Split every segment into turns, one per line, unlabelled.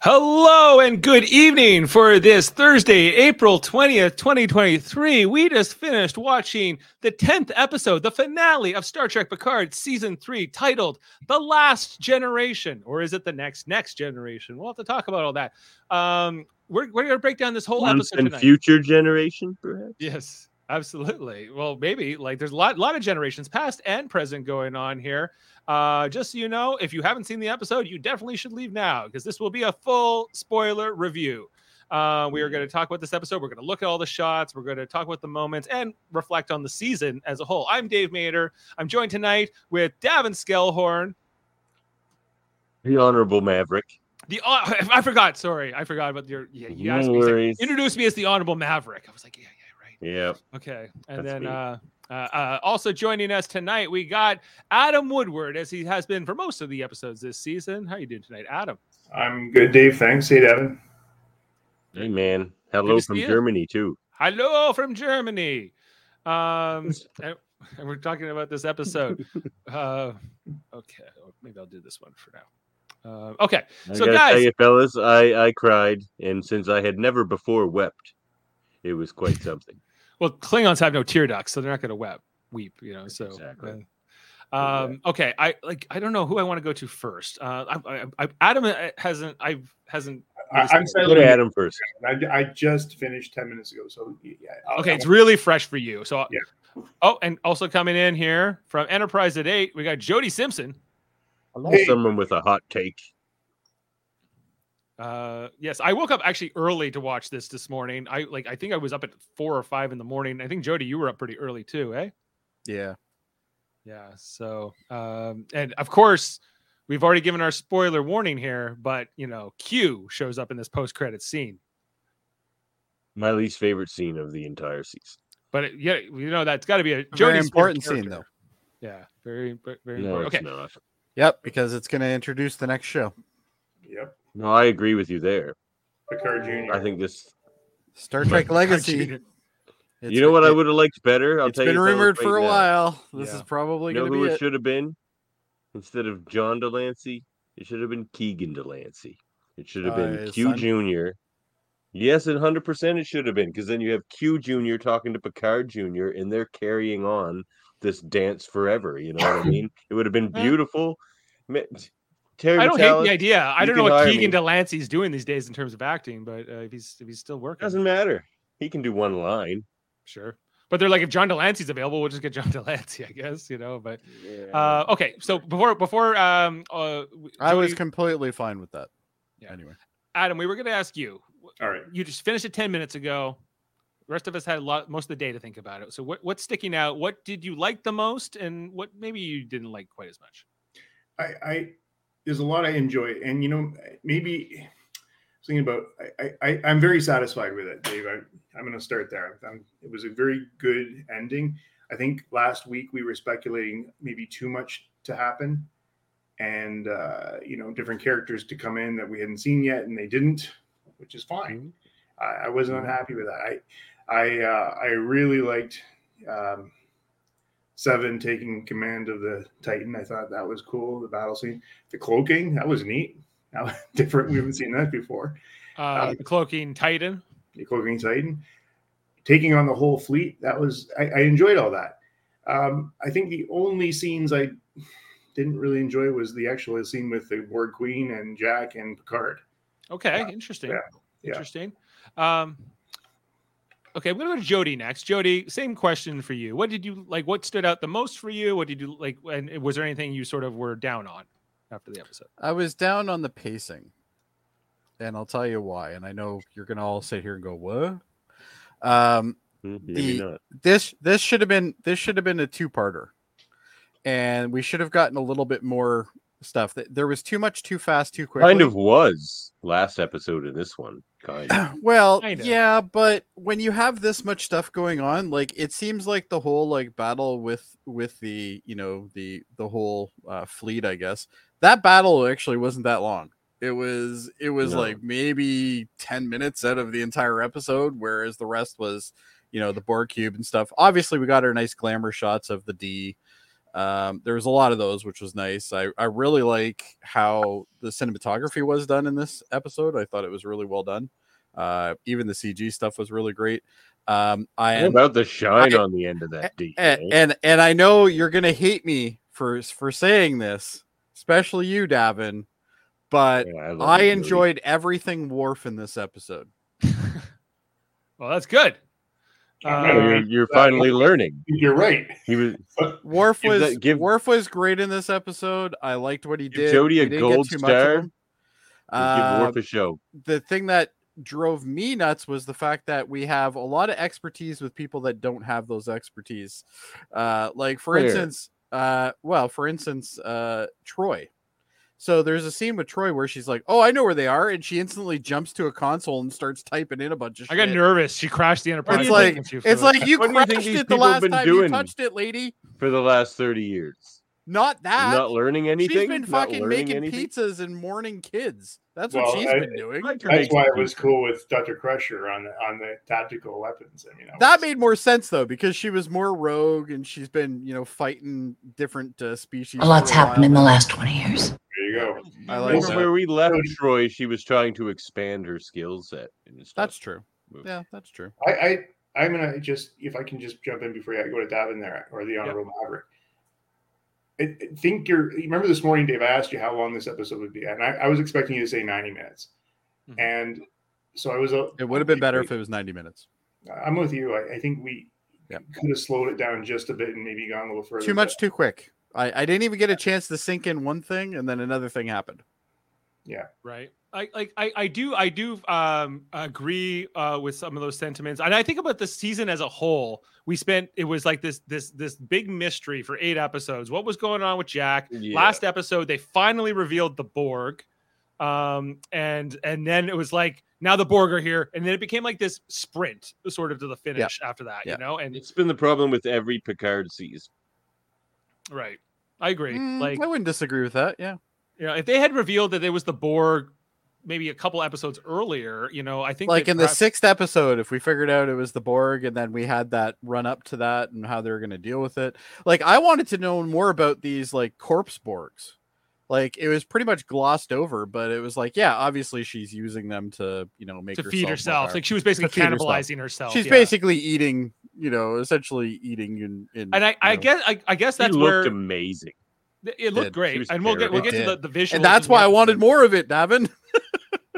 Hello and good evening for this Thursday, April 20th, 2023. We just finished watching the 10th episode, the finale of Star Trek Picard season 3 titled The Last Generation or is it the next next generation? We'll have to talk about all that. Um we're, we're going to break down this whole
Once
episode
and
tonight.
future generation, perhaps.
Yes, absolutely. Well, maybe like there's a lot, lot of generations past and present going on here. Uh, just so you know, if you haven't seen the episode, you definitely should leave now because this will be a full spoiler review. Uh, we are going to talk about this episode. We're going to look at all the shots. We're going to talk about the moments and reflect on the season as a whole. I'm Dave Mater. I'm joined tonight with Davin Skellhorn.
The honorable Maverick.
The I forgot. Sorry, I forgot about your. Yeah, you
No
asked me. you said-
worries.
Introduced me as the Honorable Maverick. I was like, yeah, yeah, right.
Yep.
Okay. And
That's
then
me.
uh, uh, uh, also joining us tonight, we got Adam Woodward, as he has been for most of the episodes this season. How you doing tonight, Adam?
I'm good, Dave. Thanks. Hey, Devin.
Hey, man.
Good
Hello
to
from
see you.
Germany, too.
Hello from Germany. Um, and, and we're talking about this episode. Uh, okay. Maybe I'll do this one for now. Uh, okay.
I
So,
gotta
guys-
tell you, fellas, I, I cried, and since I had never before wept, it was quite something.
Well, Klingons have no tear ducts, so they're not going to weep. Weep, you know. So,
Exactly.
uh, um, okay. I like. I don't know who I want to go to first. Uh, I, I, I, Adam uh, hasn't. I hasn't.
I, I'm
Go to
sorry.
Adam first.
I, I just finished 10 minutes ago. So, yeah. I'll-
okay,
I'll-
it's really fresh for you. So,
Yeah.
oh, and also coming in here from Enterprise at eight, we got Jody Simpson.
I love
Hey.
someone with a hot take.
Uh, yes, I woke up actually early to watch this this morning. I like, I think I was up at four or five in the morning. I think Jody, you were up pretty early too, eh?
Yeah.
Yeah. So, um, and of course, we've already given our spoiler warning here, but you know, Q shows up in this post-credit scene.
My least favorite scene of the entire season.
But it, yeah, you know that's got to be a
A
Jody
very
Simpson's
important scene though.
character. Yeah, very, very
No,
important.
it's
Okay,
not.
Yep, because it's going to introduce the next show.
Yep.
No, I agree with you there.
Picard Jr.
I think this.
Star Trek Legacy. It's
you know what I
been-
would have liked better? I'll
It's
tell
been
you. fellas,
rumored
right
for a
now.
while. This
Yeah.
is probably
You know
going
who
to be
it
it.
should have been? Instead of John Delancey, it should have been Keegan Delancey. It should have
Uh,
been
his
Q
son?
Jr. Yes, and 100% it should have been, because then you have Q Jr. talking to Picard Jr., and they're carrying on this dance forever. You know what I mean? It would have been
Yeah.
beautiful. Ma- Terry
I don't hate
Metalis,
the idea. I
you
don't know
can
what
hire
Keegan
me.
Delancey's doing these days in terms of acting, but uh, if he's if he's still working,
doesn't matter. He can do one line.
sure. But they're like, if John Delancey's available, we'll just get John Delancey, I guess. You know, but uh, okay. So before before um, uh, w-
I was
Jody-
completely fine with that.
Yeah.
Anyway,
Adam, we were going to ask you.
All right.
You just finished it ten minutes ago. The rest of us had a lot, most of the day to think about it. So what what's sticking out? What did you like the most, and what maybe you didn't like quite as much?
I, I there's a lot I enjoy, and you know, maybe I was thinking about I, I- I I'm very satisfied with it, Dave. I, I'm going to start there. I'm, it was a very good ending. I think last week we were speculating maybe too much to happen, and uh, you know, different characters to come in that we hadn't seen yet, and they didn't, which is fine. I, I wasn't unhappy with that. I I uh, I really liked um, Seven taking command of the Titan. I thought that was cool. The battle scene, the cloaking, that was neat. That was different. We haven't seen that before.
Uh, the cloaking Titan.
The cloaking Titan, taking on the whole fleet. That was I, I enjoyed all that. Um, I think the only scenes I didn't really enjoy was the actual scene with the Borg Queen and Jack and Picard.
Okay,
Yeah.
interesting.
Yeah. Yeah.
Interesting. Um, okay, I'm gonna go to Jody next. Jody, same question for you. What did you like? What stood out the most for you? What did you like? And was there anything you sort of were down on after the episode?
I was down on the pacing, and I'll tell you why. And I know you're going to all sit here and go, "What?" Um,
Hmm, Maybe
The-
not.
this this should have been this should have been a two-parter and we should have gotten a little bit more stuff Th- there was too much too fast too quickly
Kind of was last episode in this one. Kind of.
well
Kind of.
yeah but when you have this much stuff going on like it seems like the whole like battle with with the you know the the whole uh, fleet i guess that battle actually wasn't that long it was it was
No.
like maybe 10 minutes out of the entire episode whereas the rest was you know the board cube and stuff obviously we got our nice glamour shots of the d Um, there was a lot of those, which was nice. I, I really like how the cinematography was done in this episode. I thought it was really well done. Uh, even the CG stuff was really great. Um, I eh,
What
am
about the shine
I-
on the end of that eh? D?
and, and and I know you're gonna hate me for for saying this, especially you, Davin. But I enjoyed everything Worf in this episode.
Well, that's good.
Oh, you're,
Uh,
you're finally learning.
You're right.
He was
Worf
Give
was
that- give-
Worf was great in this episode. I liked what he
Give
did.
Jody a
We didn't get
gold
too much of
star.
him.
give
Uh,
Worf a show.
the thing that drove me nuts was the fact that we have a lot of expertise with people that don't have those expertise. Uh, like for
Where?
instance, uh, well, for instance, uh, Troy. So there's a scene with Troy where she's like, "Oh, I know where they are," and she instantly jumps to a console and starts typing in a bunch of.
I got
shit.
nervous. She crashed the Enterprise.
It's
I'm
like
thanking you for
it's
that.
like you
What do you think
crashed
these
it the
people have
last
been
time you
doing?
touched it, lady.
for the last 30 years.
Not that.
not learning anything.
She's been
Not
fucking
learning
making
anything?
pizzas and mourning kids. That's
Well,
what she's
I-
been doing.
That's why it was cool with Dr. Crusher on the on the tactical weapons. I mean,
that
was-
made more sense though because she was more rogue and she's been you know fighting different uh, species.
A lot's
for while
happened in the
now.
last 20 years.
there you go.
I
I
like
remember
that.
where we left
So-
Troy, she was trying to expand her skill set. And stuff.
That's true. Yeah, that's true.
I, I I'm gonna just if I can just jump in before I go to Davin there or the honorable Maverick. I I think you're. you Remember this morning, Dave. I asked you how long this episode would be, and I, I was expecting you to say 90 minutes,
Mhm.
and so I was. uh,
It would have been better if it was ninety minutes.
I'm with you. I, I think we
Yeah.
could have slowed it down just a bit and maybe gone a little further.
Too much, too quick. I, I didn't even get a chance to sink in one thing, and then another thing happened.
right i like i, I do i do um agree uh with some of those sentiments and i think about the season as a whole we spent it was like this this this big mystery for eight episodes what was going on with jack
Yeah.
last episode they finally revealed the borg um and and then it was like now the borg are here and then it became like this sprint sort of to the finish after that
Yeah.
you know and
It's been the problem with every Picard season.
right i agree
Mm,
like
I wouldn't disagree with that. Yeah,
you know if they had revealed that it was the borg maybe a couple episodes earlier you know i think
like
that
in the
perhaps-
sixth episode, if we figured out it was the Borg, and then we had that run up to that and how they were going to deal with it. Like I wanted to know more about these like corpse Borgs. Like it was pretty much glossed over, but it was like, yeah, obviously she's using them to you know make
to feed
more
herself.
powerful.
Like she was basically
feed herself.
cannibalizing herself.
she's
yeah.
basically eating, you know, essentially eating in. in
And I, I
you know.
guess, I, I guess
He
that's
looked
where
amazing.
th- it
She
looked great.
was
And we'll get, we'll
terrible.
get to the,
It
the visual.
and that's why I wanted more of it, Davin.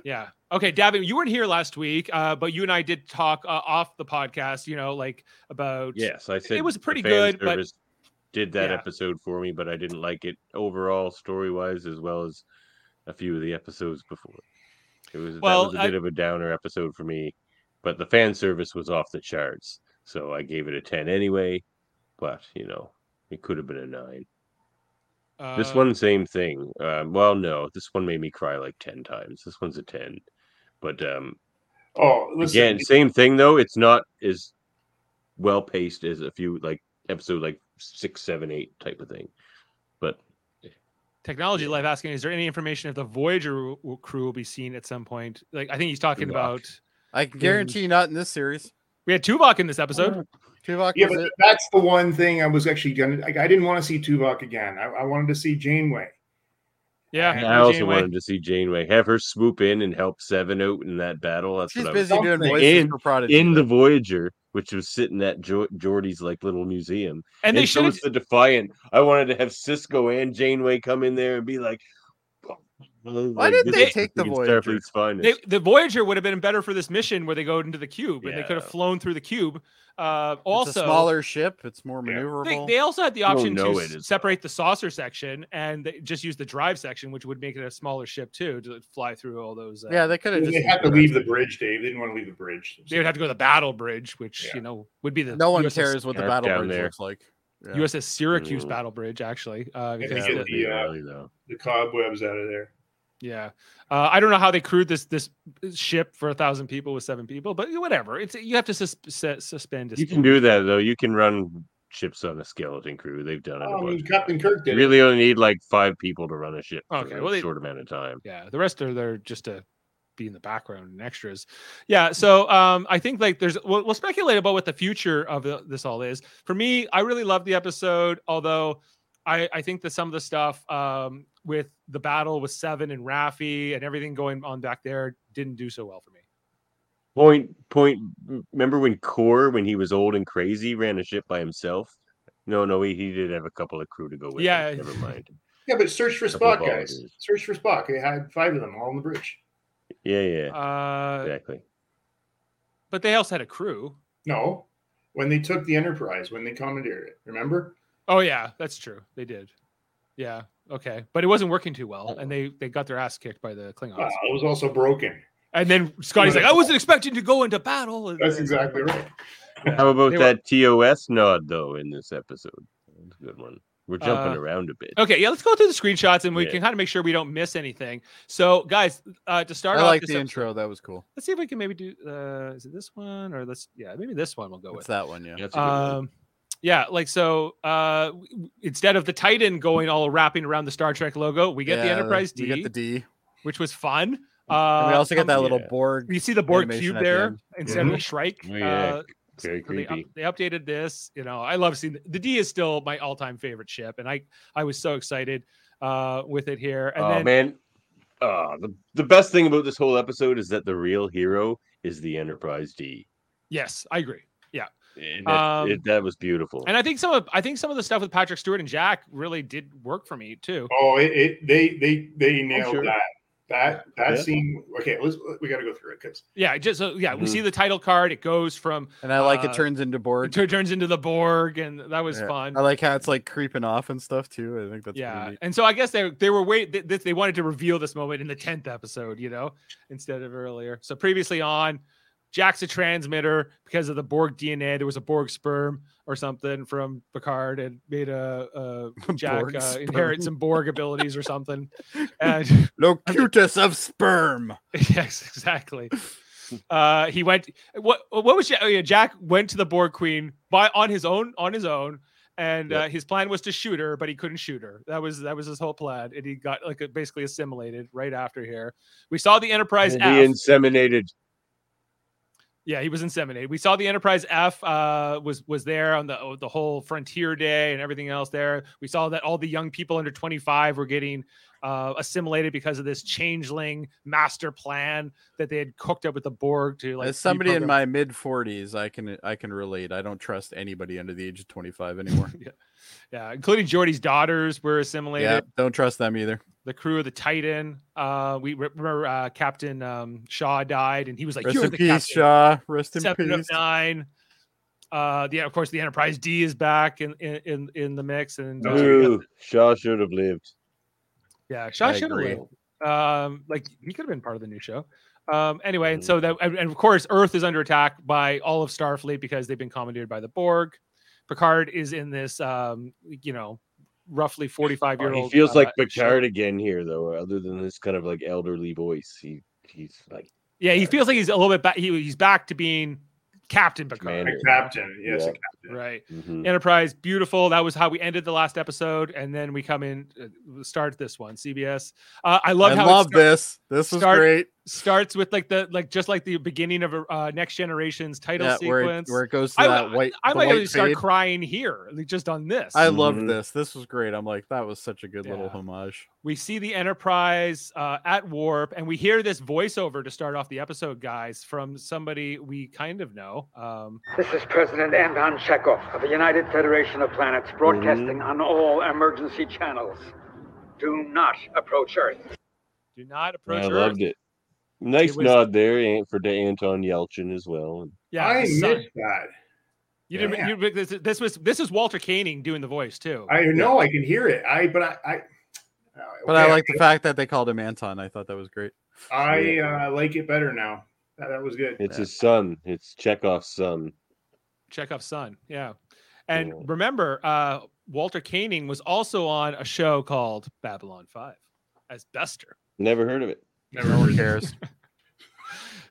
Yeah. Okay, Davin, you weren't here last week, uh, but you and I did talk uh, off the podcast. You know, like about
Yes, I said
was
the
pretty
fan
good, but-
service did that
Yeah.
episode for me, but I didn't like it overall story wise as well as a few of the episodes before. It was
Well,
that was a
I-
bit of a downer episode for me, but the fan service was off the charts, so I gave it a ten anyway. But you know, it could have been a nine.
uh,
This one, same thing. Um, well, no, this one made me cry like ten times. This one's a ten, but um,
Oh, listen,
again, same thing though. It's not as well paced as a few like episode like six, seven, eight type of thing. But
technology live asking, is there any information if the Voyager w- w- crew will be seen at some point? Like, I think he's talking
Tuvok.
about.
I can guarantee not in this series.
We had Tuvok in this episode.
Tuvok
Yeah,
was
but
it.
that's the one thing I was actually gonna. Like, I didn't want to see Tuvok again. I, I wanted to see Janeway.
Yeah,
And
I also
Janeway.
wanted to see Janeway have her swoop in and help Seven out in that battle. That's
She's
what
busy doing
something
voices
in-
for
I was
Prodigy.
in the Voyager, which was sitting at jo- Geordie's like little museum.
and they
so
should have
was the Defiant. I wanted to have Cisco and Janeway come in there and be like, "Why
didn't they take the Voyager?
Starfleet's finest.
they, the Voyager would have been better for this mission where they go into the cube and they could have
Yeah.
flown through the cube. Uh,
It's
also,
a smaller ship. It's more
Yeah.
maneuverable.
they, they also had the
don't
option
know
to
it
s-
is that.
separate the saucer section and they just use the drive section, which would make it a smaller ship too to fly through all those. Uh,
yeah, they could have just.
They had to leave the bridge, Dave. They didn't want to leave the bridge.
they would have to go to the battle bridge, which
Yeah.
you know would be the
No one
USS
cares what the
Dark
battle
down
bridge
there.
looks like. Yeah.
USS Syracuse
Mm.
battle bridge actually. Uh,
think
because
it
the-
would the, uh,
Really, though.
the cobwebs out of there.
yeah, uh, I don't know how they crewed this this ship for a thousand people with seven people, but whatever. It's you have to sus- sus- suspend.
You can do that though. You can run ships on a skeleton crew. They've done it. a
Oh, I mean,
bunch.
Captain Kirk
You
did.
really only need like five people to run a ship
Okay,
for a
well, they-
short amount of time.
yeah the rest are there just to be in the background and extras yeah so um i think like there's we'll, we'll speculate about what the future of the, this all is for me i really love the episode although I, I think that some of the stuff um, with the battle with Seven and Raffi and everything going on back there didn't do so well for me.
Point point. Remember when Core, when he was old and crazy, ran a ship by himself? No, no, he, he did have a couple of crew to go with.
Yeah.
Yeah, never mind.
Yeah, but search for
Couple of
Spock, guys.
volunteers.
Search for Spock. They had five of them all on the bridge.
Yeah, yeah,
Uh,
exactly.
But they also had a crew.
No, when they took the Enterprise, when they commandeered it, remember?
Oh yeah, that's true. They did. Yeah. Okay. But it wasn't working too well, and they they got their ass kicked by the
Oh,
Klingons.
Well, Uh, it was also broken.
And then Scotty's like, I wasn't expecting to go into battle. And
That's
then-
exactly right.
How about
They were-
that TOS nod though in this episode? That's a good one. We're jumping
Uh,
around a bit.
Okay, yeah, let's go through the screenshots and we
Yeah.
can kind of make sure we don't miss anything. So, guys, uh, to start
I
off,
like
this
the
episode-
intro. That was cool.
Let's see if we can maybe do. Uh, is it this one or this? Yeah, maybe this one. We'll go
It's
with.
that one, yeah.
That's a good one.
Um, yeah, like so. Uh, w- w- instead of the Titan going all wrapping around the Star Trek logo, we get the
Yeah,
Enterprise D,
We get the D.
which was fun.
And
Uh,
we also get
um,
that little
yeah.
Borg.
You see the Borg
animation
cube
at the
there
end.
instead of the Shrike.
Oh, yeah.
Uh,
Very
so they, up-
creepy.
they updated this. You know, I love seeing the, the D is still my all-time favorite ship, and I I was so excited uh with it here. And
oh
then
man. Uh, the, the best thing about this whole episode is that the real hero is the Enterprise D.
yes, I agree.
And that,
Um,
it, that was beautiful.
And I think some of I think some of the stuff with Patrick Stewart and Jack really did work for me too.
Oh, it, it they they they nailed
Oh, sure.
that. That that
Yeah.
scene. Okay, let's we got to go through it because
Yeah, just so yeah, we
Mhm.
see the title card. It goes from
And I like
uh,
it turns into
it
Borg.
tur- turns into the Borg, and that was
Yeah.
fun.
I like how it's like creeping off and stuff too. I think that's
yeah,
pretty neat.
and so I guess they they were wait th- th- they wanted to reveal this moment in the tenth episode, you know, instead of earlier. So previously on, Jack's a transmitter because of the Borg DNA. There was a Borg sperm or something from Picard and made a, uh Jack
Borg
uh,
sperm.
inherit some Borg abilities or something. And
Locutus of sperm.
yes, exactly. Uh, he went. What what was Jack? Oh, yeah, Jack went to the Borg Queen by on his own on his own, and
Yep.
uh, his plan was to shoot her, but he couldn't shoot her. That was that was his whole plan, and he got like basically assimilated right after here. We saw the Enterprise
And
F.
he inseminated
yeah, he was inseminated. We saw the Enterprise F uh, was was there on the oh, the whole Frontier Day and everything else there. We saw that all the young people under 25 were getting uh, assimilated because of this changeling master plan that they had cooked up with the Borg to like
As somebody in
reprogram-
my mid 40s, I can I can relate. I don't trust anybody under the age of 25 anymore.
yeah, including Geordie's daughters were assimilated.
yeah, don't trust them either.
The crew of the Titan. Uh, we re- remember uh, Captain um, Shaw died, and he was like,
Rest
"You're
in
the
peace,
captain."
Shaw. Rest in
Seven of
peace.
nine. Uh, yeah, of course, the Enterprise D is back in in in, in the mix, and uh,
Ooh, Shaw should have lived.
yeah, Shaw
I
should have
agree.
lived. Um, like he could have been part of the new show. Um, anyway, and
Mhm.
so that and, and of course, Earth is under attack by all of Starfleet because they've been commandeered by the Borg. Picard is in this, um, you know, roughly forty-five year
He
old. uh,
feels like Picard again here, though. Other than this kind of like elderly voice, he he's like
Yeah, he feels like he's a little bit back. He, he's back to being Captain Picard,
Commander.
a captain. Yes, a
Yeah.
right?
mhm.
Enterprise, beautiful. That was how we ended the last episode, and then we come in, uh, start this one. CBS. Uh, I love
I
how
love
it start-
this. This was
start
great.
starts with like the like just like the beginning of uh, Next Generation's title
Yeah, where it,
sequence.
where it goes to
I,
that white.
I
the
might
white
actually start
fade.
crying here, like, just on this.
I
Mhm.
loved this. This was great. I'm like, that was such a good little
Mm-hmm. Yeah.
homage.
we see the Enterprise uh, at warp, and we hear this voiceover to start off the episode, guys, from somebody we kind of know. Um,
This is President Anton Chekhov of the United Federation of Planets broadcasting
Mm-hmm.
on all emergency channels. Do not approach Earth.
do not approach.
I
Earth.
loved it. Nice
was-
nod there Ant- for to Anton Yelchin as well.
Yeah,
I
the
missed
sun-
that.
You didn't.
Yeah.
You, but this, this was this is Walter Koenig doing the voice too.
I know I can hear it. I but I. I uh,
But I
okay,
like the fact that they called him Anton. I thought that was great.
I uh, like it better now. That, that was good.
It's his son. It's Chekhov's son.
Chekhov's son. Yeah, and
Cool.
remember, uh, Walter Koenig was also on a show called Babylon Five as Bester.
Never heard of it.
Never
No one
heard.
cares.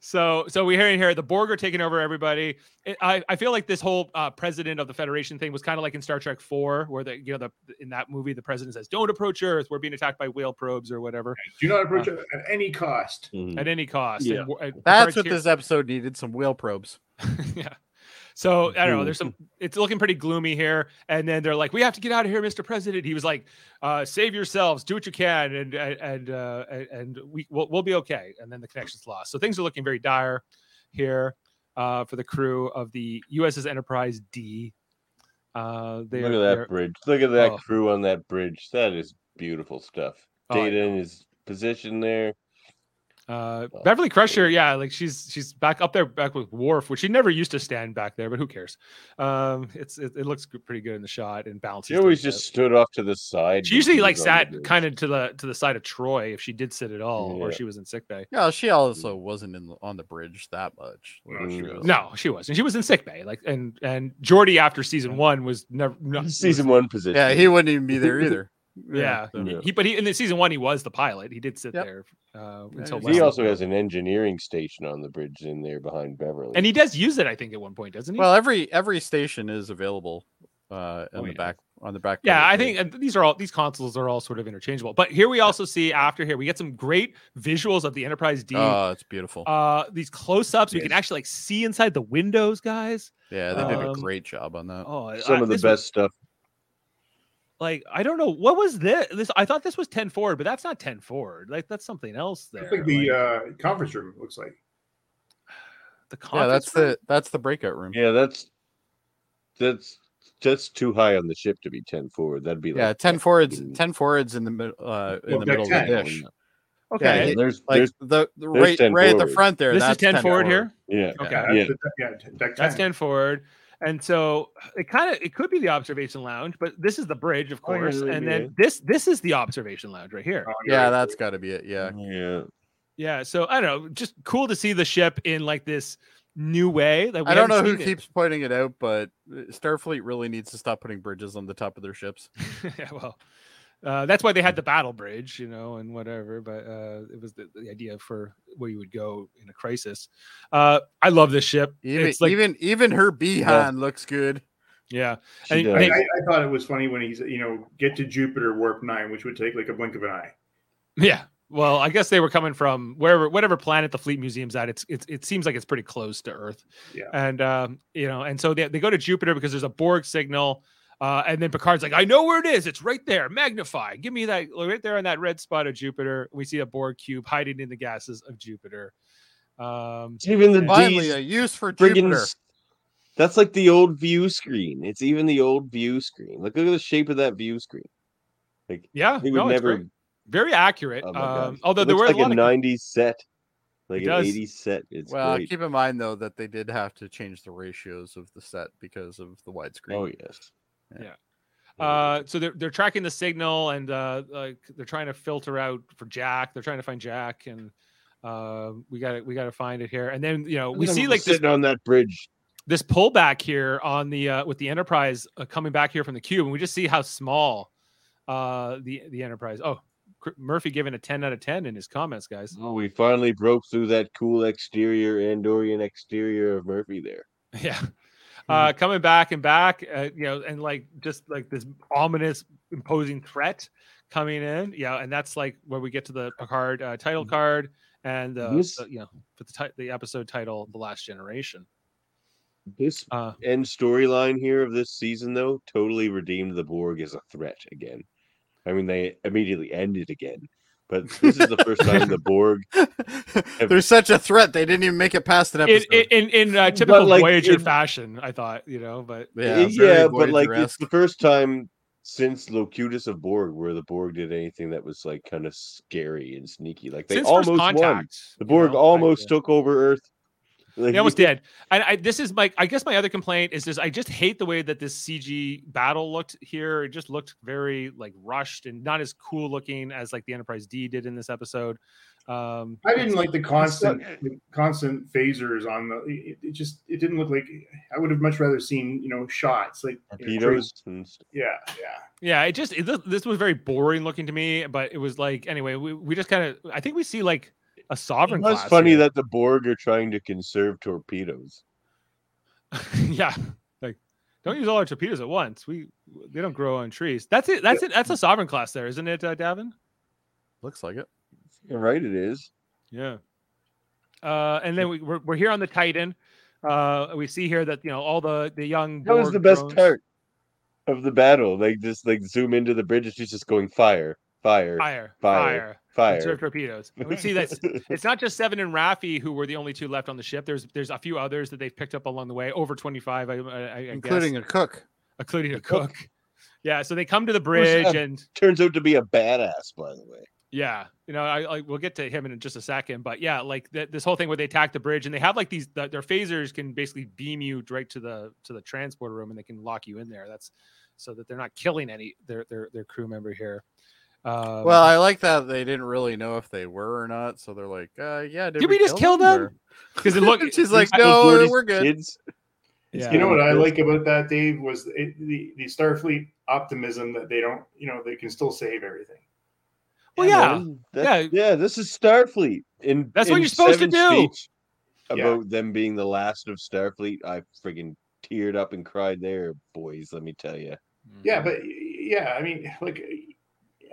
So, so we hear in here the Borg are taking over everybody. It- I, I feel like this whole uh, president of the Federation thing was kind of like in Star Trek Four, where the you know the in that movie the president says, "Don't approach Earth. We're being attacked by whale probes or whatever
Do not approach it at any cost.
Mhm.
at any cost."
Yeah.
And w- uh, and
That's
Picard's
what
here-
this episode needed some whale probes.
yeah. So I don't know. There's some. It's looking pretty gloomy here. And then they're like, "We have to get out of here, Mr. President." He was like, uh, "Save yourselves. Do what you can, and and uh, and- and we we'll, we'll be okay." And then the connection's lost. So things are looking very dire here uh, for the crew of the USS Enterprise D. Uh, they
Look
are-
at
they're-
that bridge. Look at that
Oh.
crew on that bridge. That is beautiful stuff.
Oh, I
Data in his position there.
Uh,
Well,
Beverly Crusher, yeah, like she's she's back up there, back with Worf, which she never used to stand back there, but who cares? Um, it's it, it looks g- pretty good in the shot and bounces.
She always
things
just stood off to the
out.
side.
she usually like sat kind of to the to the side of Troy if she did sit at all, or
Yeah.
she was in sick bay.
Yeah, she also wasn't in the, on the bridge that much.
No, she
Mm.
was.
No, she wasn't. She was in sick bay. Like and and Jordy after season one was never not,
season one position.
Yeah, he wouldn't even be there either.
Yeah,
so-
Yeah.
He but he in the season one he was the pilot. He did sit
Yep.
there uh,
Yeah,
until
he
He
last-
also has an engineering station on the bridge in there behind Beverly.
and he does use it I think at one point doesn't he?
Well, every every station is available uh on
Oh,
the
yeah.
back on the back.
Yeah,
cover
I
page.
think uh, these are all these consoles are all sort of interchangeable. But here we also see after here we get some great visuals of the Enterprise D. Uh,
Oh, it's beautiful.
these close-ups we can actually like see inside the windows, guys.
yeah, they did a
um,
great job on that.
Oh,
Some
I-
of the
this was-
best stuff.
like I don't know what was this. This I thought this was ten forward, but that's not ten forward. Like that's something else there.
Looks like the
like,
uh, conference room looks like.
the
yeah,
conference
that's
room?
the that's the breakout room. Yeah,
Yeah, that's that's that's too high on the ship to be ten forward. That'd be like
ten forwards,
Mm.
ten forwards in the middle uh, in
Well,
the
they're
middle of
10.
the dish.
okay.
yeah,
Yeah, there's
Like
there's
the, the
there's
right
10
right at the
forward.
front there.
this is
that's
10 forward here.
yeah.
Okay.
Yeah,
Yeah.
that's the- yeah, deck
That's
10.
ten forward. And so it kind of it could be the observation lounge, but this is the bridge, of
Oh, yeah,
course.
that'd
and
be
then
it.
this this is the observation lounge right here.
Oh,
Yeah, that's got to be it. Yeah,
Yeah.
Yeah, so I don't know, just cool to see the ship in like this new way. Like we
I don't know
haven't
who
seen it.
keeps pointing it out, but uh, Starfleet really needs to stop putting bridges on the top of their ships.
yeah, well, uh, that's why they had the battle bridge, you know, and whatever. But uh, it was the, the idea for where you would go in a crisis. Uh, I love this ship.
Even
it's like
even even her behind looks good.
yeah,
She
And-
does.
and
I, I I thought it was funny when he's, you know, get to Jupiter warp nine, which would take like a blink of an eye.
yeah. Well, I guess they were coming from wherever, whatever planet the fleet museum's at. It's, it's it seems like it's pretty close to Earth.
Yeah.
and um, you know, and so they, they go to Jupiter because there's a Borg signal, uh, and then Picard's like, "I know where it is. It's right there. Magnify. Give me that right there on that red spot of Jupiter. We see a Borg cube hiding in the gases of Jupiter." Um,
Even the
Finally,
D's
a use for
friggin'
Jupiter.
s- That's like the old view screen. It's even the old view screen. Look, look at the shape of that view screen. Like
yeah,
we would
no, it's
never.
great. very accurate.
oh my gosh.
um, although
It
there were
looks
a
like
lot
a,
of
'90s set, like
It
an
does.
'80s set. It's
Well,
great.
keep in mind though that they did have to change the ratios of the set because of the widescreen.
Oh yes.
Yeah. Uh, so they're they're tracking the signal and uh, like they're trying to filter out for Jack. They're trying to find Jack, and uh, we got to we got to find it here. And then you know we see like this
sitting on that bridge.
this pullback here on the uh, with the Enterprise uh, coming back here from the cube, and we just see how small uh, the the Enterprise. Oh, Cr- Murphy giving a ten out of ten in his comments, guys.
Oh, we finally broke through that cool exterior Andorian exterior of Murphy there.
Yeah,
Hmm.
uh, coming back and back, uh, you know, and like just like this ominous, imposing threat coming in. Yeah, and that's like where we get to the Picard uh, title card and uh,
Hmm. This-
the- you know, with the ti- the episode title, The Last Generation.
This
Uh,
end storyline here of this season, though, totally redeemed the Borg as a threat again. I mean, they immediately end it again, but this is the first time the Borg.
There's such a threat they didn't even make it past an
in
episode.
in, in, in uh, typical
like,
Voyager
it-
fashion, I thought you know, but
yeah,
Eh,
very
but like it's
Voyager-esque.
the first time since Locutus of Borg where the Borg did anything that was like kind of scary and sneaky. Like they
since
almost
first contact,
won.
you
The Borg
know,
almost
like,
took over Earth. Like,
they almost did. And I, this is my, I guess my other complaint is this: I just hate the way that this CG battle looked here. It just looked very like rushed and not as cool looking as like the Enterprise D did in this episode. Um,
I didn't like the constant, the constant phasers on the. It, it just, it didn't look like. I would have much rather seen, you know, shots like you know,
torpedoes. And stuff.
Yeah, yeah.
Yeah, it just it, this was very boring looking to me, but it was like anyway, we, we just kind of I think we see like a sovereign.
It was
class
funny
here.
that the Borg are trying to conserve torpedoes.
yeah like don't use all our torpedoes at once we they don't grow on trees that's it that's it that's a sovereign class there isn't it uh, davin
Looks like it.
You're right, it is.
yeah uh and then we, we're, we're here on the titan Uh, we see here that you know all the the young.
That was
Borg
the best
drones-
part of the battle. Like just like zoom into the bridge, and she's just going fire, fire, fire,
Fire,
fire.
fire, and serve torpedoes. And we see that it's not just Seven and Rafi who were the only two left on the ship. There's there's a few others that they've picked up along the way, over 25, I, I, I
including
guess,
a cook.
including a
cook.
cook. Yeah, so they come to the bridge
up?
and
Turns out to be a badass, by the way.
Yeah, you know, I, I we'll get to him in just a second, but yeah, like th- this whole thing where they attack the bridge and they have like these th- their phasers can basically beam you right to the to the transporter room and they can lock you in there. That's so that they're not killing any their their, their crew member here. Um,
well, I like that they didn't really know if they were or not, so they're like, uh, "Yeah, did,
Did we just kill them? because it look,
she's like,
These
"No,
dirty
we're good."
Kids.
Yeah.
You know what I
Yes.
like about that, Dave, was it, the the Starfleet optimism that they don't, you know, they can still save everything.
well, yeah,
man. That- yeah, This is Starfleet. In,
That's what
in
you're supposed to
Seven's
do.
speech About them being the last of Starfleet, I friggin' teared up and cried there, boys. Let me tell you.
Yeah, but yeah, I mean, like,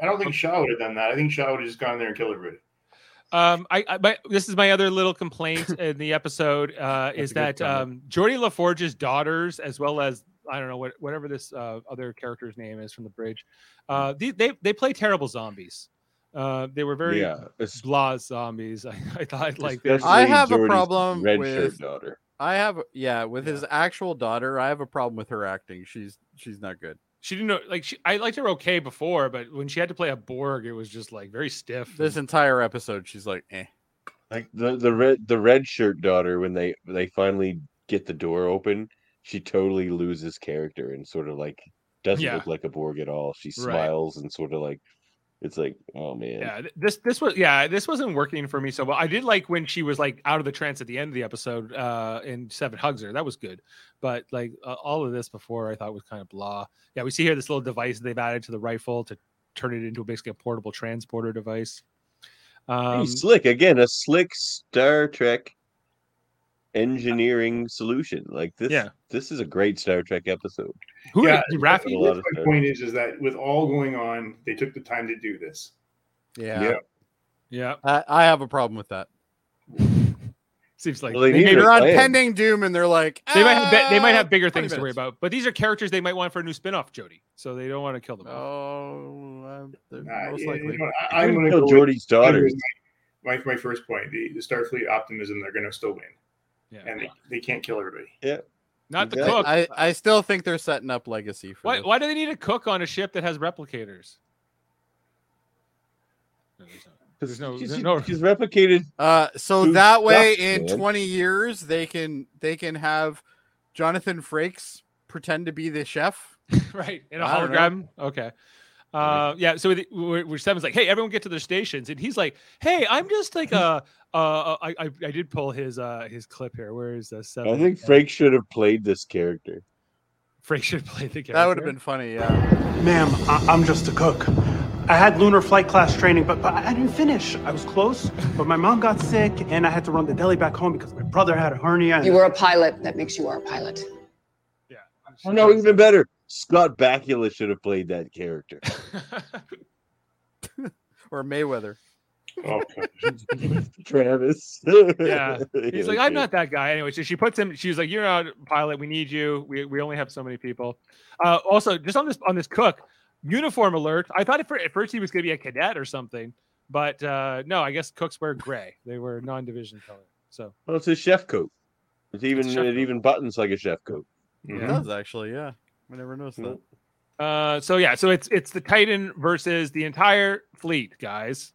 I don't think Shaw would have done that. I think Shaw would have just gone there and killed everybody.
Um, I, I my, this is my other little complaint in the episode uh, is
a good
that um, Jordy LaForge's daughters, as well as I don't know what whatever this uh, other character's name is from the bridge, uh, they they, they play terrible zombies. Uh, they were very
yeah, it's-
blah zombies. I, I thought like
especially
I have a
Geordi's
problem
red
with-
shirt daughter.
I have, yeah, with his actual daughter, I have a problem with her acting. She's she's not good.
she didn't know like she, I liked her okay before, but when she had to play a Borg, it was just like very stiff. and-
This entire episode, she's like, "Eh."
like the the red the red shirt daughter when they they finally get the door open she totally loses character and sort of like doesn't
Yeah.
look like a borg at all she
Right.
smiles and sort of like it's like oh man
yeah th- this this was yeah this wasn't working for me so well i did like when she was like out of the trance at the end of the episode uh and seven hugs her that was good but like uh, all of this before i thought was kind of blah yeah we see here this little device they've added to the rifle to turn it into basically a portable transporter device
Pretty
um
slick again a slick star trek engineering solution like this
Yeah.
this is a great star trek episode
who
Yeah,
did
a
Raffi,
lot
My
of Star
point is, is that with all going on, they took the time to do this.
Yeah,
Yeah.
yeah
I, I have a problem with that.
seems like
Well, they
they,
need
may-
to-
They're on
plan.
pending doom, and they're like,
they might have be- they might
"Ah,
have bigger
20
things to worry
minutes."
about but these are characters they might want for a new spin-off jody so they don't want to kill them off.
"Ah!" Oh, uh, they're
Uh,
most
you
likely.
know, I,
i
am
would
going to
kill
go
jordy's
with-
daughter
My, my first point: the, the Starfleet optimism they're going to still win,
yeah
and they, they can't kill everybody.
not the
Yeah.
cook
I, I still think they're setting up legacy for
Why,
this.
why do they need a cook on a ship that has replicators? No, there's no- There's no,
she's,
there's Oh, no
she's replicated
Uh, so
Dude,
that way,
sucks,
in
man.
20 years, they can they can have Jonathan Frakes pretend to be the chef.
right in a
I don't
hologram. Okay. Uh, yeah. So the- where where Seven's like, "Hey, everyone, get to their stations," and he's like, "Hey, I'm just like a, uh, uh, I, I, I did pull his uh his clip here. Where is the Seven?
i think
Yeah.
frank should have played this character
Frank should play the character.
That would have been funny. Yeah.
Ma'am, I- I'm just a cook. I had lunar flight class training, but, but I didn't finish. I was close, but my mom got sick, and I had to run the deli back home because my brother had a hernia. And
You were a pilot. That makes you are a pilot.
Oh, no, even better. Scott Bakula should have played that character.
Or Mayweather.
Oh,
Travis.
Yeah. He's like, I'm
okay.
not that guy. Anyway, so she puts him. She was like, "You're not a pilot. We need you. We, we only have so many people." Uh, also, just on this on this cook uniform alert. I thought at fir- at first he was going to be a cadet or something, but uh, no. I guess cooks wear gray. They were non-division color. So
Well, it's his chef coat. It's even
chef
it
coat.
even buttons like a chef coat.
Mm-hmm.
It
yeah.
does actually. Yeah. I never noticed that.
Uh, so yeah. So it's it's the Titan versus the entire fleet, guys.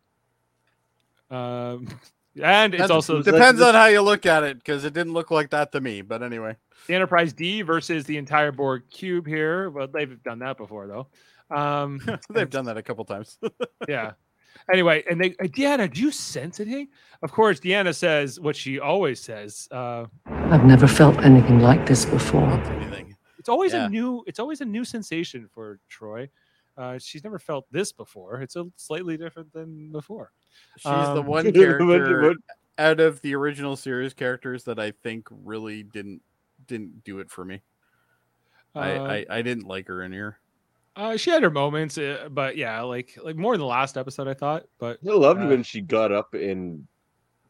Um, and it's
That's-
also
that-
Depends
that's-
on how you look at it, because it didn't look like that to me. But anyway,
the Enterprise D versus the entire Borg cube here. Well, they've done that before though. Um,
they've done that a couple times.
yeah. Anyway, and they, uh, Deanna, do you sense anything? Of course, Deanna says what she always says. Uh,
I've never felt anything like this before.
Anything.
it's always
Yeah.
a new, it's always a new sensation for Troy. Uh, she's never felt this before. It's a slightly different than before.
She's the
Um,
one
What-
character
what-
out of the original series characters that I think really didn't didn't do it for me.
Uh,
I, I I didn't like her in here.
uh, she had her moments, uh, but yeah, like like more in the last episode, I thought. But
I loved
Uh,
when she got up and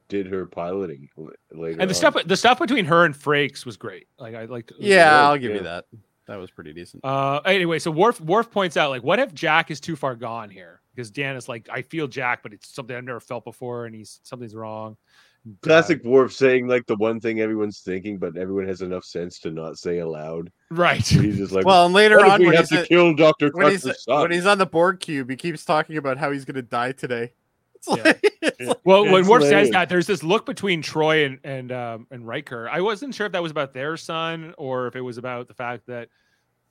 did her piloting l- later.
And the
on.
stuff the stuff between her and Frakes was great. Like I liked.
good,
Yeah, I'll give
yeah.
you that. That was pretty decent.
Uh, anyway, so Worf Worf points out like, what if Jack is too far gone here? Because Dan is like, I feel Jack, but it's something I've never felt before, and he's something's wrong. And, uh,
Classic Worf saying like the one thing everyone's thinking, but everyone has enough sense to not say aloud.
right?
And he's just like,
well, and later
"What if
on,
we
when
have
he's,
to
at-
kill Doctor
when, he's,
Crusher's son.
when he's on the board cube, he keeps talking about how he's going to die today. It's
Yeah.
like, it's like-
Well, when
It's
Worf says
lame.
that, there's this look between Troy and and um, and Riker. I wasn't sure if that was about their son or if it was about the fact that,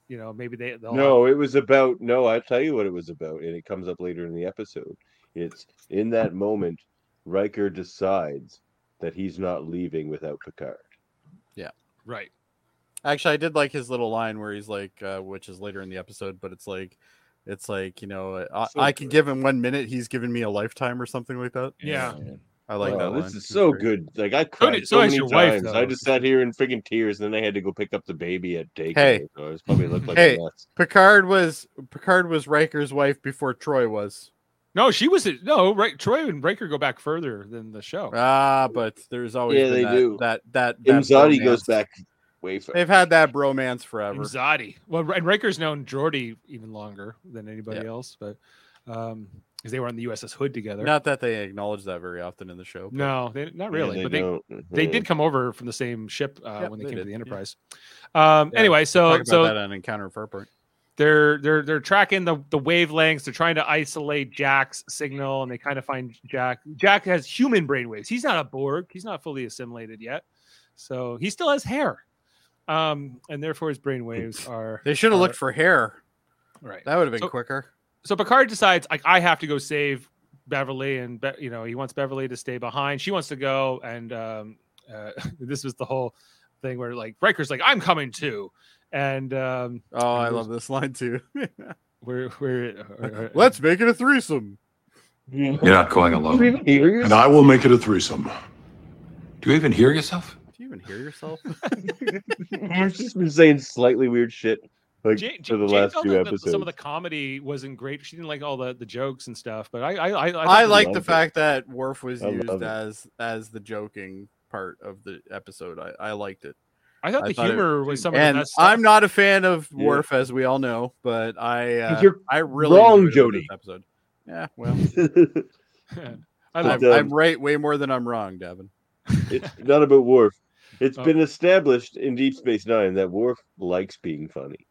you know, maybe they they'll
No, it was about no, I'll tell you what it was about, and it comes up later in the episode. It's in that moment Riker decides that he's not leaving without Picard.
right.
actually, I did like his little line where he's like, uh, which is later in the episode, but it's like, it's like you know, I,
So
I could
good.
give him one minute, he's giving me a lifetime or something like that.
Yeah.
I like
Oh,
that.
this
line.
is
It's
so
great.
good. Like I cried
did-
so,
so has
many
your wife,
times.
though.
I just sat here in freaking tears, and then I had to go pick up the baby at daycare.
Hey.
so I was probably looked like
Hey.
a mess.
Picard was Picard was Riker's wife before Troy was.
No, she was no right. Troy and Riker go back further than the show.
Ah, but there's always
Yeah,
been
they
that,
do.
that that that
Imzadi goes
bromance.
back way far.
They've had that bromance forever.
Zadi. Well, and Riker's known Geordi even longer than anybody
Yeah.
else, but um, because they were on the USS Hood together.
Not that they acknowledge that very often in the show. but-
no, they, not really. but they
don't.
they
Mhm.
did come over from the same ship uh,
Yep,
when they,
they
came to
did,
the
yeah.
Enterprise. Um,
Yeah,
anyway,
Talk
so
about
so
that on Encounter Farpoint.
they're they're they're tracking the the wavelengths. They're trying to isolate Jack's signal, and they kind of find Jack. Jack has human brainwaves. He's not a Borg. He's not fully assimilated yet, so he still has hair, um, and therefore his brainwaves are
They should have
are-
looked for hair.
right.
That would have been
So-
quicker.
so Picard decides like I have to go save Beverly, and Be- you know he wants Beverly to stay behind. She wants to go, and um, uh, this was the whole thing where like Riker's like I'm coming too, and um,
Oh, I
there's-
love this line too.
we're we're or- or-
Let's make it a threesome.
You're not going
Do you
alone.
even hear yourself?
And I will make it a threesome. Do you even hear yourself?
Do you even hear yourself?
I've just been saying slightly weird shit like
Ja- Ja-
for the
Jane
last
felt
few
that the-
episodes.
some of the comedy wasn't great. She didn't like all the, the jokes and stuff. But I I I,
I
thought-
like the
loved it.
fact that Worf was
I
used
love it.
as as the joking part of the episode. I, I liked it.
I thought
I
the
thought it-
humor was some of the
and
best.
I'm not a fan of
Yeah.
Worf, as we all know, but I uh,
you're
I really
wrong,
enjoyed it with
Jody.
this episode. Yeah, well,
I
I'm,
love
But, um,
I'm right way more than I'm wrong, Devin.
it's not about Worf. It's
Oh.
been established in Deep Space Nine that Worf likes being funny,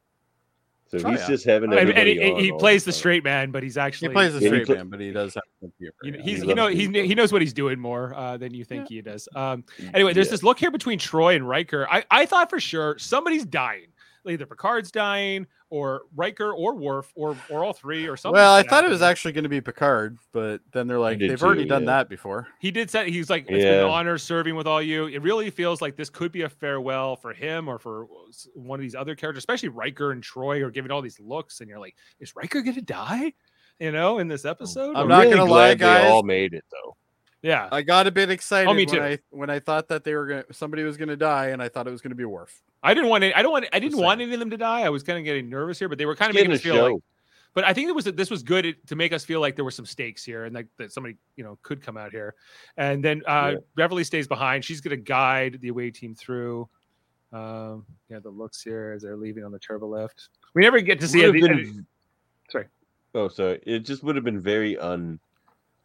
so
Oh,
he's
yeah.
just having.
and, and
everybody
he,
on
he
all
plays the
time.
straight man, but he's
He
actually
plays the
Yeah, he
straight
pla-
man, but he does have some humor.
You know,
yeah.
he's
He
you know
loves
he,
being
kn- he
funny.
knows what he's doing more uh, than you think he does. Um, anyway, there's this look here between Troy and Riker. I, I thought for sure somebody's dying. Either Picard's dying, or Riker, or Worf, or or all three, or something.
Well, I thought it was actually going to be Picard, but then they're like,
did
they've already
too,
done
yeah.
that before.
He did say he's like it's been an
Yeah.
honor serving with all you. It really feels like this could be a farewell for him or for s- one of these other characters, especially Riker and Troy are giving all these looks, and you're like, is Riker gonna die? You know, in this episode,
I'm
Or-
not gonna lie,
glad They
guys.
all made it though.
yeah,
I got a bit excited
Oh, me
when
too.
I when I thought that they were going to somebody was going to die, and I thought it was going to be Worf.
I didn't want any, I don't want I didn't
Just
want
saying.
any of them to die. I was kind of getting nervous here, but they were kind of
Getting
making us
a
feel
show.
like. But I think it was that this was good at- to make us feel like there were some stakes here and like that somebody you know could come out here. And then uh,
Yeah.
Beverly stays behind. She's going to guide the away team through. Um, yeah, the looks here as they're leaving on the turbo lift. We never get to see it.
Would've been-
Sorry.
Oh, sorry. It just would have been very un,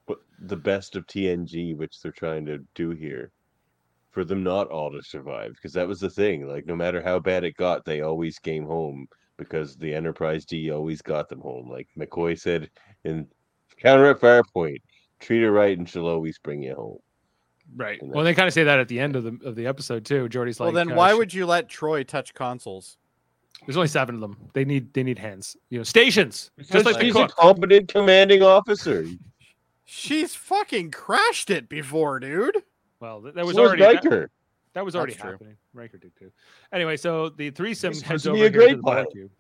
but the best of TNG, which they're trying to do here, for them not all to survive, because that was the thing. Like, no matter how bad it got, they always came home because the Enterprise D always got them home. Like McCoy said in Counter at Firepoint, treat her right, and she'll always bring you home.
right.
And
Well, they kind of say that at the end of the of the episode too. Jordy's like,
well, then
uh,
why
sh-
would you let Troy touch consoles?
there's only seven of them? They need they need hands. You know, stations. Just like the
he's
cook.
a competent commanding officer.
She's fucking crashed it before, dude.
Well, th- that was
So is
already that-
Riker.
That was already
That's true.
happening. Riker did too. Anyway, so the threesome
He's supposed
heads
to
over
be
here
a great
to the Borg
pilot.
cube.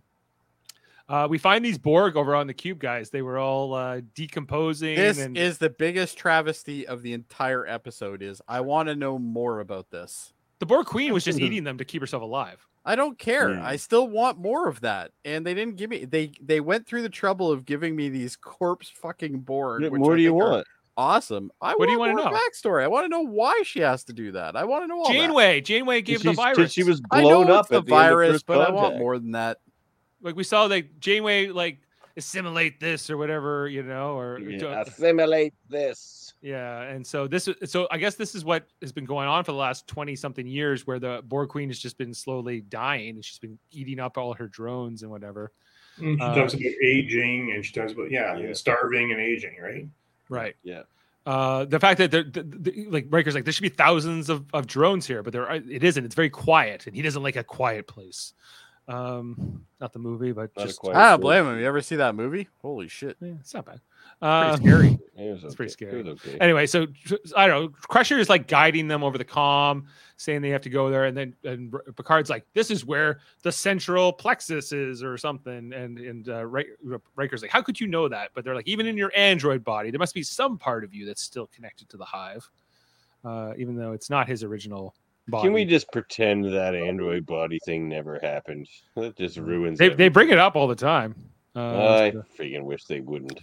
Uh, we find these Borg over on the cube, guys. They were all uh, decomposing.
This
and
is the biggest travesty of the entire episode. Is I want to know more about this.
the Borg Queen was just
Mhm.
eating them to keep herself alive.
I don't care.
Hmm.
I still want more of that. And they didn't give me they they went through the trouble of giving me these corpse fucking Borg.
What
which
more
I
do you
think are-
want?
awesome. I
What do you
want
wanna
more
know?
Backstory. I want to know why she has to do that. I want to know all that.
Janeway, Janeway gave the
She's-
virus.
She was
I
blown
know
up
it's the
at the end of
virus,
First
but I want
Contact.
more than that.
like we saw, like Janeway, like assimilate this or whatever, you know, or
Yeah, assimilate this.
Yeah, and so this is so I guess this is what has been going on for the last 20 something years where the Borg Queen has just been slowly dying and she's been eating up all her drones and whatever.
Mm, She
Uh,
talks about aging and she talks about, yeah,
Yeah.
starving and aging, right?
Right.
Yeah.
Uh the fact that there the, the, like Riker's like there should be thousands of, of drones here, but there are, it isn't. It's very quiet and he doesn't like a quiet place. Um not the movie, but
Not a
just
quiet-
I don't blame him. You ever see that movie? Holy shit!
yeah, it's not bad.
Pretty
Uh,
scary.
It was
It's pretty
okay.
scary.
It was okay.
anyway, so tr- I don't know. Crusher is like guiding them over the comm, saying they have to go there, and then and R- Picard's like, "This is where the central plexus is," or something. And and uh, Ri- R- Riker's like, "How could you know that?" But they're like, "Even in your android body, there must be some part of you that's still connected to the hive, uh, even though it's not his original body."
Can we just pretend that android body thing never happened? That just ruins
Mm, they
it.
they bring it up all the time. Uh,
I
so-
freaking wish they wouldn't.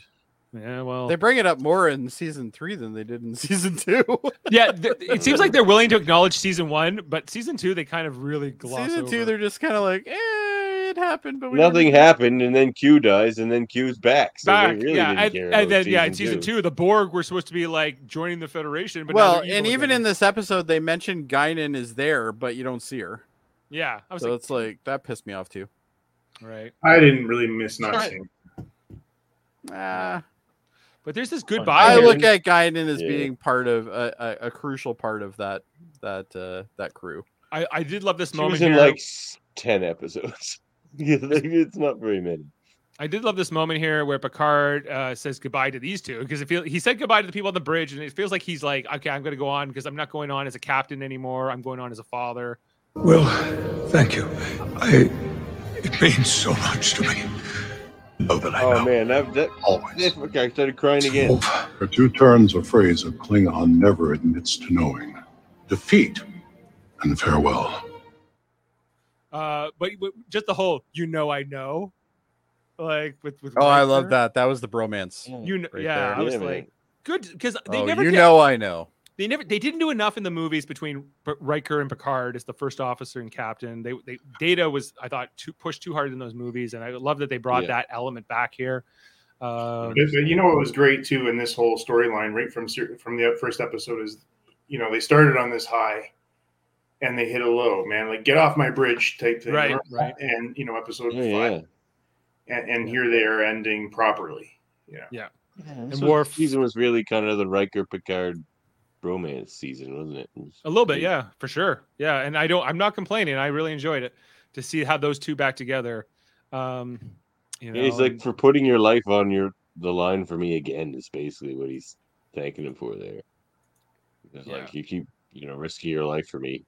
yeah, well,
They bring it up more in season three than they did in season two.
yeah. th- it seems like they're willing to acknowledge season one, but season two, they kind of really gloss
season
over.
two, they're just kind of like, eh, it happened, but we didn't
Nothing
do it."
happened, and then Q dies, and then Q's back. So
back.
they really
yeah,
didn't
and,
care
and
about
then yeah, in season two. the Borg were supposed to be like joining the Federation, but now
well,
they're evil
and even
again.
in this episode, they mentioned Guinan is there, but you don't see her.
yeah, I was
So
like,
it's like that pissed me off too.
right.
I didn't really miss not
Right.
seeing. it.
Ah,
But there's this
I
goodbye.
Guinan.
look at Guinan as
Yeah.
being part of a, a, a crucial part of that that uh, that crew.
I, I did love this
She
moment
was in
here.
like s- ten episodes. yeah, like, it's not very many.
I did love this moment here where Picard uh, says goodbye to these two because it feel, he said goodbye to the people on the bridge, and it feels like he's like, okay, I'm going to go on because I'm not going on as a captain anymore. I'm going on as a father.
Well, thank you. I. It means so much to me. No, but I
Oh
know.
man, that, that
Always.
that's okay. I started crying again.
There are two terms or phrase a Klingon never admits to knowing defeat and farewell.
Uh, but, but just the whole, you know, I know, like with with.
Oh, I
Riker.
love that. That was the bromance.
You know,
right
yeah,
there.
I was
Yeah, man.
like, good because they
oh,
never
you
did-
know, I know.
they never they didn't do enough in the movies between P- Riker and Picard as the first officer and captain. They, they Data was I thought too pushed too hard in those movies, and I love that they brought
Yeah.
that element back here. Um,
But, but you know what was great too in this whole storyline, right from ser- from the first episode, is you know they started on this high, and they hit a low, man, like get off my bridge type thing,
Right, right.
And you know episode
Oh,
five,
yeah.
and, and here they are ending properly. Yeah,
And
And
Worf-
season was really kind of the Riker Picard romance season, wasn't it? It was
a little bit,
pretty-
yeah, for sure, yeah. And I don't, I'm not complaining. I really enjoyed it to see how those two back together. Um, you know,
he's like
and-
for putting your life on your the line for me again is basically what he's thanking him for there. It's Like you keep you know risking your life for me,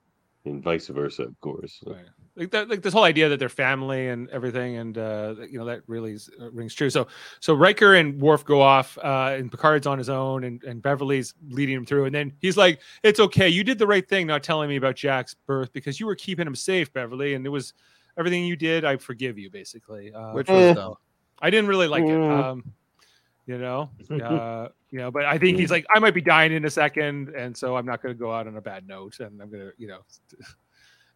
and vice versa, of course.
Right. like that, like this whole idea that they're family and everything, and uh, that, you know that really is, uh, rings true. So, so Riker and Worf go off, uh, and Picard's on his own, and, and Beverly's leading him through, and then he's like, "It's okay, you did the right thing, not telling me about Jack's birth because you were keeping him safe, Beverly, and it was everything you did. I forgive you, basically." Uh,
Which
Eh.
was dumb.
I didn't really like it.
Yeah.
Um, you know, uh, you know, but I think he's like, I might be dying in a second, and so I'm not going to go out on a bad note, and I'm going to, you know,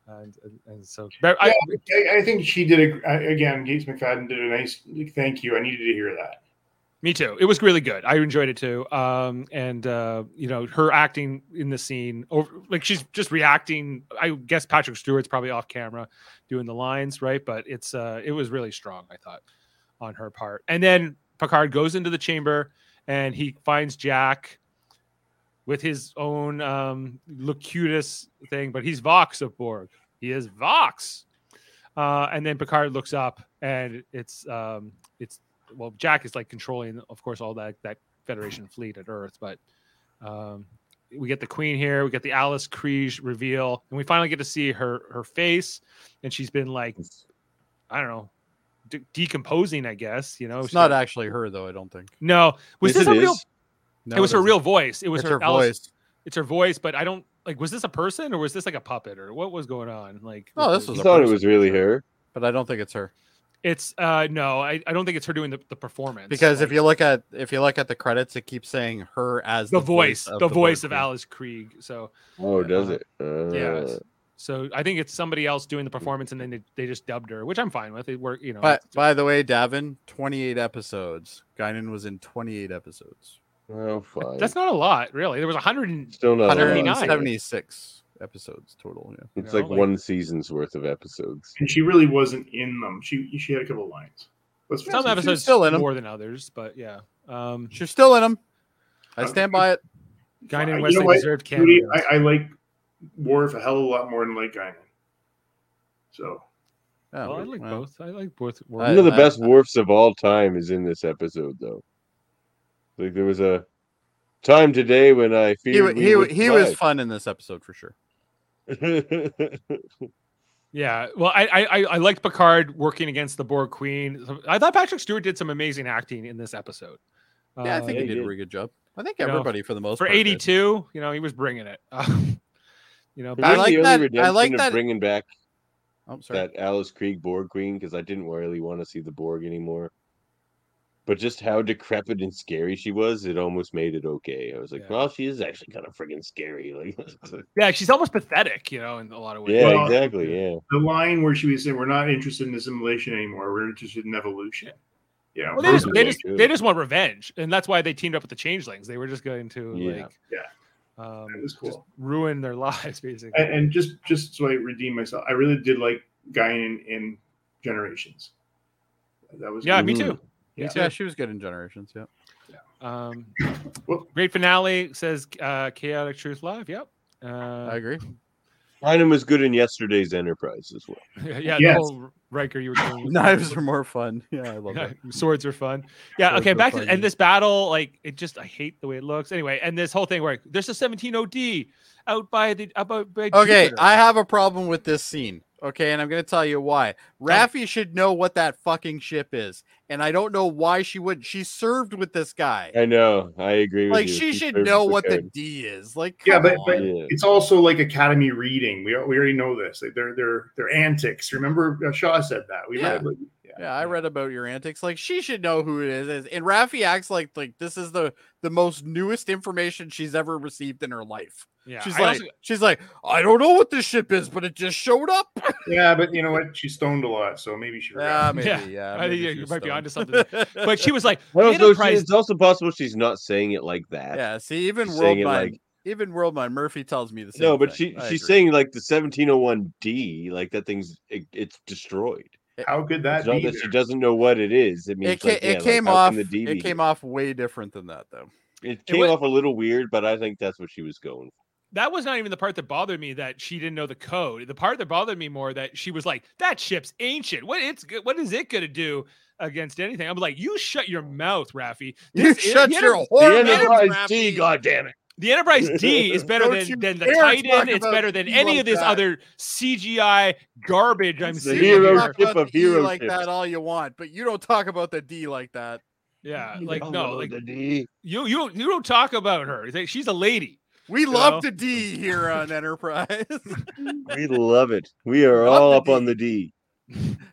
and and, and so but I,
I, I think she did a, I- again. Gates McFadden did a nice thank you. I needed to hear that.
me too. It was really good. I enjoyed it too. Um, and uh, you know, her acting in the scene, over, like she's just reacting. I guess Patrick Stewart's probably off camera doing the lines, right? But it's uh, it was really strong. I thought on her part. And then Picard goes into the chamber and he finds Jack with his own um Locutus thing, but he's Vox of Borg. He is Vox. Uh, and then Picard looks up and it's um it's well Jack is like controlling of course all that that Federation fleet at Earth, but um we get the queen here, we get the Alice Kriege reveal, and we finally get to see her her face, and she's been like I don't know, de- decomposing. I guess you know.
It's
she-
not actually her though. I don't think.
No, was
Yes,
this a
it
real?
is.
No,
it was her
isn't.
real voice. It was
It's
her, Alice-
voice.
It's her voice, but I don't like. Was this a person or was this like a puppet or what was going on? Like,
No,
what
Oh, this
I
was a
thought it
person.
was really her.
but I don't think it's her.
It's uh no, I, I don't think it's her doing the, the performance.
because
Like,
if you look at if you look at the credits, it keeps saying her as
the, voice,
of
the voice
Lord
of
Creed.
Alice Krieg. So
Oh, does
Uh,
it? Uh,
yeah, it's- so I think it's somebody else doing the performance, and then they, they just dubbed her, which I'm fine with. It work, you know.
But
it's-
by the way, Davin, 28 episodes. Guinan was in 28 episodes.
Oh, fine.
that's not a lot, really. There was 100. And,
still
Uh,
not. a lot.
179.
176 episodes total. Yeah.
It's
No,
like
like-
one season's worth of episodes.
And she really wasn't in them. She she had a couple lines. Let's face
some
it.
she's
episodes
still in 'em.
more than others, but yeah. Um,
She's still in them. I stand by it.
Guy
You know
named Wesley
what,
deserved
Judy,
cameos.
I, I like Worf a hell of a lot more than like Guinan. So
Oh,
well, I like
well.
both. I like both.
I-
One of the
I-
best wharfs of all time is in this episode, though. Like there was a time today when I
He, wa-
feared
he, wa-
we
he was fun in this episode for sure.
was.
Yeah, well, I, I I- I liked Picard working against the Borg Queen. I thought Patrick Stewart did some amazing acting in this episode.
Yeah, I
Uh,
yeah,
think he
he
did a
did.
really good job. I think
You know,
everybody for the most
for
part did.
'82, you know, he was bringing it. Um, you know,
I like
the
that- I
only redemption
like
of
that-
bringing back
Oh, sorry.
that Alice Krieg Borg Queen because I didn't really want to see the Borg anymore. But just how decrepit and scary she was, it almost made it okay. I was like,
Yeah.
well, she is actually kind of friggin' scary. Like,
yeah, she's almost pathetic, you know, in a lot of ways.
yeah,
Well-
exactly. Yeah.
the line where she was saying, "We're not interested in assimilation anymore. We're interested in evolution." Yeah,
Well, they just they
Really
just
good.
they just want revenge, and that's why they teamed up with the Changelings. They were just going to
Yeah.
like,
Yeah.
um,
That was
just
cool.
ruin their lives basically.
and, and just just so I redeem myself, I really did like Guinan in Generations. That was
yeah, me
Mhm.
too.
Yeah.
Me too.
Yeah, she was good in Generations. Yeah.
Um,
Whoop.
great finale says uh, chaotic truth live. Yep. Uh,
I agree.
Ryan was good in yesterday's Enterprise as well.
yeah,
Yes.
the whole Riker you were doing.
Knives are more fun. Yeah, I love
Yeah,
that.
swords are fun. Yeah.
Swords
okay.
are
Back
fun,
to
yeah.
and this battle, like it just I hate the way it looks. Anyway, and this whole thing where there's a 17 OD out by the about by
Okay,
Jupiter.
I have a problem with this scene. Okay, and I'm going to tell you why. Raffi should know what that fucking ship is, and I don't know why she wouldn't. She served with this guy.
I know. I agree.
Like
with you.
she
She
should
served
know
as
what the
Picard.
D is. Like,
Yeah,
come
but-
on.
but-
Yeah.
It's also like Academy reading. We, we already know this. Like they're they're they're antics. Remember uh, Shaw said that. We
Yeah.
read, like, yeah.
yeah, I read about your antics. Like she should know who it is, and Raffi acts like like this is the the most newest information she's ever received in her life.
Yeah,
she's
I
like,
also-
she's like, I don't know what this ship is, but it just showed up.
Yeah, but you know what? She stoned a lot, so maybe she.
yeah,
forgot.
maybe.
Yeah,
Yeah,
I
maybe
think you-
she
you
was
might be
stoned.
onto something but she was like,
Well,
the
so she-
Enterprise-
it's also possible she's not saying it like that.
Yeah, see, even
She's
world
saying it
mind,
like-
even world mind. Murphy tells me the same.
No, but
thing.
she
I
she's
agree.
saying like the 1701D, like that thing's it, it's destroyed.
How could that
It's not
be?
that she
there?
doesn't know what it is. It means
it, ca-
like, yeah,
it
like,
came
how
off.
can The D
It came off way different than that, though.
It came
went-
off a little weird, but I think that's what she was going. for.
that was not even the part that bothered me that she didn't know the code. The part that bothered me more that she was like, that ship's ancient. What it's go- what is it gonna do against anything? I'm like, you shut your mouth, Rafi.
You
This is-
shut
the,
your
Enter-
whore
Enterprise
mouth, Raffi.
goddammit.
the Enterprise D is better
Don't you
than, than the
dare talk
Titan. It's
about
better than
D
any
like
of this
that.
other CGI garbage I'm
It's the
seeing.
You can
hero
here.
talk
ship
about
of
the E
hero
like
ships.
that all you want, but you don't talk about the D like that.
Yeah, like no, like
the D.
you you you don't talk about her. Like, She's a lady.
We
know?
love the D here on Enterprise.
We love it. We are
Not
all
the
up
D.
on the D.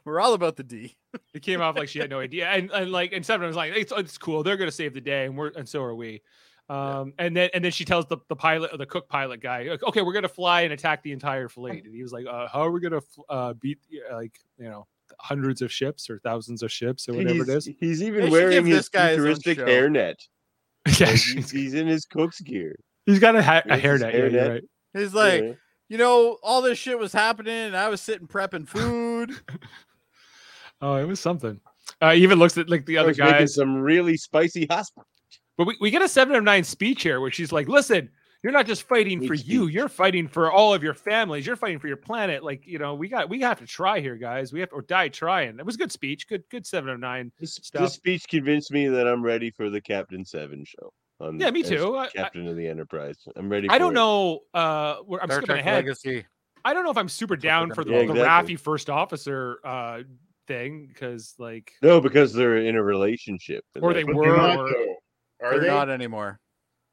We're all about the D.
It came off like she had no idea, and and like and Seven was like, it's, it's cool. They're gonna save the day, and we're and so are we. Um, and then and then she tells the, the pilot, the cook pilot guy, like, okay, we're gonna fly and attack the entire fleet. And he was like, uh, how are we gonna fl- uh, beat uh, like you know hundreds of ships or thousands of ships or whatever
he's,
it is?
he's even
They should
wearing
give
his
this guy his own
futuristic
show.
hairnet.
yeah,
Like,
she's-
he's, he's in his cook's gear.
he's got a, ha- a
Yes, his
hairnet. Yeah,
hairnet.
you're right.
He's like,
Yeah.
you know, all this shit was happening, and I was sitting prepping food.
Oh, it was something. Uh, he even looks at like the
I
other
was making
guys.
some really spicy hospital.
But we, we get a seven of nine speech here where she's like, listen, you're not just fighting
Big
for you, you're fighting for all of your families, you're fighting for your planet. Like, you know, we got we have to try here, guys. We have to or die trying. It was a good speech, good, good seven of nine.
This,
stuff.
this speech convinced me that I'm ready for the Captain Seven show. On
Yeah, me
as
too. I- I-
Captain of the Enterprise. I'm ready.
I
for
don't
it.
know. Uh where I'm
Star
skipping
Trek
ahead.
Legacy.
I don't know if I'm super
what they're
down
gonna
for the,
do. Yeah,
the
exactly.
Raffi first officer uh thing, because like
No, because they're in a relationship. and
Or
that's-
they
But
were-
they're not
or-
though. Are
They're
they?
not anymore.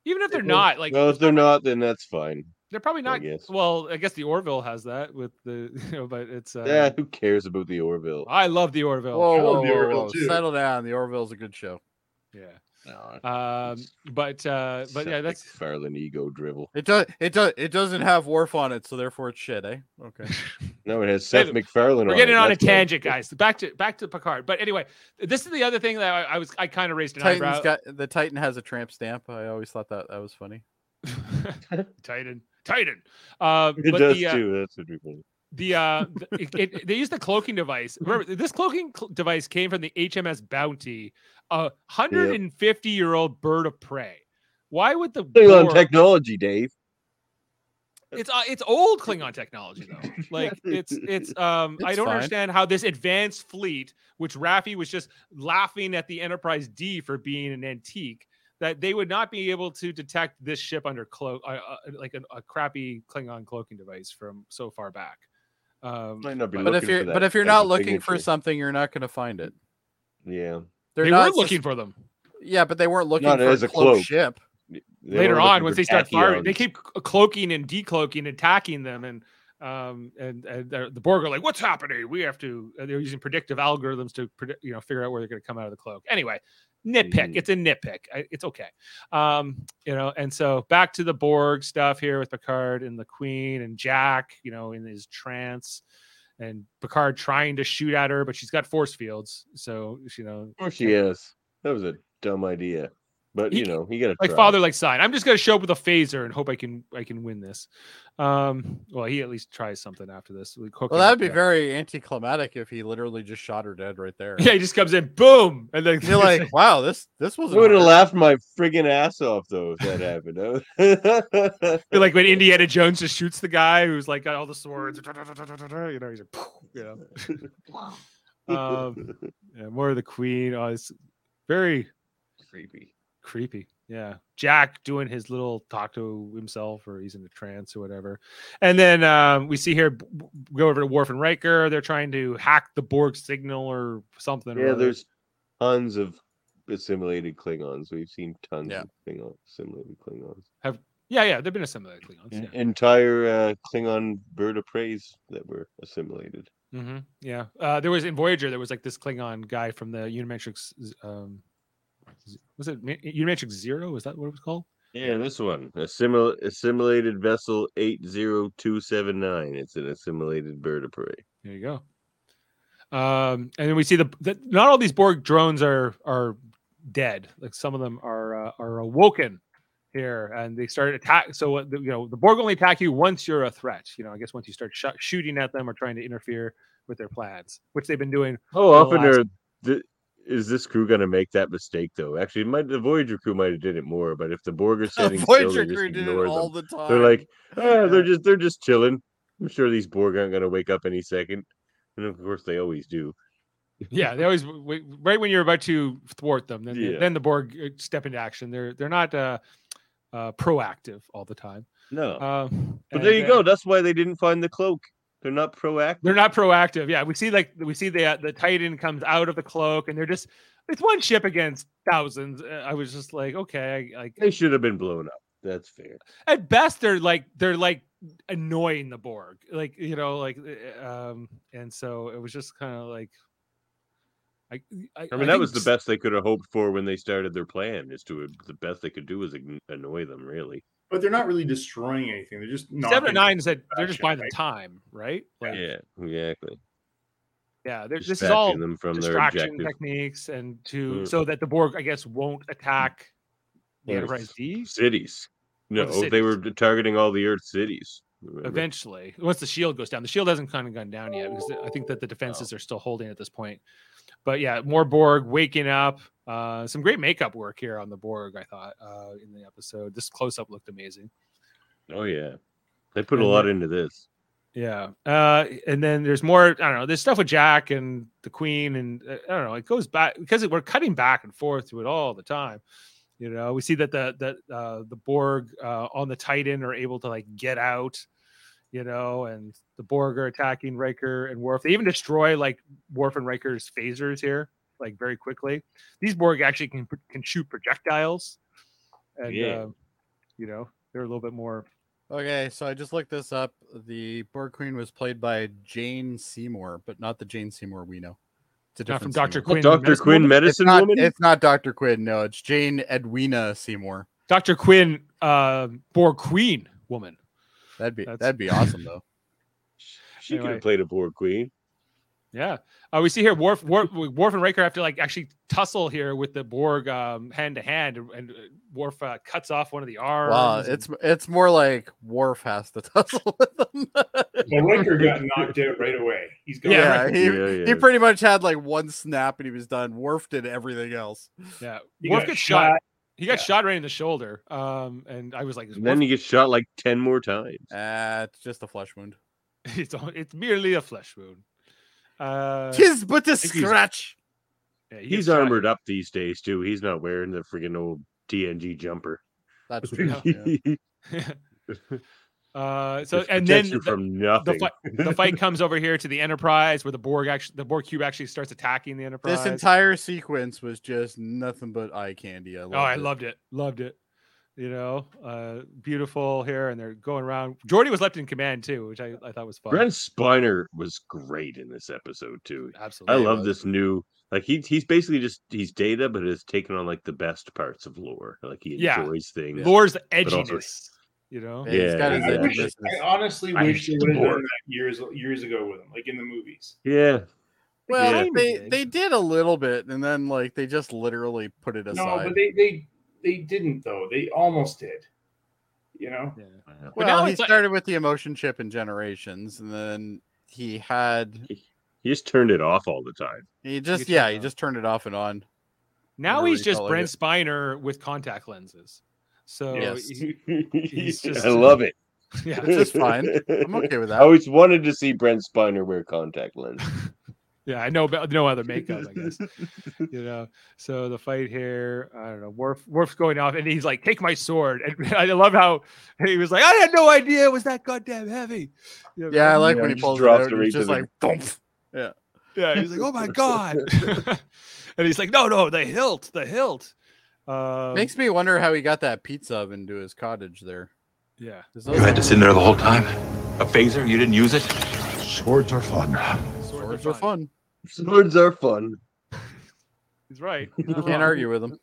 even if they're
Well,
not, like
well, if they're not, then that's fine.
They're probably not.
guess.
Well, I guess the Orville has that with the, you know, but it's. Uh,
yeah, who cares about the Orville?
I love the Orville.
Whoa,
I love
whoa,
the
whoa,
Orville
whoa.
too.
Settle down. The Orville's a good show.
Yeah.
No,
Um, but uh, but yeah, that's
Farland ego drivel.
It does. It does. It doesn't have wharf on it, so therefore it's shit, eh? Okay.
No, it has Seth MacFarlane.
We're getting
it.
on a
That's why-
tangent, guys. Back to back to Picard. But anyway, this is the other thing that I, I was I kind of raised an
Titan's
eyebrow.
got the Titan has a tramp stamp. I always thought that that was funny.
Titan, Titan. Uh,
It
but
does
the, uh,
too. That's what we funny.
the uh, the- it, it, they used the cloaking device. Remember, this cloaking cl- device came from the HMS Bounty, a hundred and fifty year old bird of prey. Why would the
Klingon
Borg-
technology, Dave.
it's uh, it's old Klingon technology though. Like it's it's um I
It's
don't
fine.
understand how this advanced fleet, which Raffi was just laughing at the Enterprise D for being an antique, that they would not be able to detect this ship under cloak uh, uh, like a, a crappy Klingon cloaking device from so far back. Um,
Might not be
But if
looking for
you're
that
but if you're
as
not
a
looking for
signature.
something, you're not going to find it.
yeah,
They're
they
not
were looking for them
for. Yeah, but they weren't looking
Not
for
as
a
a
cloaked
cloak.
ship.
They
later
were
on
looking
once
for
they start firing. They
tachyons.
keep c- cloaking and decloaking and tacking them and. Um and, and they're- the Borg are like, what's happening? We have to. and They're using predictive algorithms to predict, you know, figure out where they're going to come out of the cloak. Anyway, nitpick.
Mhm.
It's a nitpick. I, it's okay. Um, you know, and so back to the Borg stuff here with Picard and the Queen and Jack, you know, in his trance and Picard trying to shoot at her, but she's got force fields. So, you know,
Of course she is. That was a dumb idea, but
He-
you know you got to
like father, like son. I'm just going to show up with a phaser and hope I can, I can win this. Um, well, he at least tries something after this. We hook him
Well, that'd
up
be
there.
very anticlimactic if he literally just shot her dead right there.
Yeah, he just comes in, boom, and then
You're like, wow, this this was.
I would have laughed my friggin' ass off though if that happened. I-
Be like when Indiana Jones just shoots the guy who's like got all the swords, you know, he's like, you know. um, yeah, more of the Queen. Oh, it's very
Creepy.
creepy. Yeah, Jack doing his little talk to himself, or he's in a trance or whatever. And then um, we see here b- b- go over to Worf and Riker. They're trying to hack the Borg signal or something. or
Yeah,
other.
there's tons of assimilated Klingons. We've seen tons
Yeah.
of Klingon, assimilated Klingons.
yeah, yeah. They've been assimilated Klingons. Yeah.
Entire uh, Klingon bird of praise that were assimilated.
Mm-hmm. Yeah. Uh, there was in Voyager, there was like this Klingon guy from the Unimatrix. z- Um, z- was it Ma- Unimatrix Zero? Is that what it was called?
Yeah, this one Assimil- assimilated vessel eight zero two seven nine. It's an assimilated bird of prey.
There you go. Um, and then we see the, the not all these Borg drones are are dead. Like some of them are uh, are awoken here, and they start attack. So what the, you know the Borg only attack you once you're a threat. You know, I guess once you start sh- shooting at them or trying to interfere with their plans, which they've been doing.
Oh,
How
the
often
last-
are th- is this crew going to make that mistake though? Actually, it might, the Voyager crew might have did it more, but if the Borg are
The
sitting still,
Voyager
they just
crew did it
ignore
all
them.
the time.
They're like, ah,
Yeah.
they're just they're just chilling. I'm sure these Borg aren't going to wake up any second, and of course they always do.
yeah, they always w- w- right when you're about to thwart them, then
Yeah.
then the Borg uh, step into action. They're they're not uh, uh, proactive all the time. Um,
No, Oh. but
and,
there you
uh,
go. That's why they didn't find the cloak. They're not proactive.
They're not proactive. Yeah, we see like we see the uh, the Titan comes out of the cloak, and they're just it's one ship against thousands. Uh, I was just like, okay, I, like
They should have been blown up. That's fair.
at best they're like they're like annoying the Borg, like you know, like uh, um, and so it was just kind of like. I, I,
I mean, that
think
was the
s-
best they could have hoped for when they started their plan. Is to uh, the best they could do was ign- annoy them. Really,
But they're not really destroying anything. They're just knocking
seven or nine is that they're just
action,
buying the
right?
time, right? Like,
yeah, exactly.
yeah. they're- This is
Distracting
all
them from their
distraction
objective.
techniques, and to
Mm.
so that the Borg, I guess, won't attack the
Yes.
Enterprise D
cities. No,
the
they
cities.
were d- targeting all the Earth cities. remember?
eventually. Once the shield goes down, the shield hasn't kind of gone down yet because I think that the
Oh.
defenses are still holding at this point. But yeah, more Borg waking up. Uh, some great makeup work here on the Borg. I thought uh, in the episode, this close up looked amazing.
Oh yeah, they put a
And
lot into this.
Yeah. Uh, and then there's more. I don't know. There's stuff with Jack and the Queen, and uh, I don't know. It goes back because it, we're cutting back and forth to it all the time. You know, we see that the that uh, the Borg uh, on the Titan are able to like get out. You know, and the Borg are attacking Riker and Worf. They even destroy like Worf and Riker's phasers here, like very quickly. These Borg actually can can shoot projectiles, and
Yeah.
uh, you know they're a little bit more
Okay, so I just looked this up. The Borg Queen was played by Jane Seymour, but not the Jane Seymour we know. It's a
Not from
different
Dr.
Seymour.
Quinn.
Dr.
Medicine
Quinn,
Woman?
It's
medicine
not,
woman.
it's not Dr. Quinn. No, it's Jane Edwina Seymour.
Dr. Quinn, uh, Borg Queen woman.
That'd be
That's-
that'd be awesome though.
she could
Anyway.
have played a Borg queen.
Yeah. Uh, we see here Worf, Worf, Worf and Riker have to like actually tussle here with the Borg um, hand to hand, and uh, Worf uh, cuts off one of the arms.
Wow,
and-
it's it's more like Worf has to tussle with them.
Well, Riker got knocked out right away. He's gone.
Yeah,
yeah, he,
Yeah, yeah.
he pretty much had like one snap and he was done. Worf did everything else.
yeah.
He
Worf
got
gets shot.
shot.
He got
Yeah.
shot right in the shoulder. Um, and I was like,
And then
"Worf,
he gets shot like ten more times.
Uh, it's just a flesh wound.
it's on- it's merely a flesh wound. Uh,
Tis but a
think he's-
scratch.
yeah, he gets
He's
shot.
armored up these days too. He's not wearing the freaking old TNG jumper.
That's true.
Yeah.
yeah.
uh, so
This
and
protects
then
you
the,
from
the
nothing.
fight the fight comes over here to the Enterprise where the Borg actually the Borg cube actually starts attacking the Enterprise.
This entire sequence was just nothing but eye candy. I loved
Oh, I
it.
loved it. Loved it. You know, uh, beautiful here, and they're going around. Jordy was left in command too, which I, I thought was fun.
Brent Spiner was great in this episode too. I
Absolutely.
love this new like he he's basically just he's data, but has taken on like the best parts of lore. Like he
Yeah.
enjoys things.
Lore's
also-
edginess. You know,
Yeah, he's
Yeah,
got his
I,
yeah.
wish,
edginess.
I honestly
I
wish they
hate
would have done
Borg.
that years years ago with him, like in the movies.
Yeah,
Well,
Yeah.
they they did a little bit, and then like they just literally put it aside.
No, but they they they didn't though. They almost did. You know,
yeah. But now
well, he
it's like-
started with the emotion chip in Generations, and then he had
he just turned it off all the time.
he just
turn
yeah
it
he
off.
just turned it off and on.
now
Whatever
he's
you
just
call it.
Brent Spiner with contact lenses. So
Yes.
he- just-
I love it.
yeah,
Which is fine. I'm okay with
I
that.
always wanted to see Brent Spiner wear contact lenses.
yeah, I know about no other makeup, I guess. you know. So the fight here, I don't know. Worf, Worf's going off, and he's like, "Take my sword." And I love how he was like, "I had no idea it was that goddamn heavy." You know,
Yeah, I like
Yeah,
when
he
he
just
pulls it
drops it
out. and It's
right to
just like "Thumph."
Yeah, he's like, "Oh my god," and he's like, "No, no, the hilt, the hilt." Um,
makes me wonder how he got that pizza oven to his cottage there.
yeah,
Does
You had this in there the whole time? A phaser? You didn't use it?
Swords are fun.
swords are fun.
Swords are fun.
He's right. Um,
You can't argue with them.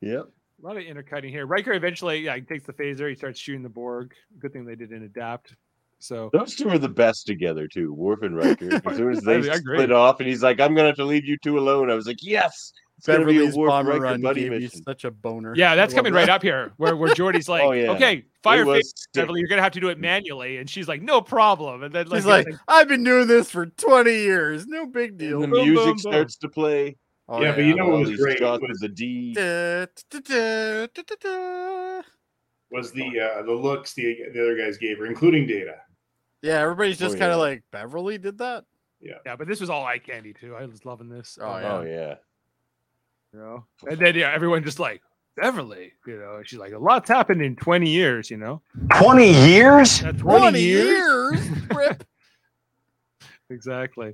Yep.
A lot of intercutting here. Riker eventually yeah, he takes the phaser. He starts shooting the Borg. Good thing they didn't adapt. So
Those two are the best together too, Worf and Riker. As soon as
I
they
agree.
split off, and he's like, "I'm gonna have to leave you two alone," I was like, "Yes, it's gonna be a
Beverly's
Worf
bomber
Riker
run
buddy
gave me
mission."
such a boner.
yeah, that's
I love
coming right
that. Oh,
up here, where where Jordy's like,
yeah.
"Okay, fire
It was
phaser, Beverly, you're gonna have to do it manually," and she's like, "No problem." And then like,
He's like, I've been doing this for 20 years. No
sick.
big
And
deal.
the
Boom,
music
boom, boom.
starts to play.
Oh,
Yeah, but you know what
All
was
these
great
shots
was-
with the D.
Da, da, da, da, da, da.
was the uh, the looks the the other guys gave her, including Data.
Yeah, everybody's just
Oh,
kind
yeah.
of like, Beverly did that?
yeah, but this was all eye candy too. I was loving this.
Oh,
Um,
yeah.
Oh yeah.
you know? And then yeah, everyone just like Beverly, you know. and she's like, "A lot's happened in 20 years," you know.
20 years?
That's
20, years? Rip.
Exactly.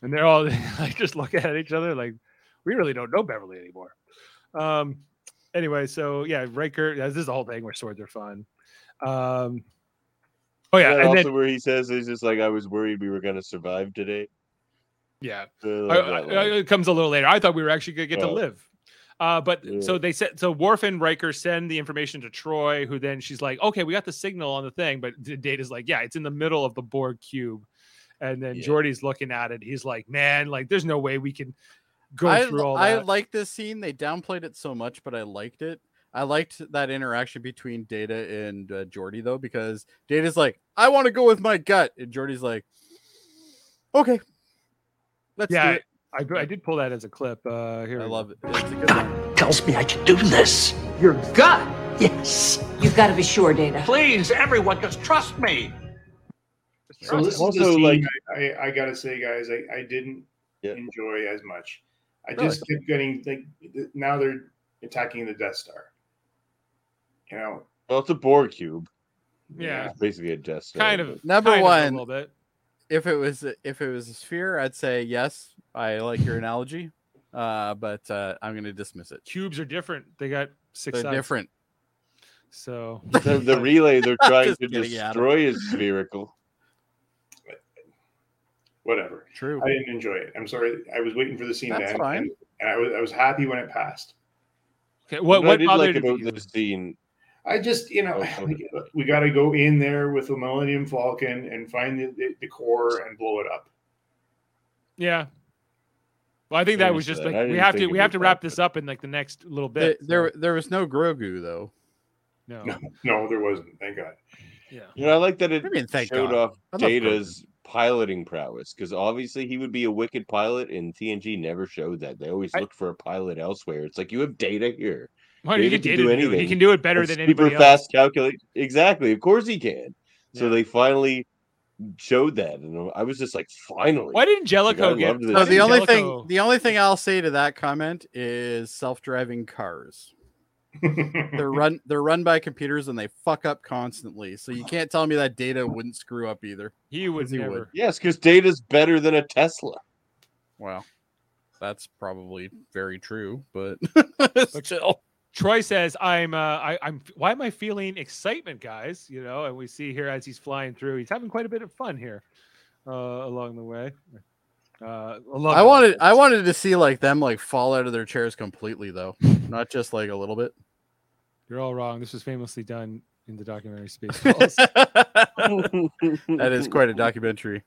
And they're all like just looking at each other like, we really don't know Beverly anymore. Um anyway, so yeah, Riker, yeah, this is the whole thing where swords are fun. Um oh yeah,
And
and
also
then
where he says he's just like, "I was worried we were gonna survive today."
yeah.
I
I-
love
I-
that line.
I- it comes a little later. I thought we were actually gonna get to
Oh.
live. Uh, but
Yeah.
so they said so Worf and Riker send the information to Troy, who then she's like, Okay, we got the signal on the thing, but D- Data's like, Yeah, it's in the middle of the Borg cube. And then
Yeah.
Jordy's looking at it. He's like, Man, like there's no way we can go
I,
through all
I
that.
like this scene. They downplayed it so much, but I liked it. I liked that interaction between Data and uh, Jordy, though, because Data's like, I want to go with my gut. And Jordy's like, okay. Let's
yeah,
do it.
I, I did pull that as a clip. Uh, here,
I
we
love it. It's a good one.
Tells me I can do this.
Your gut!
Yes.
You've got to be sure, Data.
Please, everyone, just trust me.
go.
So this is the
Also,
scene
like-
I, I, I gotta say, guys, I, I didn't
Yeah.
enjoy as much. I
Really?
just kept getting like th- now they're attacking the Death Star. You know,
Well, it's a Borg cube.
Yeah.
It's basically a Death Star.
kind of
Number
kind of
one.
a little bit.
if it was a- if it was a sphere, I'd say yes. I like your analogy, uh, but uh, I'm going to dismiss it.
Cubes are different. They got 6
They're
sides.
different.
So
The, the relay they're trying
Just
to
getting out of
destroy is spherical.
Whatever.
True.
I didn't enjoy it. I'm sorry. I was waiting for the scene
That's
to end,
fine.
and, and I was I was happy when it passed.
okay, what
I
what
did like
bothered
about
you?
this scene
I just you know
Oh,
like, we got to go in there with the Millennium Falcon and find the, the, the core and blow it up.
Yeah. Well, I think that was
Thanks
just
for that.
like
I
we
didn't
have to
think
we have
about
to
that,
wrap
but-
this up in like the next little
There,
bit.
there, there was no Grogu though.
no.
No, there wasn't. Thank God.
Yeah.
You know, I like that it
I mean, thank
showed
God.
off
I love
Data's piloting prowess because obviously he would be a wicked pilot, and TNG never showed that. They always
I-
looked for a pilot elsewhere. It's like you have Data here.
Why do you
Data
get
can
Data
do
to do it? He
anything.
can do it better
A
than
super
anybody else.
fast calculate. Exactly. Of course he can. So
Yeah.
they finally showed that, and I was just like, finally.
Why didn't Jellicoe
Like, I
get?
loved this.
why
No,
So the
didn't
only thing,
Jellicoe-
the only thing I'll say to that comment is self-driving cars. They're run, they're run by computers and they fuck up constantly. So you can't tell me that Data wouldn't screw up either.
he would
Yes, he would.
never.
Yes, because Data's better than a Tesla.
Well, that's probably very true, but
chill. Troy says, "I'm, uh, I, I'm. Why am I feeling excitement, guys? You know." And we see here as he's flying through, he's having quite a bit of fun here uh, along the way. Uh, love
I
it.
wanted I wanted to see like them like fall out of their chairs completely though, not just like a little bit.
You're all wrong. This was famously done in the documentary Spaceballs.
that is quite a documentary.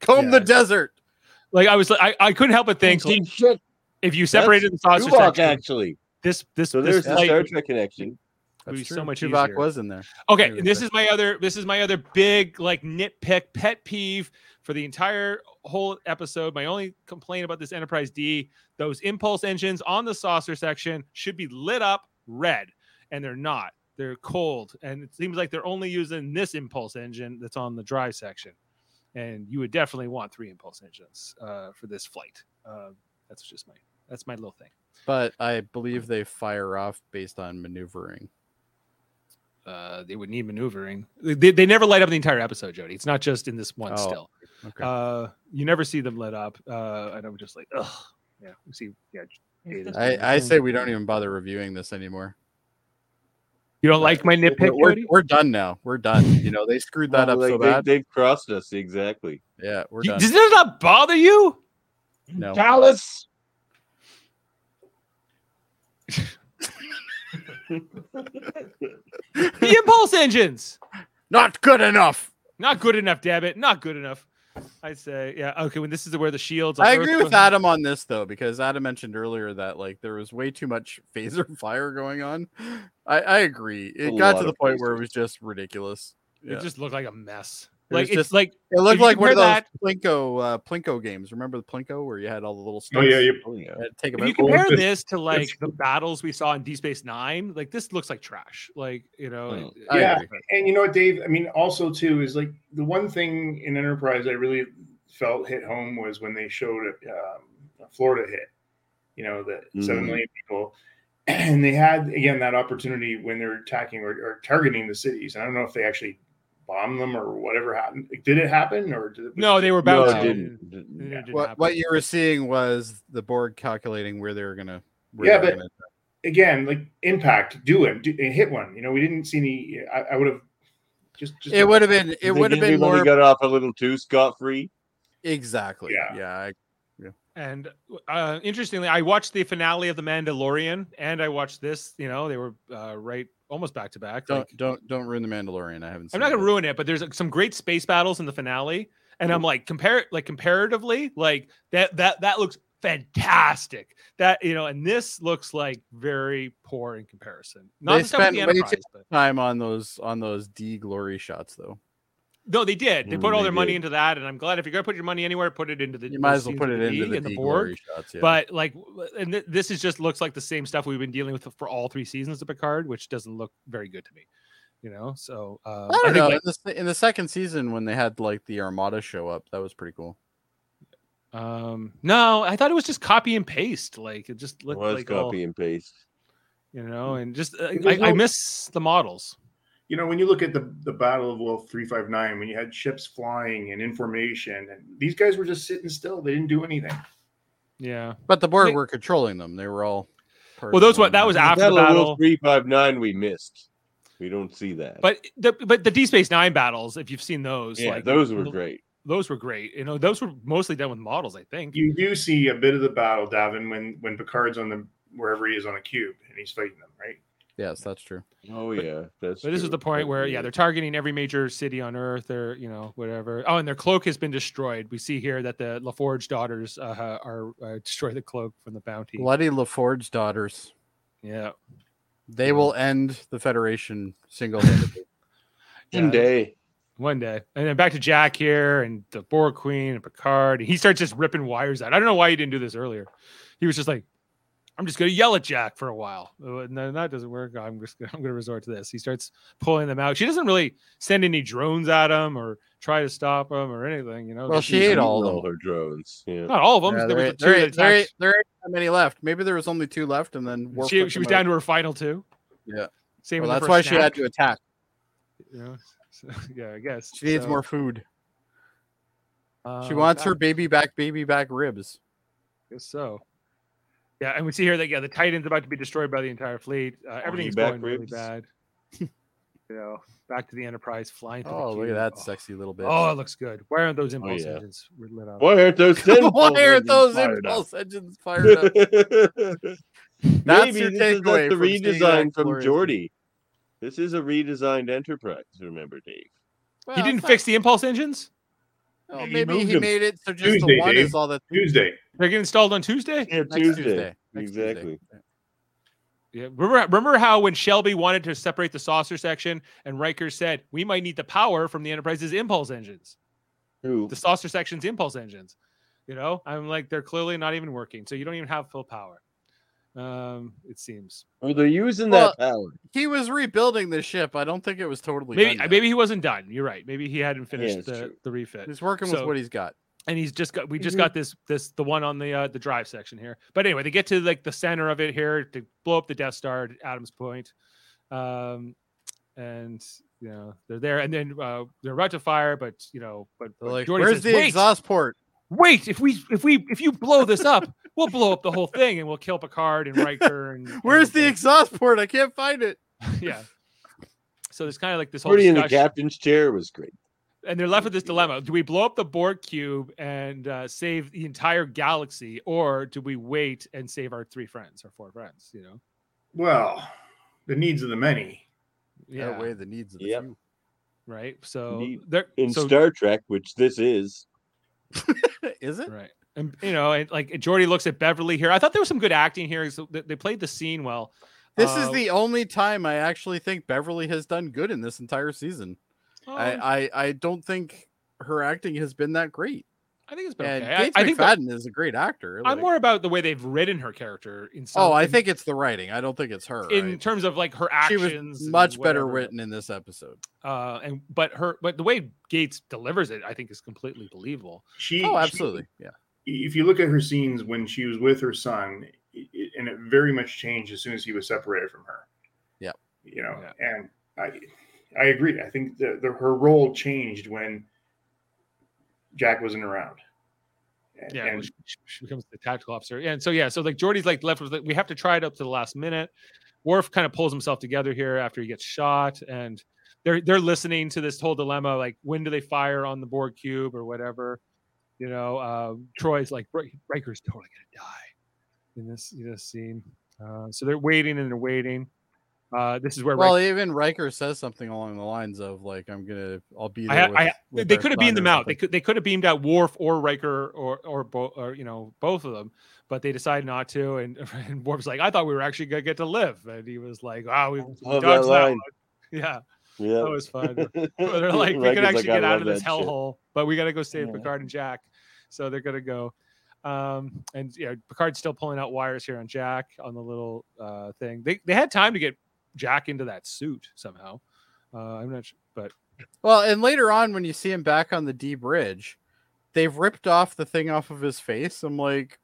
Comb the
Yeah.
desert.
like I was, I, I couldn't help but think like,
Holy shit,
if you separated the saucer
Tuvok,
section,
actually.
this this
So
this
there's the
flight
Star
would
Trek connection.
be
That's true.
so much
Tuvok
easier.
was in there.
Okay,
Maybe
and this
so.
is my other this is my other big like nitpick pet peeve for the entire whole episode. My only complaint about this Enterprise D, those impulse engines on the saucer section should be lit up red, and they're not. They're cold, and it seems like they're only using this impulse engine that's on the drive section. And you would definitely want three impulse engines uh, for this flight. Uh, that's just my that's my little thing.
But I believe they fire off based on maneuvering.
Uh, they would need maneuvering. They, they never light up the entire episode, Jody. It's not just in this one
Oh.
still.
Okay.
Uh, you never see them lit up. Uh, and I'm just like, ugh. Yeah, we see. Yeah, Data's doing his
I, I
thing.
say we don't even bother reviewing this anymore.
you don't like my nitpick,
We're, we're,
Cody?
we're done now. We're done. You know, they screwed that up
Like,
so
they,
bad.
They've crossed us exactly.
yeah, we're
You-
done.
Does this not bother you?
No.
Dallas.
The impulse engines,
Not good enough.
not good enough. Damn it, not good enough. I say, yeah, okay. When this is where the shields. on
I
Earth
agree with
go-
Adam on this though, because Adam mentioned earlier that like there was way too much phaser fire going on. I, I agree. It
A
got
lot
to the
of
point where it
phasers.
was just ridiculous.
It
Yeah.
just looked like a mess.
It
like
was
it's
just-
like
It looked
you
like one of those
compare
plinko uh, plinko games. Remember the plinko where you had all the little
oh
stuff?
yeah, you
Oh yeah.
take them
if you
Well,
out.
compare
it's-
this to like
it's-
the battles we saw in D Space Nine, like this looks like trash. Like you know,
Mm.
it-
I
Yeah.
agree.
and you know what, Dave? I mean, also too is like the one thing in Enterprise I really felt hit home was when they showed um, a Florida hit. You know, the seven
Mhm.
million people, and they had again that opportunity when they're attacking or, or targeting the cities. I don't know if they actually bombed them or whatever happened. Like, did it happen or did it?
no, they were
No,
bouncing.
it didn't.
It
Didn't-
didn't
What
happen.
what you were seeing was the board calculating where they were gonna. Where
Yeah,
they
but-
were gonna,
again, like impact, do it, do, and hit one. You know, we didn't see any. I, I would have just, just
it would have been.
You
It
think
would have been
everybody
more
got off a little too scot free.
exactly.
Yeah.
yeah I
And uh, interestingly, I watched the finale of The Mandalorian, and I watched this. You know, they were uh, right almost back to back.
don't
Like,
don't don't ruin the Mandalorian. I haven't.
I'm
seen
not gonna
it.
ruin it, but there's some great space battles in the finale, and
Mm.
I'm like compare like comparatively, like that that that looks fantastic. That you know, and this looks like very poor in comparison. Not
They
the stuff with
spent
the
way too-
Enterprise, but
time on those on those D glory shots though.
no, they did. They put
Mm,
all
they
their money
did.
into that, and I'm glad if you're gonna put your money anywhere, put it into the
You might
those
as well
scenes
put
with
it into
League
the,
and
D
Borg.
glory shots. Yeah.
But like, w- and th- this is just looks like the same stuff we've been dealing with for all three seasons of Picard, which doesn't look very good to me. You know, so uh,
I don't
think,
know.
like,
in, the, se- in the second season, when they had like the Armada show up, that was pretty cool.
um, no, I thought it was just copy and paste. Like it just
It
looked
was
like
copy and paste.
all, you know, and just uh,
There's
I, I
no-
miss the models.
you know, when you look at the the Battle of Wolf three five nine, when you had ships flying and information, and these guys were just sitting still; they didn't do anything.
Yeah.
But the
They-
Borg were controlling them. They were all. part
Well,
of
those
one
what that was
unit.
after the
Battle of
battle.
Wolf 359 we missed. We don't see that.
But the but the D Space Nine battles, if you've seen those,
yeah,
like
those were
th-
great.
Those were great. You know, those were mostly done with models, I think.
You do see a bit of the battle, Davin, when when Picard's on the wherever he is on a cube and he's fighting them, right?
Yes, that's true.
Oh yeah, that's.
But this is
true.
the point where yeah, they're targeting every major city on Earth, or you know whatever. Oh, and their cloak has been destroyed. We see here that the LaForge daughters uh, are uh, destroy the cloak from the bounty.
Bloody LaForge daughters.
Yeah,
They will end the Federation single handedly.
yeah,
One day.
one day. And then back to Jack here and the Borg Queen and Picard. And he starts just ripping wires out. I don't know why he didn't do this earlier. He was just like, I'm just gonna yell at Jack for a while. Uh, No, that doesn't work. I'm just I'm gonna resort to this. He starts pulling them out. She doesn't really send any drones at him or try to stop him or anything. You know,
Well,
Just-
she ate
Eating
all of
all
them.
her drones. Yeah.
not all of them.
Yeah,
there
there,
was
ain't,
the two
there,
that
ain't, there, ain't,
attacked-
there ain't that many left. Maybe there was only two left, and then Worf
she,
took
she was
them
down to
out.
her final two.
Yeah.
Same.
Well, that's why she had to attack.
Yeah, so, yeah I guess
She needs
So,
more food. She
um,
wants her
that-
baby back, baby back ribs.
I guess so. Yeah, and we see here that yeah, the Titan's about to be destroyed by the entire fleet. Uh, everything's
back
going really
ribs.
bad. you know, back to the Enterprise flying. through the
Oh, look at
cube.
that
Oh,
sexy little bitch.
Oh, it looks good. Why aren't those impulse
yeah.
engines lit up?
Why aren't those?
Why
tentacles
are
engines
those
fired up?
impulse engines fired up? That's
Maybe
your
this is
takeaway
like the
from seeing that
redesign from
glorious-
Jordy. This is a redesigned Enterprise. Remember, Dave.
Well,
He didn't
it's not-
fix the impulse engines.
well,
He
maybe
moved
he
them.
made it so just
Tuesday,
the one
Dave.
is all that.
Tuesday.
They're getting installed on Tuesday.
Yeah,
Next Tuesday. Next Tuesday.
Exactly.
Yeah, remember, remember how when Shelby wanted to separate the saucer section, and Riker said we might need the power from the Enterprise's impulse engines,
Who?
the saucer section's impulse engines. You know, I'm like they're clearly not even working, so you don't even have full power. Um, it seems
Well, they're using that power.
He was rebuilding the ship. I don't think it was totally.
maybe
done yet.
maybe he wasn't done. You're right. Maybe he hadn't finished
it's
the,
true.
the refit.
he's working
so-
with what he's got.
and he's just got we just got this this the one on the uh, the drive section here. But anyway, they get to like the center of it here to blow up the Death Star at Adams Point, um, and you know they're there, and then uh, they're about to fire, but you know, but,
They're
but
like,
Geordi
where's
says,
the
wait,
exhaust port?
wait, if we if we if you blow this up, we'll blow up the whole thing, and we'll kill Picard and Riker. And
Where's
and-
the
and-
exhaust port? I can't find it.
yeah? So there's kind of like this whole
Jordy in the
discussion.
captain's chair was great.
and they're left with this dilemma: Do we blow up the Borg cube and uh, save the entire galaxy, or do we wait and save our three friends or four friends? You know,
Well, the needs of the many.
yeah,
That way the needs of the
Yep.
few.
right. So
Neat.
they're
In
so,
Star Trek, which this is.
Is it?
right, and you know, and like Jordy looks at Beverly here. I thought there was some good acting here. So they, they played the scene well.
This
Uh,
is the only time I actually think Beverly has done good in this entire season.
um, I,
I, I I don't think her acting has been that great.
think it's been
And
okay. I-
Kate
I, think the-
McFadden is a great actor.
I'm
like-
more about the way they've written her character. In some,
oh, I
in-
think it's the writing. I don't think it's her.
in
right?
terms of like her
She
actions,
was
and
much
whatever.
better written in this episode.
Uh, and but her, but the way Gates delivers it, I think, is completely believable.
She
Oh,
she-
absolutely. Yeah.
if you look at her scenes when she was with her son, it, it- and it very much changed as soon as he was separated from her.
Yep.
You know,
Yeah.
and I, I agree. I think the, the her role changed when Jack wasn't around. And,
Yeah,
and
well, she, she- she becomes the tactical officer, and so yeah, so like Jordy's like left with like, we have to try it up to the last minute. Worf kind of pulls himself together here after he gets shot, and they're they're listening to this whole dilemma like when do they fire on the Borg cube or whatever. You know, um, Troy's like "Ri- Riker's totally gonna die in this in this scene, uh, so they're waiting and they're waiting. Uh, this is where Riker
Well, even Riker says something along the lines of like, "I'm gonna, I'll be
I
there."
had-
with,
I had-
with
they
our
could have
son
beamed
or
them out. They
something."
could they could have beamed out Worf or Riker or or, bo- or you know both of them, but they decided not to. And, and Worf's like, I thought we were actually gonna get to live, and he was like, Wow, we, we
Love
dodged that
that line.
one. Yeah,
Yeah.
that was fun. Well, Oh, they're like, we
Riker's
could actually
"I
get out
love
of this
that shit."
hellhole, but we got to go save
Yeah.
Picard and Jack. So they're gonna go. Um, and yeah, Picard's still pulling out wires here on Jack on the little uh thing. They they had time to get Jack into that suit somehow. Uh, I'm not sure, but
Well, and later on, when you see him back on the D bridge, they've ripped off the thing off of his face. I'm like,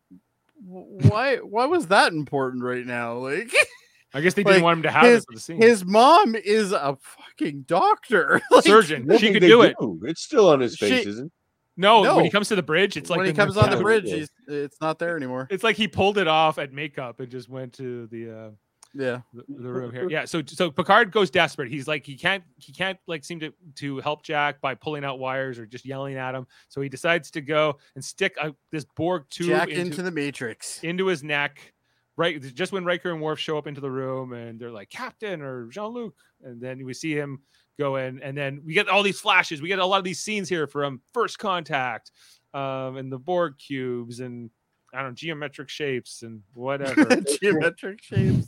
"Wh- why? Why was that important right now? Like,
I guess they
Like,
didn't want him to have
his-
it for the scene.
his mom is a fucking doctor. Like,
surgeon.
What
She
did
could
they
do it.
It's still on his face,
She-
isn't
No, when
No.
he comes to the bridge, it's like
when he
the-
comes on the
Yeah.
bridge, he's, it's not there anymore.
It's like he pulled it off at makeup and just went to the. Uh,
Yeah.
the, the room here. Yeah. So so Picard goes desperate. He's like he can't he can't like seem to to help Jack by pulling out wires or just yelling at him. So he decides to go and stick a, this Borg tube
Jack
into,
into the Matrix.
into his neck. Right, just when Riker and Worf show up into the room, and they're like Captain or Jean Luc, and then we see him go in, and then we get all these flashes. We get a lot of these scenes here from First Contact, um, and the Borg cubes, and I don't know, geometric shapes and whatever.
geometric shapes.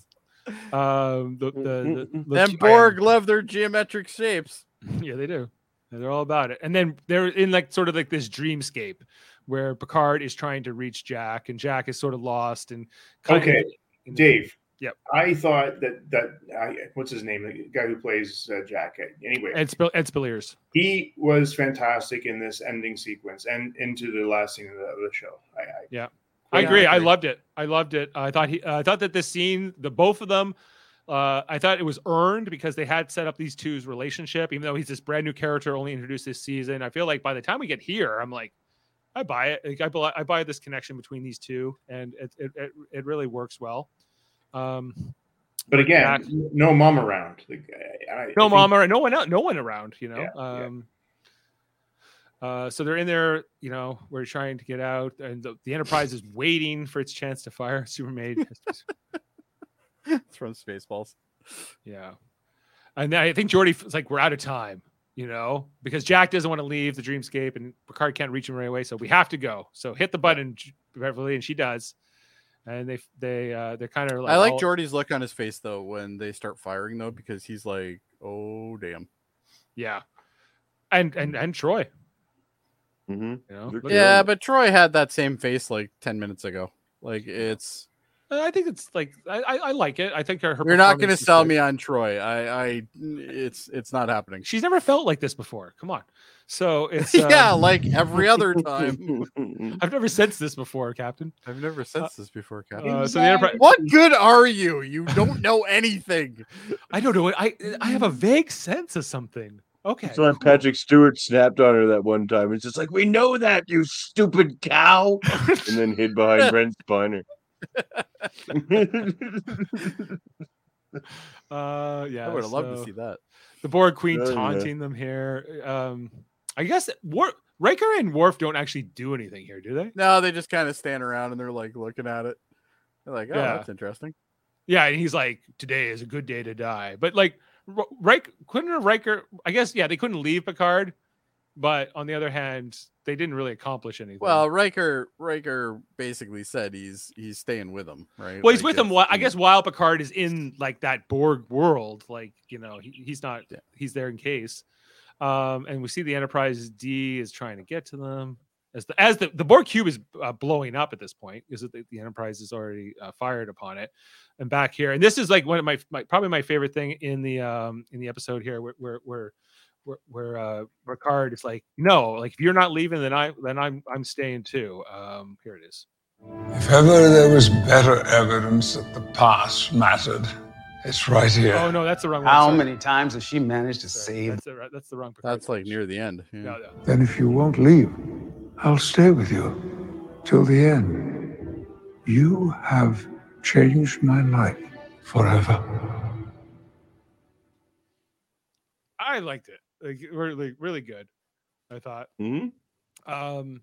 um, the the, the, the
Them Borg love their geometric shapes.
yeah, they do. And They're all about it. And then they're in like sort of like this dreamscape where Picard is trying to reach Jack, and Jack is sort of lost and kind of-
Okay,
you know,
Dave.
Yep.
I thought that that I, what's his name, the guy who plays uh, Jack. Anyway,
Ed, Spill, Ed Spilliers.
he was fantastic in this ending sequence and into the last scene of the, of the show. I, I
I
Yeah, I
agree. I
agree.
loved it. I loved it. I thought he. I thought that this scene, the both of them, uh, I thought it was earned because they had set up these two's relationship. Even though he's this brand new character, only introduced this season, I feel like by the time we get here, I'm like, I buy it. Like, I buy, I buy this connection between these two, and it it, it, it really works well. Um,
but
Jack.
again, no mom around. Like, I, I- I
no
think-
mom or no one out, no one around. You know.
Yeah, yeah.
um, Uh, so they're in there, you know, we're trying to get out, and the, the Enterprise is waiting for its chance to fire. Supermaid
It's from Spaceballs.
Yeah. And I think Jordy is like, we're out of time, you know, because Jack doesn't want to leave the dreamscape and Picard can't reach him right away. So we have to go. So hit the button, J- Beverly, and she does. And they, they, uh, they're kind of like,
I like
all-
Jordy's look on his face though when they start firing though because he's like, "Oh damn."
Yeah. And, and, and Troy,
hmm
you know,
They're
Look at
Yeah,
him.
but Troy had that same face like 10 minutes ago. Like it's
Uh, I think it's like, I, I, I like it. I think her, her
you're not going to
performance is
sell
good.
me on Troy. I I it's it's not happening.
She's never felt like this before. Come on. So it's,
yeah,
um,
like every other time.
Mm-hmm.
I've never sensed this before, Captain.
I've never sensed this before, Captain.
Uh, so the Enterprise,
what good are you? You don't know anything.
I don't know. I, I have a vague sense of something. Okay.
That's why Patrick Stewart snapped on her that one time. It's just like, we know that, you stupid cow. and then hid behind Brent Spiner.
Uh, yeah.
I would have loved to
so
see that.
The Borg Queen
Yeah, yeah.
taunting them here. Um, I guess War- Riker and Worf don't actually do anything here, do they?
No, they just kind of stand around and they're like looking at it. They're like, "Oh,
Yeah.
that's interesting."
Yeah, and he's like, "Today is a good day to die." But like, R- Riker couldn't Riker. I guess yeah, they couldn't leave Picard, but on the other hand, they didn't really accomplish anything.
Well, Riker Riker basically said he's he's staying with him, right?
Well, he's
Like,
with him.
it's-
whi- I guess while Picard is in like that Borg world, like you know, he, he's not.
Yeah.
He's there in case. Um, and we see the Enterprise D is trying to get to them as the as the, the Borg cube is uh, blowing up at this point because the, the Enterprise is already uh, fired upon it. And back here, and this is like one of my, my probably my favorite thing in the um in the episode here where where where where, where uh Ricard is like, no, like if you're not leaving, then I then I'm I'm staying too. Um, here it is.
If ever there was better evidence that the past mattered, it's right here.
Oh no, that's the wrong one.
How
sorry.
many times has she managed to
Sorry,
save?
That's the, ri- that's the wrong. Picard
that's like near the end. yeah.
No, no.
Then if you won't leave, I'll stay with you till the end. You have changed my life forever.
I liked it. Like really, really good. I thought.
Hmm?
Um,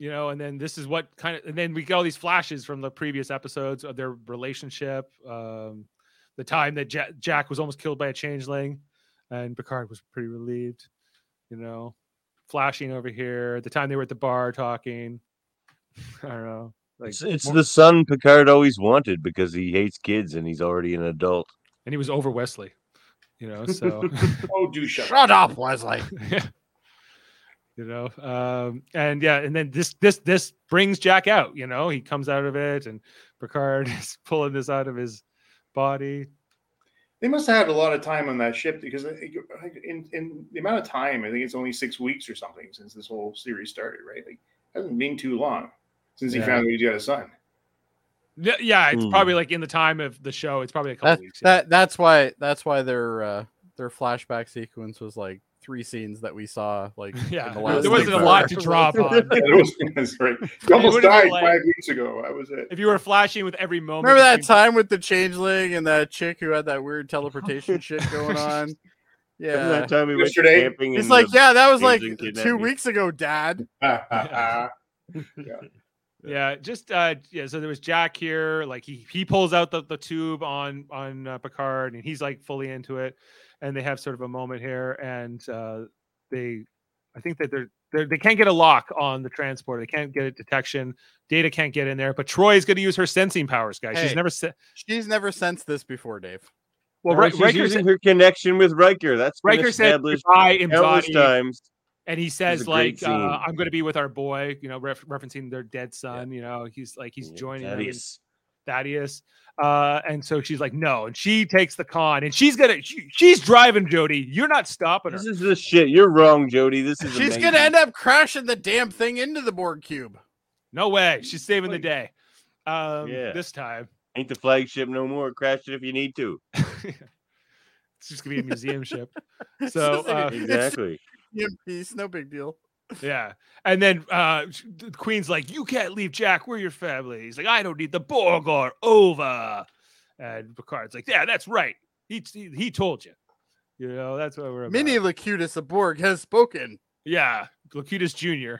you know, and then this is what kind of, and then we get all these flashes from the previous episodes of their relationship. Um, the time that Jack, Jack was almost killed by a changeling, and Picard was pretty relieved. You know, flashing over here. The time they were at the bar talking. I don't know. Like,
it's it's
more-
the son Picard always wanted because he hates kids and he's already an adult.
and he was over Wesley. You know, so.
oh, do shut. up.
Shut up, Wesley.
yeah. You know, um, and yeah, and then this this this brings Jack out. You know, he comes out of it, and Picard is pulling this out of his body.
They must have had a lot of time on that ship because I think- I think in, in the amount of time, I think it's only six weeks or something since this whole series started, right? Like, hasn't been too long since he
Yeah.
found out he's got a son.
Yeah, Yeah, it's
Hmm.
probably like in the time of the show. It's probably a couple
That,
weeks. yeah.
that that's why that's why their uh, their flashback sequence was like three scenes that we saw. Like
Yeah,
in the
there
last
wasn't
week.
a lot to draw upon.
Yeah, that was- that's right.
It
You almost
Oh, would've been
died
like-
five weeks ago. I was it.
If you were flashing with every moment,
Remember that
between-
time with the changeling and that chick who had that weird teleportation shit going on?
Remember
Yeah.
That time we went
Yesterday?
camping.
He's
and
like,
the
yeah, that was like
changing kidnapped
two
me?"
weeks ago, Dad.
Yeah, just uh yeah, so there was Jack here, like he he pulls out the, the tube on on uh, Picard and he's like fully into it and they have sort of a moment here and uh they I think that they're, they're they can't get a lock on the transporter. They can't get a detection. Data can't get in there, but Troy's going to use her sensing powers, guys.
Hey.
She's never se-
She's never sensed this before, Dave.
Well,
No,
Ri-
she's
Riker
using
said-
her connection with Riker. That's been
Riker said
established
goodbye in
countless
body,
times.
and he says
a great
like uh,
scene.
I'm going to be with our boy, you know, ref- referencing their dead son. You know, he's like he's
Yeah,
joining
that
them.
is-
Thaddeus. Uh, and so she's like, no, and she takes the con, and she's gonna, she, she's driving Jody. You're not stopping her.
This is the shit. You're wrong, Jody. This is
She's
amazing.
gonna end up crashing the damn thing into the Borg cube.
No way. She's saving the day. Um,
Yeah.
this time
Ain't the flagship no more. Crash it if you need to.
it's just gonna be a museum ship.
It's
So
just like a-
uh,
Exactly.
It's piece, no big deal.
yeah, and then uh, sh- the Queen's like, you can't leave Jack. We're your family. He's like, I don't need the Borg or Ova. And Picard's like, yeah, that's right. He he, he told you. You know, that's what we're about.
Mini Locutus of Borg has spoken.
Yeah, Locutus Jr.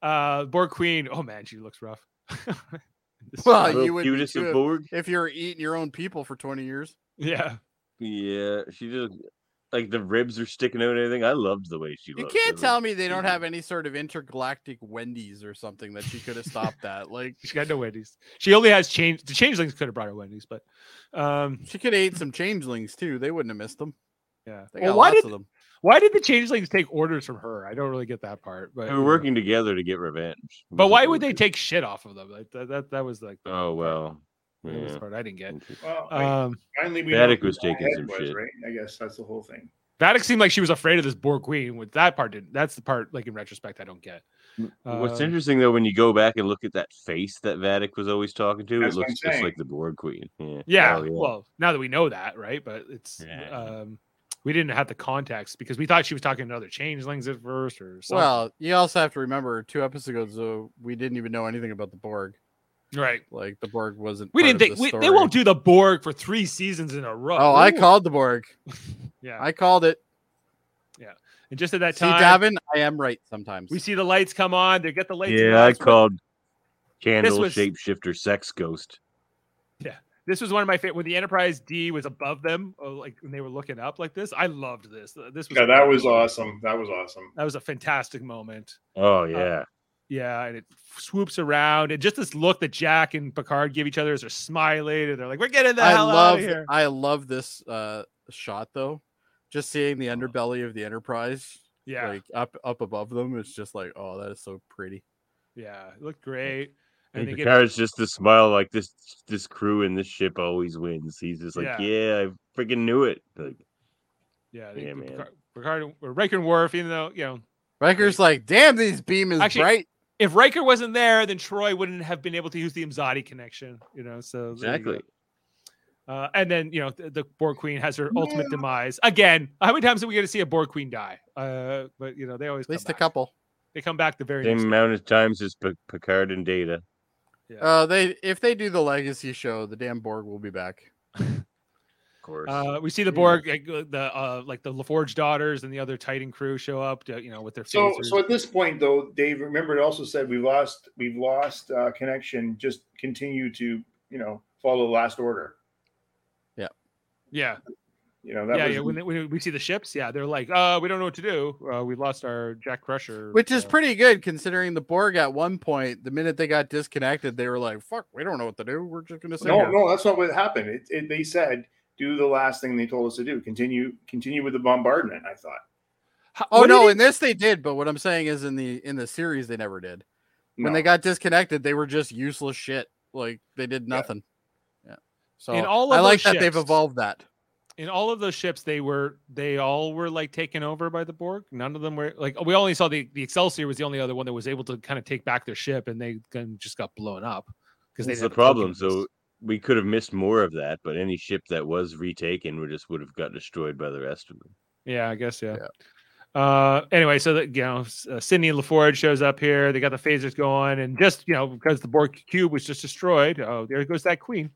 Uh, Borg Queen. Oh man, she looks rough. This-
Well,
Little
Ah, you would be
cutest of
too-
Borg.
If you're eating your own people for 20 years,
yeah,
Yeah, she just like the ribs are sticking out and everything. I loved the way she
you
looked.
can't
It
tell
was-
me they don't have any sort of intergalactic Wendy's or something that she could have stopped at. Like
she got no Wendy's. She only has change. The changelings could have brought her Wendy's, but um,
she could have ate some changelings too. They wouldn't have missed them.
yeah.
They got
Well, why
lots
did
of them.
why did the changelings take orders from her? I don't really get that part. But
They
you
were
know.
working together to get revenge.
But
Wasn't
why would
it?
they take shit off of them? Like, that, that that was like the
Oh well.
that was the
Yeah.
part I didn't get.
Well, I-
Um,
finally, we
Vatic
know who
was taking
Head
some
was,
shit.
Right? I guess that's the whole thing.
Vatic seemed like she was afraid of this Borg Queen. With that part, didn't. That's the part. Like in retrospect, I don't get.
What's
Um,
interesting though, when you go back and look at that face that Vatic was always talking to, it
That's what
looks
I'm
just
saying.
like the Borg Queen. Yeah.
Yeah,
Oh,
Well, now that we know that, right? But it's
Yeah.
um we didn't have the context because we thought she was talking to other changelings at first or something.
Well, you also have to remember two episodes ago, so we didn't even know anything about the Borg.
right.
Like the Borg wasn't.
We
part
didn't
of
think
the
we, they
story.
won't uh, do the Borg for three seasons in a row.
Oh, I
Ooh.
called the Borg.
yeah.
I called it.
and just at that
See,
time,
Davin, I am right sometimes.
we see the lights come on. They get the lights. in the
yeah, I
last one.
called candle
was-
shapeshifter sex ghost.
This was one of my favorite when the Enterprise D was above them, oh, like when they were looking up like this. I loved this. Uh, This was
Yeah, that was awesome. That was awesome.
that was a fantastic moment.
Oh yeah.
Yeah, and it swoops around, and just this look that Jack and Picard give each other as they're smiling, and they're like, "We're getting the
I
hell out
love.
of here."
I love this uh, shot though. Just seeing the underbelly of the Enterprise,
Yeah,
like up up above them, it's just like, oh, that is so pretty.
yeah, it looked great. And
And
they get,
Picard's just the smile like this this crew and this ship always wins. He's just like,
Yeah.
Yeah, I freaking knew it. Like
yeah, they,
Yeah, man.
Picard, Picard or Riker and Worf, even though you know,
Riker's like, damn, these beam is
Actually-
bright.
if Riker wasn't there, then Troy wouldn't have been able to use the Imzadi connection. You know, so there you go.
exactly.
Uh, and then you know the, the Borg Queen has her ultimate demise again. How many times are we going to see a Borg Queen die? Uh, but you know they always
At least
come
a
back.
couple.
They come back the very
Same
next.
amount of times as P- Picard and Data.
Yeah.
Uh, they if they do the legacy show, the damn Borg will be back.
Of course.
Uh, we see the
Yeah.
Borg, like, uh, the uh, like the LaForge daughters and the other Titan crew show up. To, you know, with their
So,
phasers.
so at this point, though, Dave, remember it also said we lost, we've lost uh, connection. Just continue to, you know, follow the last order.
yeah,
You know, that
yeah,
was
yeah. When, they- when we see the ships, yeah, they're like, uh, we don't know what to do. Uh, we lost our Jack Crusher,
Which is
uh,
pretty good considering the Borg at one point, the minute they got disconnected, they were like, fuck, we don't know what to do. We're just gonna sit
no,
here."
no, that's not what happened. It, it, they said do the last thing they told us to do. Continue, continue with the bombardment. I thought.
How-
Oh
what did
no,
it-
in this they did, but what I'm saying is in the in the series they never did.
No.
When they got disconnected, they were just useless shit. Like they did nothing. Yeah. So
In all of those
I like that they've
ships-
evolved that.
in all of those ships, they were they all were like taken over by the Borg. None of them were like we only saw the the Excelsior was the only other one that was able to kind of take back their ship, and they kind of just got blown up because they
That's
didn't
the
have a token
problem.
of this.
So we could have missed more of that, but any ship that was retaken would just would have got destroyed by the rest of them.
yeah, I guess yeah. Uh, anyway, so that you know, S- uh, Sydney LaForge shows up here. They got the phasers going, and just you know, because the Borg cube was just destroyed. Oh, there goes that queen.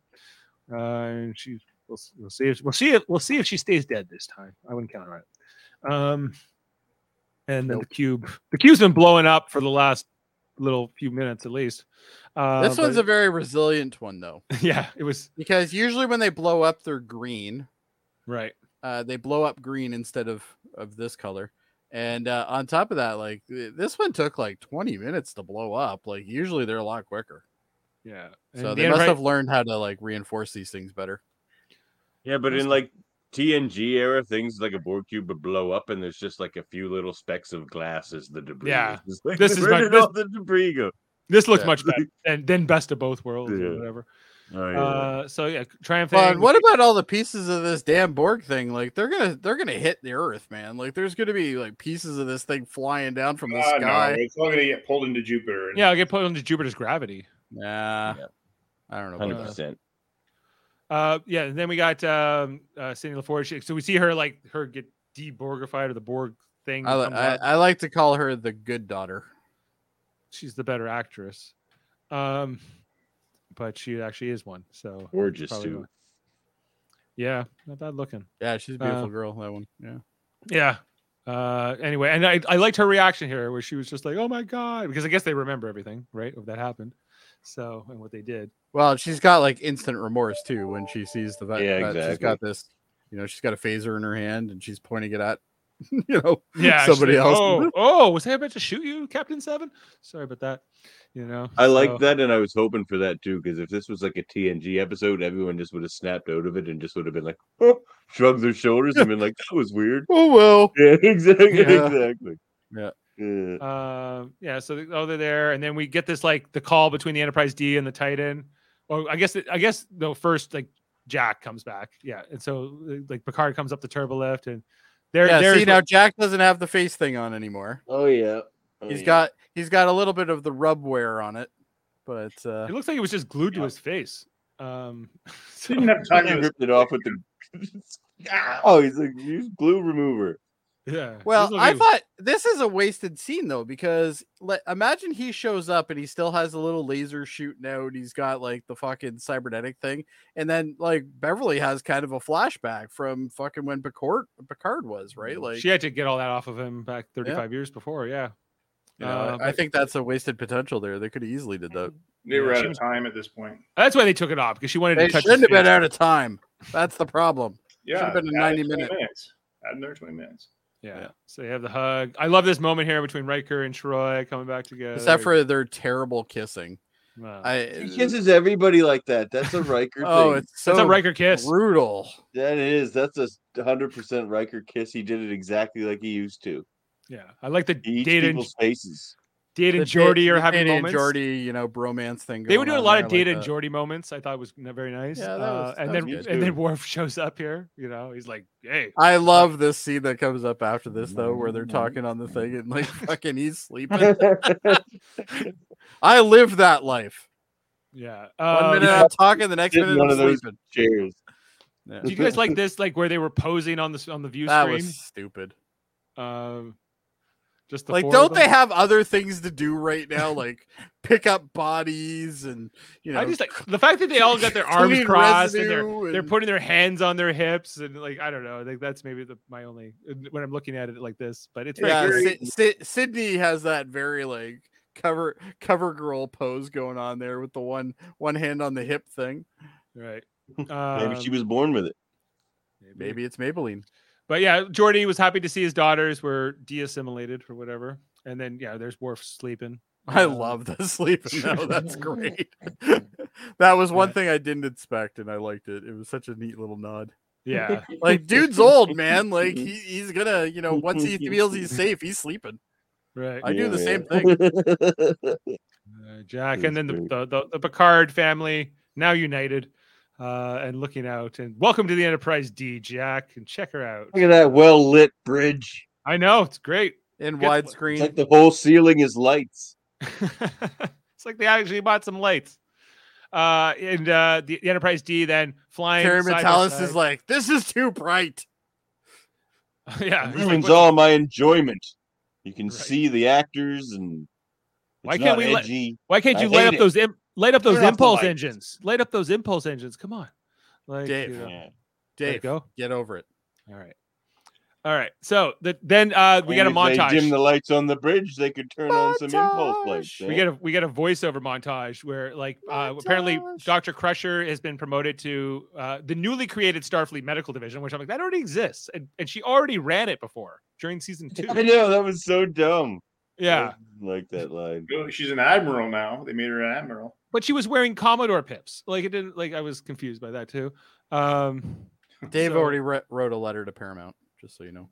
Uh, and she's we'll, s- we'll see if we'll see if we'll see if she stays dead this time. I wouldn't count on it. Um, and then the cube, the cube's been blowing up for the last little few minutes at least. Uh,
this one's
but-
a very resilient one though,
yeah, it was
because usually when they blow up, they're green.
right.
Uh, they blow up green instead of of this color. And uh, on top of that, like th- this one took like 20 minutes to blow up. Like usually they're a lot quicker.
Yeah.
So
And
they
the
must
Enterprise-
have learned how to like reinforce these things better.
Yeah, but in like TNG era, things like a Borg cube would blow up, and there's just like a few little specks of glass as the debris.
Yeah.
It's like,
This is
where
my-
did
this-
all the debris go?
This looks
Yeah.
much better than, than best of both worlds
Yeah.
or whatever.
Oh, yeah.
Uh, so yeah, triumphing.
But what about all the pieces of this damn Borg thing? Like they're gonna they're gonna hit the Earth, man. Like there's gonna be like pieces of this thing flying down from the
Ah, no,
sky.
it's all going to get pulled into Jupiter. and-
yeah, I'll get put under Jupiter's gravity.
Nah,
Yeah.
I don't know. about
Hundred
that.
percent.
Uh, yeah, and then we got um, uh, Cindy LaForge. So we see her like her get deborgified or the Borg thing.
I, li-
comes
I,
up.
I like to call her the good daughter.
She's the better actress, um, but she actually is one. So
Gorgeous
probably
too.
not. yeah, not bad looking.
Yeah, she's a
Uh-huh.
Uh,
beautiful girl. That one. Yeah.
Yeah. Uh, anyway, and I, I liked her reaction here where she was just like, oh my God, because I guess they remember everything, right? If that happened. So, and what they did.
Well, she's got like instant remorse too when she sees the fact
Yeah,
that she's
exactly.
got this. You know, she's got a phaser in her hand and she's pointing it at you know
Yeah. she's
somebody
like,
else.
Oh, oh, was I about to shoot you, Captain Seven? Sorry about that. You know,
I
so-
like that, and I was hoping for that too. Because if this was like a TNG episode, everyone just would have snapped out of it and just would have been like, oh, shrugged their shoulders and been like, "That was weird."
Oh well.
Yeah, exactly.
Yeah.
Exactly.
Yeah.
Yeah.
Um, yeah, so the, oh, they're there, and then we get this like the call between the Enterprise D and the Titan. Well, I guess it, I guess no, first like Jack comes back, yeah, and so uh, like Picard comes up the turbo lift, and there,
yeah,
there's
see now
what-
Jack doesn't have the face thing on anymore.
Oh yeah. Oh,
He's
yeah.
got he's got a little bit of the rub wear on it, but uh
it looks like it was just glued to
Yeah.
his face. Um, so-
Didn't have time
He
to.
ripped it off with the.
Ah!
oh, he's like use glue remover.
yeah, this
well,
looks
I
like-
thought this is a wasted scene though because let, imagine he shows up and he still has a little laser shooting out. He's got like the fucking cybernetic thing, and then like Beverly has kind of a flashback from fucking when Picard Picard was right. Like
she had to get all that off of him back 35 years before, yeah.
you know, I-
Uh,
I think that's a wasted potential there. They could have easily did that.
They were
Yeah,
out
she
of
was-
time at this point.
That's why they took it off because she wanted
They
to touch.
shouldn't
his
have been
face.
out of time. That's the problem.
Yeah,
Should've been a
add
90
20
minute.
Minutes. Add another twenty minutes.
Yeah.
Yeah.
So they have the hug. I love this moment here between Riker and Troy coming back together.
Except for their terrible kissing.
Wow.
He
I
kisses everybody like that. That's a Riker
oh,
thing.
it's so
that's a Riker kiss.
brutal.
That is. That's a hundred percent Riker kiss. He did it exactly like he used to.
Yeah, I like the
He eats
data and
people's faces.
data
The
and Jordy
Da-
are
the
having
Data and
moments.
Jordy, you know, bromance thing.
they were
going
doing a
on
lot
there,
of data
like
and
that.
Jordy moments. I thought was n- very nice.
Yeah, that
Uh,
was-
and
that
then
was
good.
and then
Dude.
Worf shows up here. You know, he's like, "Hey,
I love this scene that comes up after this though, where they're talking on the thing and like fucking he's sleeping. I live that life.
yeah."
One
Um,
minute I'm talking, the next
Did
minute
one
I'm
of those-
sleeping.
Cheers.
Yeah.
do you guys like this? Like where they were posing on the s- on the view
That
screen.
was stupid.
Um, just the
like,
four of
don't they
them?
have other things to do right now? Like pick up bodies and you know.
I just like the fact that they all got their arms
clean
crossed and they're
residue
they're
and-
putting their hands on their hips and like I don't know. Like that's maybe the, my only when I'm looking at it like this. But it's very
yeah,
good.
Sy- Sy- Sydney has that very like cover cover girl pose going on there with the one one hand on the hip thing.
right.
Maybe she
Um,
was born with it.
Maybe it's Maybelline.
But yeah, Jordy was happy to see his daughters were de-assimilated or whatever. And then yeah, there's Worf sleeping.
I
Um,
love the sleeping though. That's great. that was one
Yeah.
thing I didn't expect, and I liked it. It was such a neat little nod.
Yeah,
Like, dude's old man. Like, he, he's gonna, you know, once he feels he's safe, he's sleeping.
right.
I do the same
thing.
Uh, Jack,
That's
and then the,
great.
the, the the Picard family now united uh, and looking out. And welcome to the Enterprise D, Jack, and check her out.
Look at that well lit bridge.
I know it's great.
In
Get-
It's
widescreen,
like the whole ceiling is lights.
it's like they actually bought some lights. Uh, and uh, the, the Enterprise D then flying.
Terry
side by
Metalis
side.
is like, "This is too bright."
yeah, he's like,
ruins
"What's-
all my enjoyment. You can see the actors and it's
Why
not
can't we let-
edgy.
Why can't
I
you light
hate
up
it.
those Im- light up those
Turn off the
impulse
lights.
engines? Light up those impulse engines. Come on, like,
Dave.
you know,
Yeah.
let it
Dave,
go.
get over it.
All right, all right. So the, then uh, we got a
And if
montage.
They dim the lights on the bridge. They could turn on some impulse lights.
we get a we get a voiceover montage where like uh, apparently Doctor Crusher has been promoted to uh, the newly created Starfleet Medical Division, which I'm like that already exists, and, and she already ran it before during season two.
I know that was so dumb.
yeah,
I like that line.
Oh, She's an admiral now. They made her an admiral.
but she was wearing Commodore pips. Like it didn't like I was confused by that too. Um,
Dave
So-
already re- wrote a letter to Paramount, just so you know.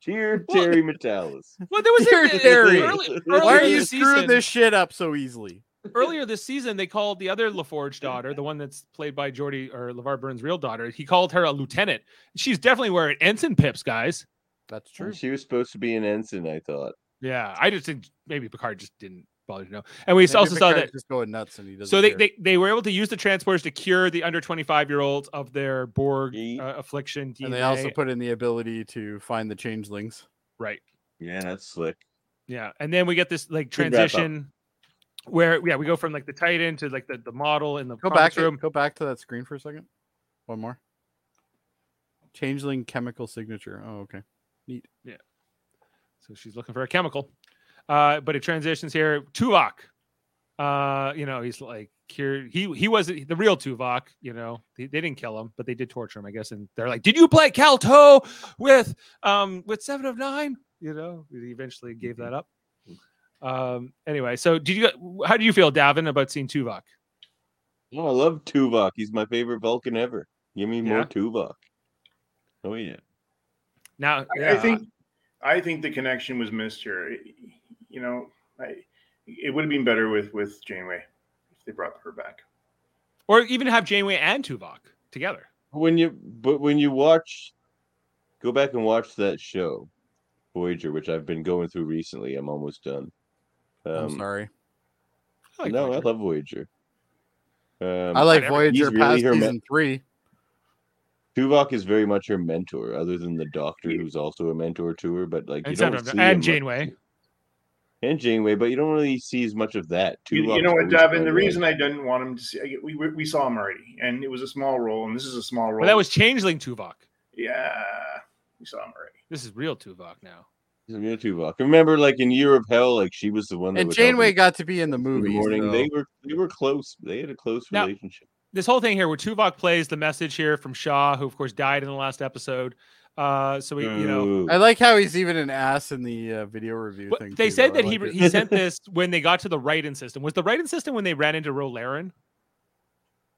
Cheer
Well-
Terry Metalis.
well, there was
Dear
a,
Terry,
early-
Why
earlier
are you
this
screwing
season-
this shit up so easily?
earlier this season, they called the other LaForge daughter, the one that's played by Jordy or LeVar Burns' real daughter, he called her a lieutenant. She's definitely wearing ensign pips, guys.
That's
Well, She was supposed to be an ensign, I thought.
Yeah, I just think maybe Picard just didn't bother to know. And we
Maybe
also saw that.
Picard's just going nuts, and he doesn't.
So they,
care.
they they were able to use the transporters to cure the under 25 year olds of their Borg
Ye-
uh, affliction. DNA.
and they also put in the ability to find the changelings.
right.
Yeah, that's slick.
Yeah, and then we get this like
Good wrap up.
transition where yeah we go from like the Titan to like the, the model in the
Go
conference
back, to,
room.
go back to that screen for a second. One more. Changeling chemical signature. Oh, okay.
So she's looking for a chemical. Uh, but it transitions here. Tuvok. Uh, you know, he's like here. He he was the real Tuvok, you know. They, they didn't kill him, but they did torture him, I guess. And they're like, Did you play Calto with um with seven of nine? You know, he eventually gave that up. Um, anyway, so did you how do you feel, Davin, about seeing Tuvok?
No, Oh, I love Tuvok. He's my favorite Vulcan ever. Give me
Yeah?
more Tuvok. Oh yeah.
Now
I- I
yeah,
think I think the connection was missed here. You know, I, it would have been better with with Janeway if they brought her back.
or even have Janeway and Tuvok together.
When you but when you watch go back and watch that show, Voyager, which I've been going through recently. I'm almost done.
I'm
Um,
sorry.
I like
no,
Voyager.
I love Voyager. Um,
I like
whatever.
He's
Voyager
really
past
her ma-
season three.
Tuvok is very much her mentor, other than the Doctor, who's also a mentor to her. But like, you
and,
don't
seven of
see
Nine-
him
and
much-
Janeway.
and Janeway, but you don't really see as much of that.
You, you
Tuvok's
know what,
always
Davin?
been,
The
like-
reason I didn't want him to see, I- we, we we saw him already, and it was a small role, and this is a small role.
Well, that was Changeling Tuvok.
yeah, we saw him already.
This is real Tuvok now.
He's a real Tuvok. Remember, like in Year of Hell, like she was the one that
And
would help
Janeway
him
got to be in the
in
movie.
the morning. They were they were close. They had a close
Now-
relationship.
this whole thing here where Tuvok plays the message here from Shaw, who of course died in the last episode. Uh, so we, you know,
Ooh.
I like how he's even an ass in the uh, video
Oh,
review
but
thing.
they
too,
said
though. I
that he
like it.
he sent this when they got to the write-in system. Was the write-in system when they ran into Rolaren?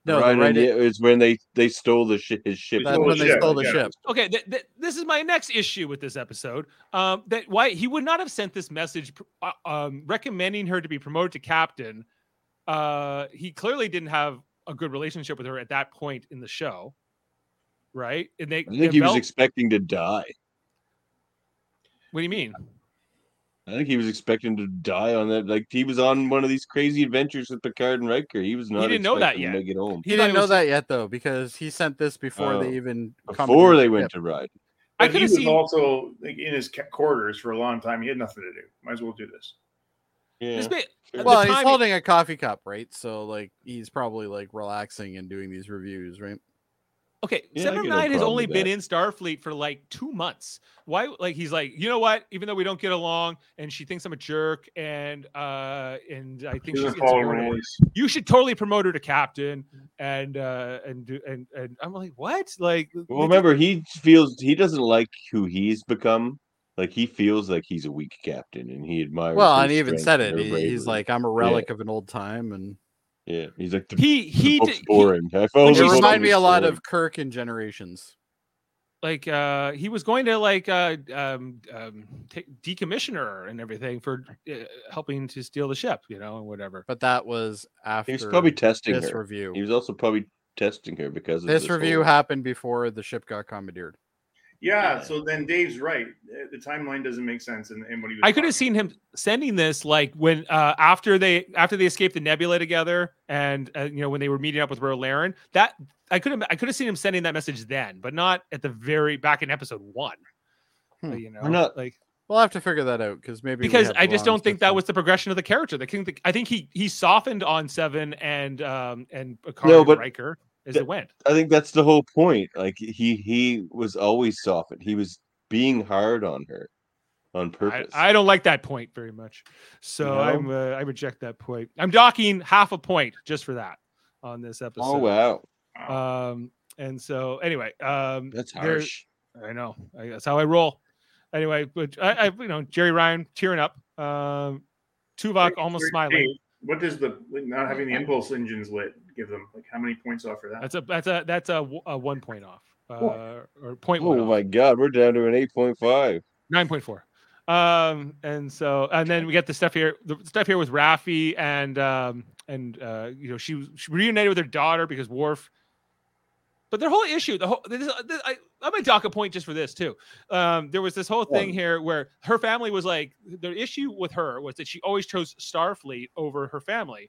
no,
right
the right
in the- it's when they they stole the shi- his ship.
that's
Oh,
when they
shit,
stole the
yeah.
ship.
Okay, th- th- this is my next issue with this episode. Um, that why he would not have sent this message pr- uh, um, recommending her to be promoted to captain. Uh, he clearly didn't have a good relationship with her at that point in the show, right? And they
I think he was
developed-
expecting to die.
what do you mean?
I think he was expecting to die on that. Like he was on one of these crazy adventures with Picard and Riker. He was not.
didn't know that
expecting
yet.
To make it home
He,
He thought
didn't
it
know
was-
that yet though, because he sent this before
Oh.
they even
before
commandeered
they
the
went
ship.
to ride.
I
But he
could have
was
seen.
also like, in his ca- quarters for a long time. He had nothing to do. Might as well do this.
Yeah.
this may- at the
Well, he's
time-
holding a coffee cup, right? So like he's probably like relaxing and doing these reviews, right?
Okay,
Yeah, I
Seven of
get no
Nine has
problem
only
with
been
that.
in Starfleet for like two months. Why? Like he's like, you know what? Even though we don't get along, and she thinks I'm a jerk, and uh, and I think
He
she's
doesn't follow
insubordinate.
rules.
You should totally promote her to captain, and uh, and do and and I'm like, what? Like,
Well, remember, he feels he doesn't like who he's become. Like he feels like he's a weak captain, and he admires.
Well,
her
and he even
strength
said it.
and her
He-
bravery.
he's like, I'm a relic of an old time, and
yeah, he's like the,
he
the
he,
book's
did- he
boring. I
Which
found
it
the
is-
book
Well,
reminded me a
was
lot
boring."
of Kirk in Generations.
like uh he was going to like uh um, um t- decommission her and everything for uh, helping to steal the ship, you know, and whatever.
But that was after
He was probably testing
this
her.
review.
He was also probably testing her because of
this review
whole-
happened before the ship got commandeered.
Yeah, so then Dave's right. The- The timeline doesn't make sense in, in what he was.
I could
talking-
have seen him sending this like when uh, after they after they escaped the nebula together, and uh, you know when they were meeting up with Rolaren. That I could have I could have seen him sending that message then, but not at the very back in episode one.
Hmm.
But, you know,
We're not-
like
We'll have to figure that out because maybe we
because
have
I just
Lon's
don't think that was the progression of the character. The king, I think he he softened on seven and um and Picard
No,
and
but
Riker as
that-
it went.
I think that's the whole point. Like he he was always softened. He was being hard on her on
I,
purpose.
I don't like that point very much, so
No?
I'm uh, I reject that point. I'm docking half a point just for that on this episode.
oh wow,
Um, and so anyway, um,
that's
there-
harsh.
I know I, that's how I roll. Anyway, but I, I, you know, Jerry Ryan tearing up, um, Tuvok almost
Wait,
smiling.
Dave, What does the like, not having the impulse engines lit give them? Like, how many points off for that?
That's a that's a that's a, w- a one point off, uh, or point one
Oh
off.
my god, we're down to an eight point five.
nine point four. Um, and so and then we get the stuff here. The stuff here with Rafi and um and uh you know she was she reunited with her daughter because Worf. But their whole issue, the whole this, this, I I'm gonna dock a point just for this too. Um, there was this whole thing here where her family was like the issue with her was that she always chose Starfleet over her family.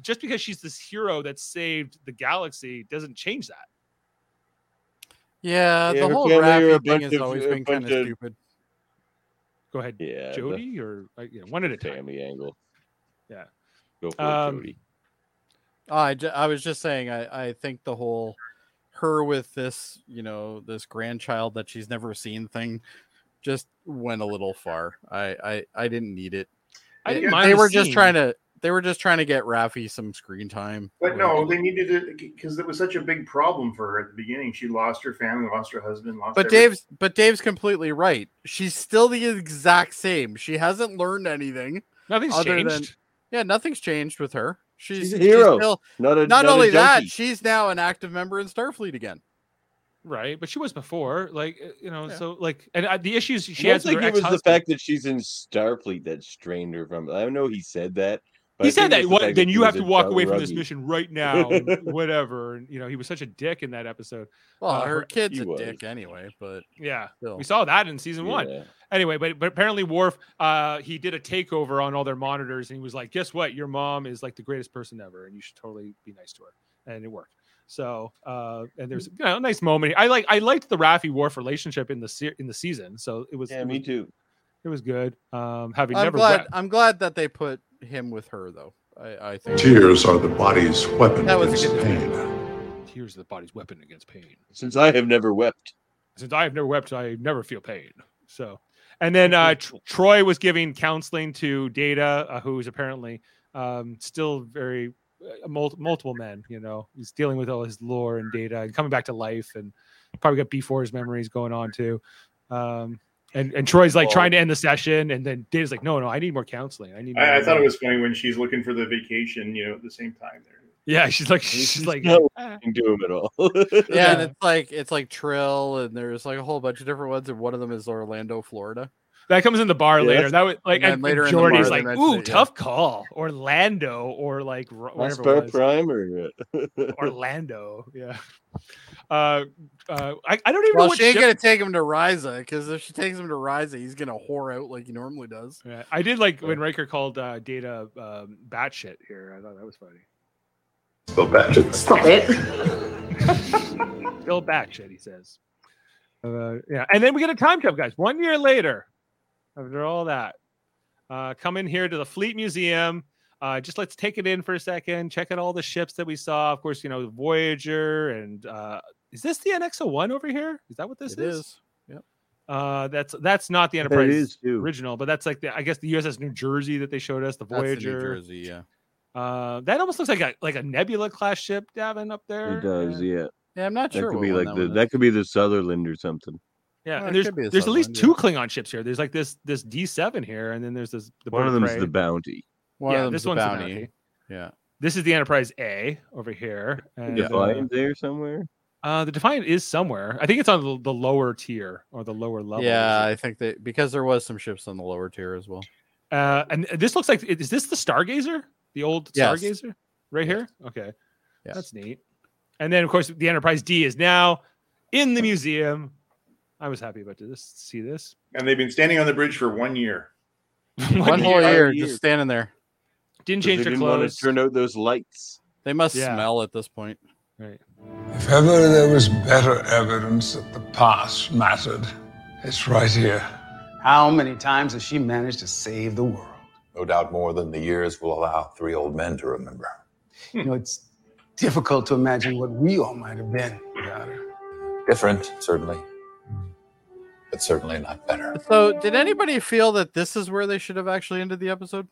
Just because she's this hero that saved the galaxy doesn't change that.
Yeah,
Yeah,
the
her
whole
family are a
Raffi thing
bunch
has
of-
always
a
been kind of
bunch of-
stupid.
Go ahead,
Yeah, the
Jody, or uh, you know, one at a time.
Tammy angle.
Yeah.
Go for
Um,
it, Jody.
Oh, I, ju- I was just saying, I, I think the whole her with this, you know, this grandchild that she's never seen thing just went a little far. I, I, I didn't need it.
I didn't
They-
mind
they
the
were just
scene.
trying to, they were just trying to get Rafi some screen time.
But no,
which-
they needed it because it was such a big problem for her at the beginning. She lost her family, lost her husband, lost.
but
everything.
Dave's, but Dave's completely right. She's still the exact same. She hasn't learned anything.
Nothing's
Other than-
changed.
Yeah, nothing's changed with her. She's,
a hero.
still,
Not a
not,
a
only that,
junkie.
she's now an active member in Starfleet again.
Right, but she was before, like uh, you know,
Yeah.
so like, and uh, the issues she
I
has
don't
with
think
her
it was the
ex-husband.
fact that she's in Starfleet that strained her from. I know he said that. but
he
I
said
think
that.
it was the
What?
fact
then
that
you
he
have
was
to
a
walk
dumb
away from this
ruggie.
mission right now, and whatever. And you know, he was such a dick in that episode.
Well,
Uh,
her
her-
kid's
he
a
was.
dick anyway, but
Yeah,
still.
we saw that in season one.
Oh. Yeah.
Anyway, but but apparently Worf, uh, he did a takeover on all their monitors, and he was like, "Guess what? Your mom is like the greatest person ever, and you should totally be nice to her." And it worked. So, uh, and there's
Hmm.
you know, a nice moment. I like I liked the Raffi Worf relationship in the se- in the season. So it was
Yeah,
it
me
was,
too.
it was good. Um, having
I'm
never
glad.
wept.
I'm glad that they put him with her, though. I, I think.
Tears are the body's weapon
That was a
against
good
pain.
Tears are the body's weapon against pain.
Since I have never wept.
Since I have never wept, I never feel pain. So, and then uh, Tr- Troy was giving counseling to Data, uh, who is apparently um, still very uh, mul- multiple men. You know, he's dealing with all his lore and data, and coming back to life, and probably got B4's memories going on too. Um, and and Troy's like
Well-
trying to end the session, and then Data's like, "No, no, I need more counseling. I need." More
I, I thought it was funny when she's looking for the vacation. You know, at the same time there.
Yeah, she's like,
He's
she's
just
like,
not
"Ah."
listening to him at all.
Yeah, and
Yeah.
it's like it's like Trill, and there's like a whole bunch of different ones, and one of them is Orlando, Florida.
That comes in the bar
Yeah,
later.
that's-
That was like,
and then
and
later in the
Jordy's
bar,
like,
they mention
"Ooh,
it, yeah."
tough call, Orlando, or like Ro- whatever
Spare
it was,
prime or
Orlando." Yeah. Uh, uh, I, I don't even know
Well,
what
she ain't
ship-
gonna take him to Riza because if she takes him to Riza, he's gonna whore out like he normally does.
Yeah, I did like when Riker called uh, Data um, batshit here. I thought that was funny.
Go back to
Stop it.
Still batshit, he says. Uh, yeah, and then we get a time jump, guys. One year later, after all that, uh, come in here to the Fleet Museum. Uh, just let's take it in for a second, check out all the ships that we saw. Of course, you know Voyager, and uh, is this the NX-01 over here? Is that what this
It
is?
is.
Uh, that's that's not the
That
Enterprise
is too.
original, but that's like the I guess the USS New Jersey that they showed us, the
That's the New
Voyager.
Jersey, yeah.
Uh, that almost looks like a like a Nebula class ship, Davin, up there.
It does,
Yeah,
yeah.
Yeah, I'm not
That
sure.
could
what
be
one
like the
one is.
that could be the Sutherland or something.
yeah.
Oh, it
and there's
could be a
there's at least two
Sutherland,
Klingon ships here. There's like this this D7 here, and then there's this the
One
Bird
of them's
Prey.
the bounty.
one
yeah,
of them's
this
the
one's the
bounty.
bounty.
Yeah.
This is the Enterprise A over here. And, uh,
Defiant there somewhere.
Uh, the Defiant is somewhere. I think it's on the, the lower tier or the lower level.
yeah, I think that because there was some ships on the lower tier as well.
Uh, and this looks like is this the Stargazer? The old
Yes.
Stargazer, right here. Okay,
Yes.
that's neat. And then of course the Enterprise D is now in the museum. I was happy about this. See this?
And they've been standing on the bridge for one year.
One whole year just standing there.
Didn't
'Cause
change
they
their
didn't wanna
clothes.
Turn out those lights.
They must
Yeah.
smell at this point.
Right.
If ever there was better evidence that the past mattered, it's right here.
How many times has she managed to save the world?
No doubt more than the years will allow three old men to remember.
You know, it's difficult to imagine what we all might have been.
Different, certainly, but certainly not better.
So, did anybody feel that this is where they should have actually ended the episode?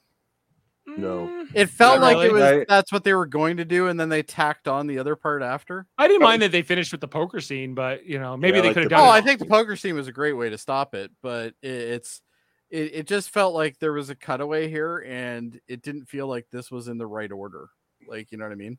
Mm.
No.
It felt
Not
like it
really.
was
I-
that's what they were going to do, and then they tacked on the other part after.
I didn't mind that they finished with the poker scene, but you know, maybe
Yeah,
they
like
could have
the-
done.
Oh,
it-
I think the poker scene was a great way to stop it, but it, it's it, it just felt like there was a cutaway here, and it didn't feel like this was in the right order. Like you know what I mean?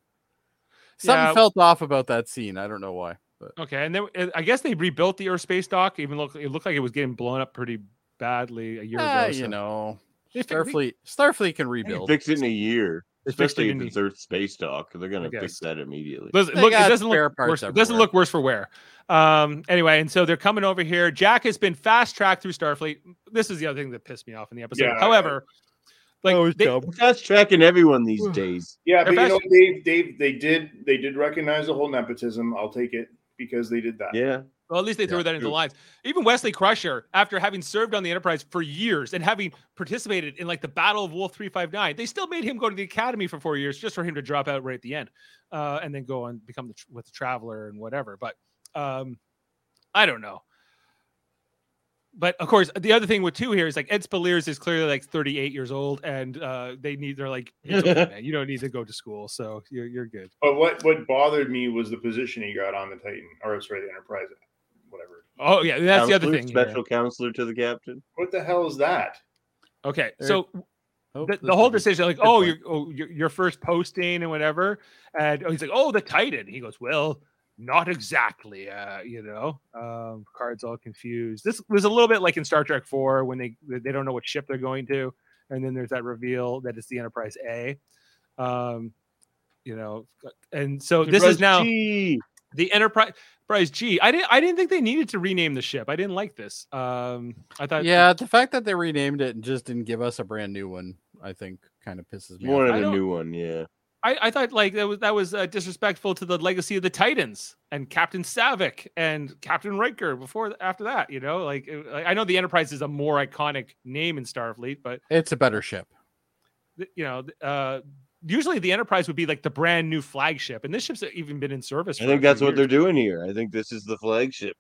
Something
Yeah.
felt off about that scene. I don't know why, but
Okay, and then uh, I guess they rebuilt the Earth space dock. Even look, it looked like it was getting blown up pretty badly a year
Ah,
ago.
you
so-
know,
They fi- they-
Starfleet Starfleet can
You can
rebuild.
fix it in a year,
They fixed it
especially
in
if
a-
it's Earth space dock. They're
I
gonna
guess.
fix that immediately.
Listen,
They
look, it
got
doesn't
spare
look
parts
worse, it doesn't
everywhere.
look worse for wear. Um, anyway, and so they're coming over here. Jack has been fast tracked through Starfleet. This is the other thing that pissed me off in the episode.
Yeah, I-
However, like they,
Fast tracking everyone these days.
Yeah, but you know,
Profession-
Dave, Dave, they did they did recognize the whole nepotism. I'll take it because they did that.
Yeah.
Well, at least they threw
Yeah.
that into the
True.
lines. Even Wesley Crusher, after having served on the Enterprise for years and having participated in like the Battle of Wolf 359, they still made him go to the academy for four years just for him to drop out right at the end uh, and then go on become the, tr- with the Traveler and whatever. But um, I don't know. But of course, the other thing with two here is like Ed Spaliers is clearly like 38 years old, and uh, they need they're like, "It's okay, man, you don't need to go to school, so you're you're good.
But what what bothered me was the position he got on the Titan, or sorry, the Enterprise, whatever.
Oh yeah, that's the other
Counselor,
thing. here.
Special counselor to the captain.
What the hell is that?
Okay,
There-
so
Oh,
the, the
this
whole
would be-
decision, like,
good
oh,
point.
your, oh, your your first posting and whatever, and oh, he's like, oh, the Titan. He goes, well, not exactly. Uh, you know, um, Picard's all confused. This was a little bit like in Star Trek Four when they they don't know what ship they're going to, and then there's that reveal that it's the Enterprise A. Um, you know, and so this is
Enterprise
now
G.
the Enterprise. Enterprise G. I didn't. I didn't think they needed to rename the ship. I didn't like this. Um, I thought.
yeah, the fact that they renamed it and just didn't give us a brand new one, I think, kind of pisses me
More
off.
of
I
a
don't-
new one, yeah.
I, I thought like that was that was uh, disrespectful to the legacy of the Titans and Captain Savick and Captain Riker before after that. You know, like it- I I know the Enterprise is a more iconic name in Starfleet, but
It's a better ship.
th- you know, th- uh, usually the Enterprise would be like the brand new flagship, and this ship's even been in service.
I
for a
think
few
that's what they're
years.
doing here. I think this is the flagship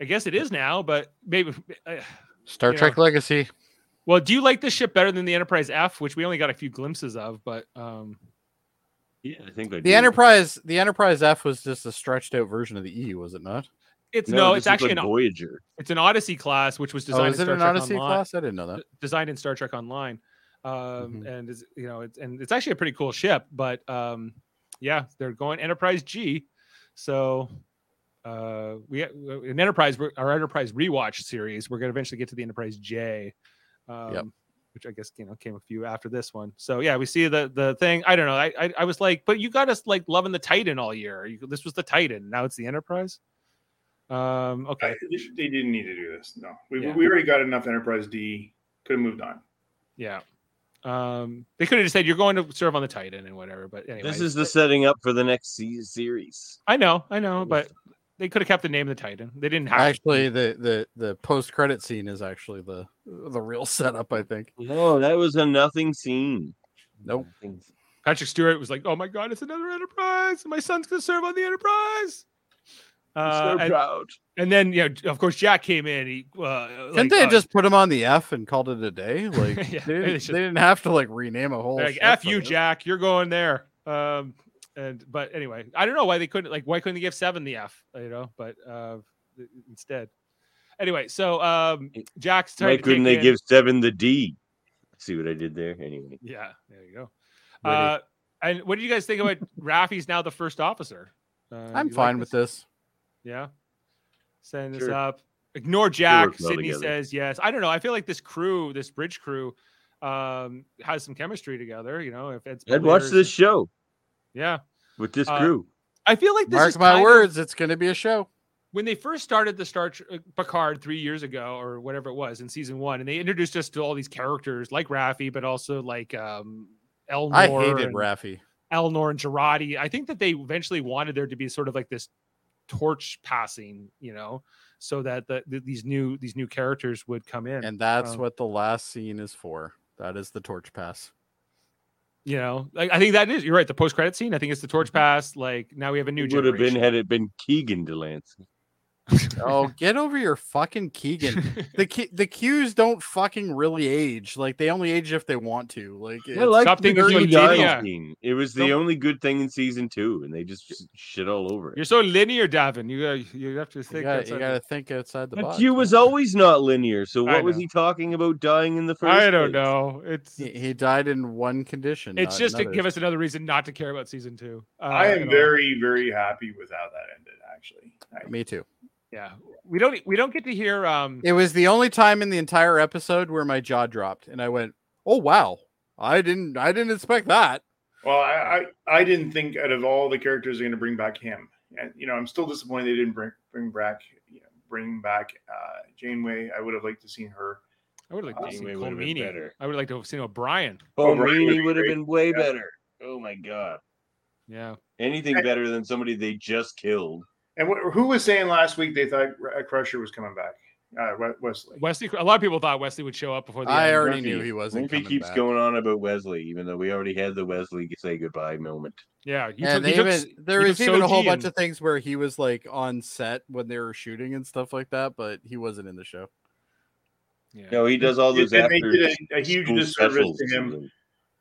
I guess it is now, but maybe. Uh,
Star
you know.
Trek Legacy.
Well, do you like this ship better than the Enterprise F, which we only got a few glimpses of? But um,
now. Yeah, I think they
The Enterprise, the Enterprise F was just a stretched out version of the E, was it not?
it's no,
this
it's
is
actually
like
an
Voyager.
it's an Odyssey class, which was designed.
oh,
in
is it
Star
an
Trek
Odyssey
Online.
class? I didn't know that.
d- designed in Star Trek Online, um, and is you know, it's, and it's actually a pretty cool ship. But um, yeah, they're going Enterprise G, so uh, we in Enterprise our Enterprise rewatch series, we're gonna eventually get to the Enterprise J. Um, Which I guess you know came a few after this one, so yeah, we see the the thing. I don't know. I I, I was like, but you got us like loving the Titan all year. You, this was the Titan, now it's the Enterprise. Um, okay,
I- they didn't need to do this. No, we,
Yeah.
we already got enough Enterprise D. Could have moved on.
Yeah. Um, they could have just said you're going to serve on the Titan and whatever. But anyway,
This is the setting up for the next se- series.
I know, I know, but they could have kept the name of the Titan. They didn't have to.
Actually, the the the post credit scene is actually the the real setup. I think.
No, that was a nothing scene.
Nope.
Patrick Stewart was like, "Oh my God, it's another Enterprise! My son's going to serve on the Enterprise." Uh, and,
proud.
and then, you know, of course, Jack came in. He uh,
Couldn't
like,
they
uh,
have just put him on the F and called it a day? Like
Yeah,
they,
they
didn't,
should-
they didn't have to like rename a whole.
They're like
ship
f
for
you
this.
jack you're going there um and but anyway i don't know why they couldn't like why couldn't they give seven the f you know but uh th- instead anyway so um jack's trying
Why
to
couldn't
take
they
in-
give seven the D? See what I did there? Anyway.
yeah there you go
Witty.
uh and what do you guys think about rafi's now the first officer uh,
I'm fine with this.
with yeah send this
Sure.
up ignore jack
works well
sydney
together.
says yes i don't know i feel like this crew this bridge crew um has some chemistry together you know if it's
I'd watch this show
yeah
with this
Uh,
crew.
I feel like this
Mark
is
my
kind of-
words, it's going to be a show.
when they first started the Star Tr- uh, Picard three years ago or whatever it was in season one, and they introduced us to all these characters like Raffi, but also like um, Elnor.
I hated
and
Raffi.
Elnor and Girardi. I think that they eventually wanted there to be sort of like this torch passing, you know, so that the, th- these new these new characters would come in,
And that's
Um,
what the last scene is for. That is the torch pass.
you know. Like, I think that is. You're right. The post credit scene. I think it's the torch pass. Like now we have a new.
It would have been
generation.
had it been Keegan Delancey.
Oh, get over your fucking Keegan. the Ke- the Qs don't fucking really age. Like they only age if they want to. Like
I like
Stop
the
thinking
dirty
you're dirty.
dancing. It was the
Don't-
only good thing in season two, and they just shit all over it.
You're so linear, Davin. You gotta, you have to think.
gotta- you
outside the-
gotta think outside the
But
box.
you was always not linear. So
I
what was
know.
he talking about dying in the first?
I don't
place?
know. It's
He, he died in one condition.
it's
not
just to
another.
give us another reason not to care about season two. Uh,
I
at
am
all.
very, very happy with how that ended. Actually, I,
Me too.
yeah. We don't we don't get to hear um
It was the only time in the entire episode where my jaw dropped, and I went, "Oh wow, I didn't, I didn't expect that."
well, I, I, I didn't think out of all the characters they're going to bring back him. And you know, I'm still disappointed they didn't bring bring back you know, bring back uh, Janeway. I would have liked to seen her.
I would like to
Uh,
have seen
Janeway
Cole
would've been
Meany.
better.
I would like to have seen O'Brien.
Oh,
O'Brien would be
Rainey would have
great.
been way
Yeah.
better. Oh my god.
Yeah.
Anything
I-
better than somebody they just killed.
And wh- who was saying last week they thought uh, Crusher was coming back? Uh, We- Wesley.
Wesley a lot of people thought Wesley would show up before the
I
end.
already
Murphy-
knew he wasn't.
Murphy
coming
keeps
back.
going on about Wesley, even though we already had the Wesley say goodbye moment.
Yeah, he
Yeah,
took-
they
he took
even,
s-
there
he
was
took
even a whole
Soji
bunch
and-
of things where he was like on set when they were shooting and stuff like that, but he wasn't in the show.
yeah.
No, he does all
And
those after
they did a, a huge
school
disservice
specials
to
or
him.
something.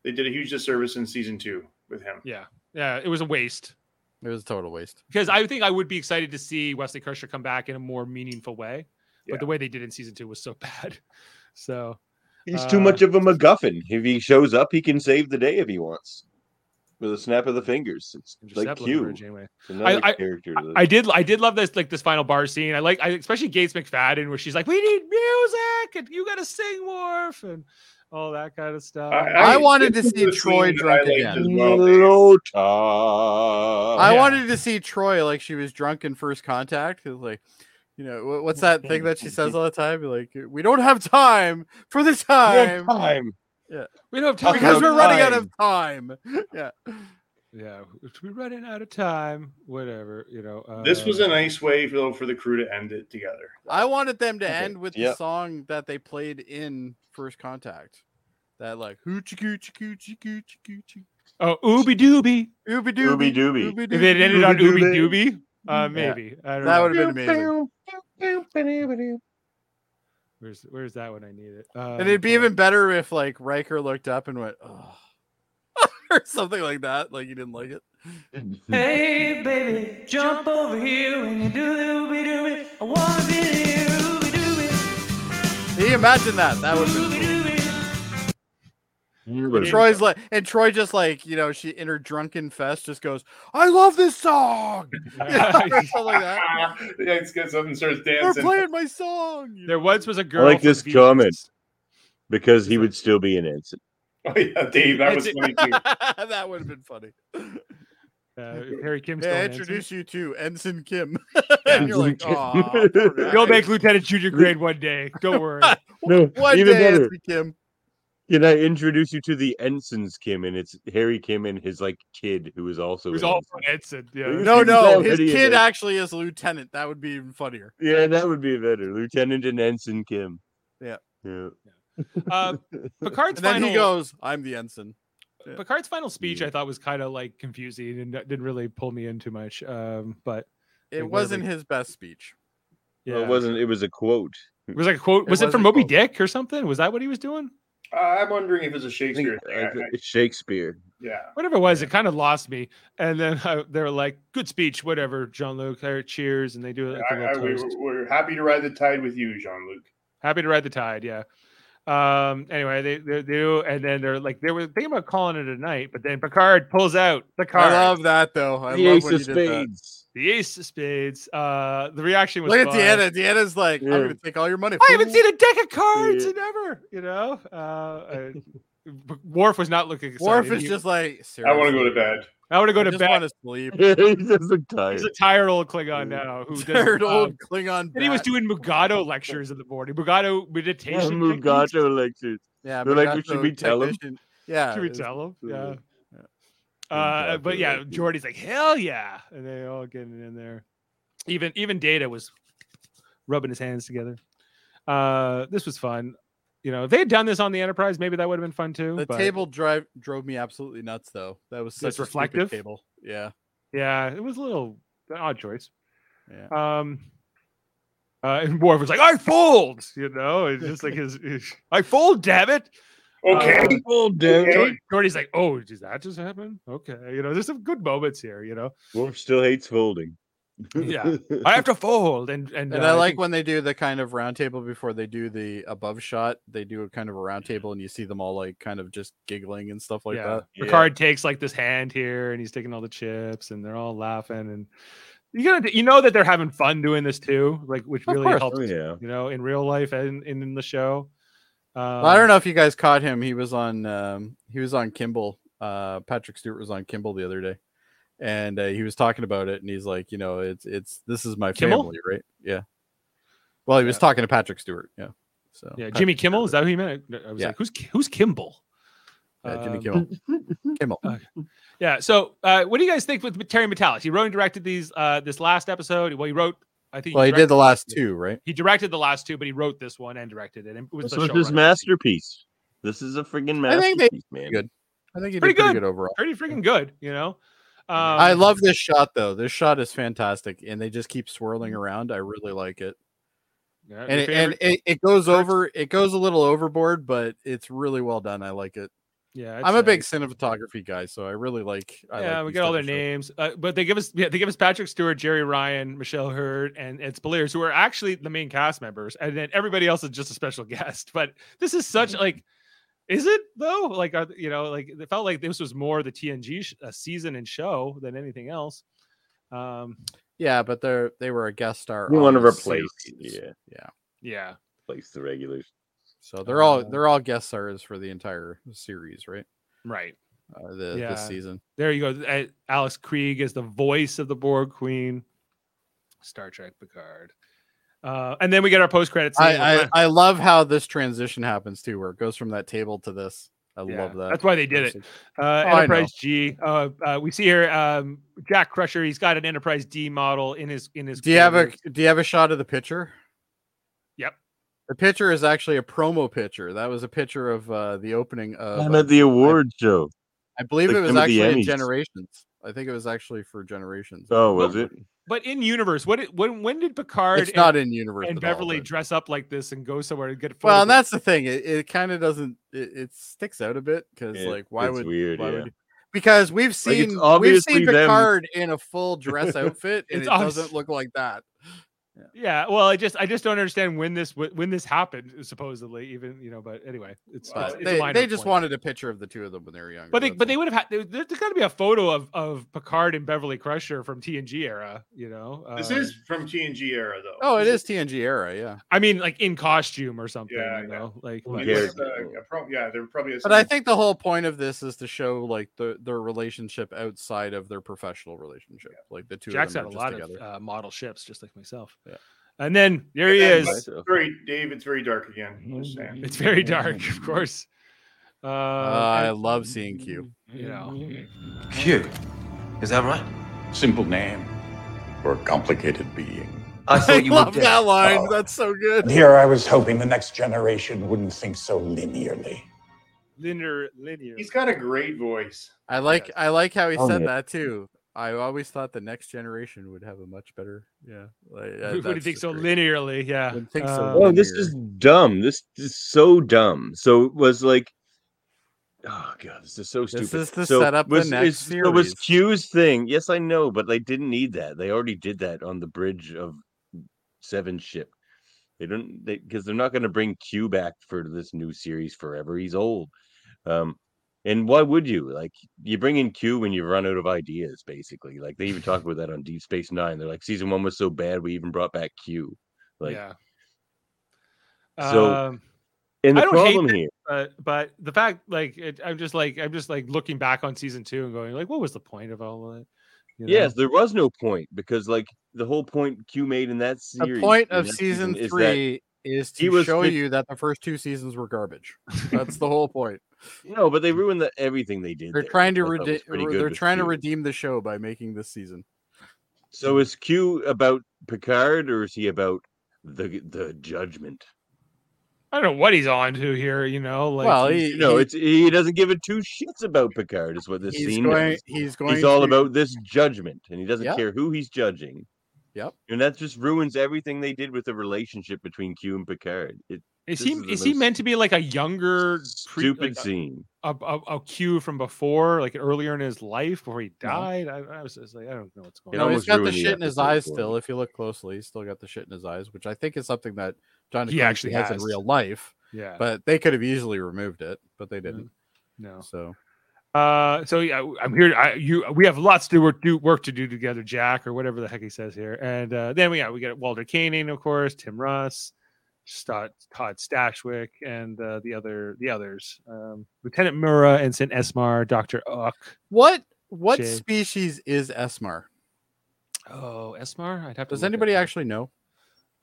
They did a huge disservice in season two with him.
yeah. Yeah, it was a waste.
It was a total waste.
Because I think I would be excited to see Wesley Crusher come back in a more meaningful way.
Yeah.
But the way they did in season two was so bad. So
He's
Uh,
too much of a MacGuffin. If he shows up, he can save the day if he wants. With a snap of the fingers. It's like
Zeppelin or
Q.
Janeway.
It's another
I-
character.
I-
that-
I did I did love this like this final bar scene. I like I especially Gates McFadden where she's like, We need music and you gotta sing Worf and all that kind of stuff.
Um,
I wanted
this
to
is
see
the
Troy
scene that
drunk
I liked
again.
as well, Dave.
Hello, Tom.
I
yeah.
wanted to see Troy like she was drunk in first contact. It was like, you know, wha- what's that thing that she says all the time? Like, we don't have time for the
Good
time
time.
we don't have time
because
for
we're
that.
running out of time. Yeah.
Yeah, if we're running out of time, whatever, you know. Uh,
This was a nice way though for the crew to end it together.
I wanted them to
Okay,
end with the
yep.
song that they played in first contact. That like hoochie coochie coochie coochie coochie.
oh ooby dooby.
Ooby
Ooby
dooby.
dooby.
Ooby
If it
dooby.
ended on ooby
Ooby-dooby.
dooby, uh maybe. I don't
That
know.
would have been amazing.
where's where's that when I need it? Um,
And it'd be
hold on.
even better if like Riker looked up and went, oh, or something like that. Like you didn't like it.
Hey, baby, jump over here when you do the ooby dooby. I wanna be here, ooby dooby,
Can you imagine that? That would have
ooby
been
dooby.
cool. Troy's like, and Troy just like, you know, she in her drunken fest just goes, I love this song.
oh,
Yeah, or something like that.
Ah, yeah, it's good. Something starts
They're
dancing.
playing my song. you know?
there once was a girl.
like
from
this
Beetlejuice.
comment. Because he would still be an ensign.
Oh yeah, Dave, that was
It's-
funny too.
that would have been funny.
Uh, Harry Kim still
May I
an ensign?
introduce you to Ensign Kim? and you're like,
Ensign Kim.
oh,
You'll make Lieutenant Junior grade one day. Don't worry.
No,
one
even
day,
better.
Ensign Kim.
Can I introduce you to the ensign's Kim? And it's Harry Kim and his like kid who is also
Who's
an
also
ensign.
an ensign? Yeah.
Who's
No,
He's
no, his
already in
kid
it.
actually is a lieutenant. That would be even funnier.
Yeah, that would be better. Lieutenant and Ensign Kim.
Yeah.
Yeah.
Uh, Picard's
And then
final
he goes, "I'm the ensign."
Picard's final speech
Yeah.
I thought was kind of like confusing and didn't really pull me in too much. Um, but Like, what
It
are
wasn't
we-
his best speech.
yeah,
Well, it wasn't. It was a quote.
It was like a quote.
It
Was it,
was
from
a
Moby
quote.
Dick or something? Was that what he was doing?
Uh, I'm wondering if it's a
I think,
Shakespeare thing.
I
I-
think
I-
it's Shakespeare.
yeah.
Whatever it was, it kind of lost me. And then I, they were like, "Good speech, whatever." John Luke cheers, and they do like,
I,
a
I,
little
we,
toast.
we're happy to ride the tide with you, Jean Luc.
Happy to ride the tide, yeah. Um, anyway, they, they do, and then they're like, they were thinking about calling it a night, but then Picard pulls out the card,
I love that though. I
the
love
Ace
when
of
he did that.
Spades.
the Ace of Spades. Uh, the reaction was
Look at
fun.
Deanna. Deanna's like,
Yeah.
"I'm gonna take all your money."
I haven't
fool."
seen a deck of cards
Yeah.
in ever, you know. Uh, uh, Worf was not looking excited.
Worf is
He-
just like,
I want to go to
"Seriously?"
bed.
I want to go
I
to
just
bed.
wanna sleep.
He's just tired.
He's a tired old Klingon now. Who doesn't,
Tired old
um,
Klingon.
And he was
bat.
doing Mugato lectures in the morning. Mugato meditation.
Yeah,
techniques.
Mugato lectures.
Yeah,
They're like,
Mugato
should we tell him?
technician- Yeah,
Should we
it's-
tell him? Yeah.
Yeah,
Uh, but yeah,
definitely.
Jordy's like, hell yeah, and they all getting in there. Even even Data was rubbing his hands together. Uh, this was fun. You know, if they had done this on the Enterprise, maybe that would have been fun too.
The
but-
table drive drove me absolutely nuts, though. That was such
That's
a stupid
reflective?
table. Yeah,
Yeah, it was a little an odd choice.
yeah.
Um, uh, and Worf was like, I fold, you know, it's just like his, his- I fold, damn it.
Okay.
Uh,
Well, damn.
Okay.
Jordy's like, oh, did that just happen? Okay, you know, there's some good moments here, you know.
Worf still hates folding.
Yeah. I have to fold, and and,
And
uh,
I like
think-
when they do the kind of round table before they do the above shot. They do a kind of a round table, and you see them all like kind of just giggling and stuff like
yeah.
that.
Picard takes like this hand here, and he's taking all the chips, and they're all laughing, and you gotta you know that they're having fun doing this too, like which
Of
really
course.
helps,
Oh yeah.
you know, in real life and, and in the show. Um,
Well, I don't know if you guys caught him. He was on um, he was on Kimball. Uh, Patrick Stewart was on Kimball the other day, and uh, he was talking about it, and he's like, you know, it's it's this is my
Kimmel?
family, right? Yeah. Well, he was
Yeah.
talking to Patrick Stewart. Yeah. So
Yeah,
Patrick
Jimmy
Stewart
Kimmel is
was-
that who you meant? I was
Yeah.
like, who's who's Kimball?
Yeah, Jimmy
Um,
Kimmel. Kimmel.
Yeah. So, uh, what do you guys think with Terry Metalis? He wrote and directed these uh, this last episode. Well, he wrote. I think.
Well, he did
directed-
the last two, right?
He directed the last two, but he wrote this one and directed it. And it was
This
the
was his
showrunner.
masterpiece. This is a friggin'
I think they-
masterpiece, man.
Good. I think he
Pretty
did pretty
good.
good overall.
Pretty freaking good, you know. Um,
I love this shot though. This shot is fantastic, and they just keep swirling around. I really like it,
yeah, your
and it, and
Mm-hmm. favorite-
it, it goes
Kirk's-
over. It goes a little overboard, but it's really well done. I like it.
yeah,
I'm
it's
a big
nice.
cinematography guy, so I really like. I
yeah,
like
we
these
get all
type
their
of shows.
names, uh, but they give us yeah, they give us Patrick Stewart, Jerry Ryan, Michelle Hurd, and Ed Spaliers, who are actually the main cast members, and then everybody else is just a special guest. But this is such like, is it though? Like, are, you know, like it felt like this was more the TNG sh- uh, season and show than anything else. Um,
Yeah, but they're they were a guest star.
You
on
want to
the
replace?
series.
Yeah,
yeah.
yeah,
replace the regulars.
So they're all
Uh,
they're all guest stars for the entire series, right?
right.
Uh, the
Yeah.
this season.
There you go. A- Alex Krieg is the voice of the Borg Queen. Star Trek Picard. Uh, and then we get our post credits.
I, I I love how this transition happens too, where it goes from that table to this. I
Yeah,
love that.
that's why they did it. Uh,
Oh, I know.
Enterprise G. Uh, uh, we see here um, Jack Crusher. He's got an Enterprise D model in his in his.
Do you have a
quarters.
Do you have a shot of the picture?
Yep.
The picture is actually a promo picture. That was a picture of uh, the opening of.
I'm
uh,
at the award show.
I believe
like
it was
some of the
actually
Emmys.
in Generations. I think it was actually for Generations.
Oh, was
Well,
it?
But in universe, what it- when when did Picard
It's
and,
not in universe.
and
at all,
Beverly
but-
dress up like this and go somewhere and get?
Well, and
photos?
that's the thing. It, it kind of doesn't. It, it sticks out a bit because,
It-
like, why
it's
would?
weird,
why
yeah.
would you- Because we've
Like, it's
seen we've
obviously
seen
them.
Picard in a full dress outfit, and
It's
it
obvious-
doesn't look like that.
yeah. Well, I just I just don't understand when this when this happened supposedly even you know. But anyway, it's,
But
it's, it's a
they,
minor
they just
point.
wanted a picture of the two of them when they were younger.
But they
that's
but they
all.
would have had there, there's got to be a photo of of Picard and Beverly Crusher from TNG era. You know,
This
um,
is from TNG era though.
Oh, it is TNG era, yeah.
I mean, like in costume or something.
Yeah,
you
yeah.
know, like
Who
but-
It was,
cares?
uh, a pro- yeah, there probably is.
But I
some-
think the whole point of this is to show like the their relationship outside of their professional relationship. Like the two
Jack's had
of
a
them are
lot
just together.
of uh, model ships, just like myself.
Yeah.
And then there he
Yeah,
is.
but Very, Dave. It's very dark again. Just
Mm-hmm.
saying.
It's very dark, of course. Mm-hmm. Uh, "Mm,
Uh, I love seeing Q.
you
Mm-hmm.
know,
Q. Is that right?
Simple name.
For a complicated being.
I
I
thought you were
love
dead.
that line.
Oh.
That's so good.
Here I was hoping the next generation wouldn't think so linearly.
linear, linear.
He's got a great voice.
I like I like how he
Oh,
said
yeah.
that too. I always thought the next generation would have a much better. Yeah. Like, uh,
Who would
that's
think
just
so
great.
linearly? Yeah.
Wouldn't think so.
Uh,
Well,
Oh, this is dumb. This is so dumb. So it was like, oh god, this is so
This
stupid.
is to
so
set up the
was,
next
is- so was
series.
Q's thing. Yes, I know, but they didn't need that. They already did that on the bridge of Seven Ship. They don't they because they're not going to bring Q back for this new series forever. He's old. Um, and why would you? Like you bring in Q when you run out of ideas, basically. Like they even talk about that on Deep Space Nine. They're like, season one was so bad, we even brought back Q. Like
yeah.
so-
Um,
and
I
the
don't hate
problem
that-
here.
um, but but the fact like it, I'm just like I'm just like looking back on season two and going like, what was the point of all that? You know?
Yes, there was no point because like the whole point Q made in that series.
The point
in
of
that
season
is that-
three is
he
to
was
show
fif-
you that the first two seasons were garbage. That's the whole point.
No, but they ruined the, everything they did.
They're
there.
trying to
I thought was
redeem.
pretty good
They're
with
trying to
Q.
redeem the show by making this season.
So is Q about Picard or is he about the the judgment?
I don't know what he's on to here. You know, like
Well,
he's-
he-
no, it's he doesn't give a two shits about Picard. Is what this
He's
scene
going.
is.
He's going.
He's all
to-
about this judgment, and he doesn't
Yeah.
care who he's judging.
Yep.
And that just ruins everything they did with the relationship between Q and Picard. It,
is
this
he
the
is he
most
meant to be like a younger pre-
stupid
like
uh,
uh, a-
scene?
a, a, a cue from before, like earlier in his life before he
No.
died. I, I was just like, I don't know what's going
It
on.
No,
almost
he's got the
ruined the
shit in his
episode
eyes
for
still. If you look closely, he's still got the shit in his eyes, which I think is something that John
He
DeCourcy
actually
has,
has.
in real life.
Yeah.
But they could have easily removed it, but they didn't.
No.
So
Uh, so yeah, I'm here. I, you, we have lots to work, do work to do together, Jack, or whatever the heck he says here. And uh, then we yeah, we got Walter Koenig, of course, Tim Russ, Stott, Todd Stashwick, and uh, the other the others, um, Lieutenant Mura, Ensign Esmar, Doctor Uck.
what what
Jay.
species is Esmar?
Oh, Esmar. I'd have to.
Does
look at
anybody
that.
actually know?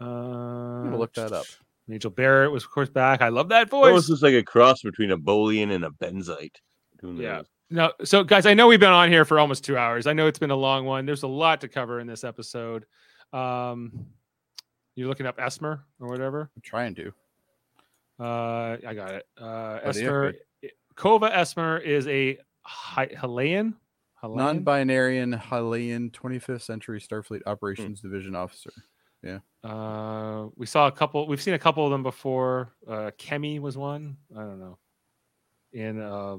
Uh,
look that up.
Angel Barrett was, of course, back. I love that
It
voice.
was just like a cross between a Bolian and a Benzite. Who knows?
Yeah. No, so guys, I know we've been on here for almost two hours. I know it's been a long one. There's a lot to cover in this episode. Um, you're looking up Esmer or whatever.
I'm trying to.
Uh, I got it. Uh,
Oh, do you?
Esmer Kova Esmer is a Hy- Halayan. Halayan?
Non-binary and Hylian 25th Century Starfleet
Hmm.
Operations Division Officer.
Uh, we saw a couple. We've seen a couple of them before. Uh, Kemi was one. I don't know. In uh,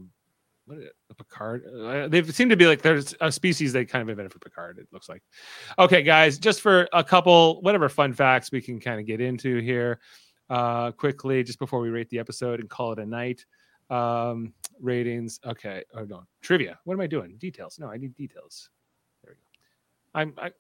what is it, Picard? Uh, they seem to be like there's a species they kind of invented for Picard. It looks like. Okay, guys, just for a couple whatever fun facts we can kind of get into here uh, quickly, just before we rate the episode and call it a night. Um, ratings. Okay, hold on. Trivia. What am I doing? Details. No, I need details. There we go. I'm I,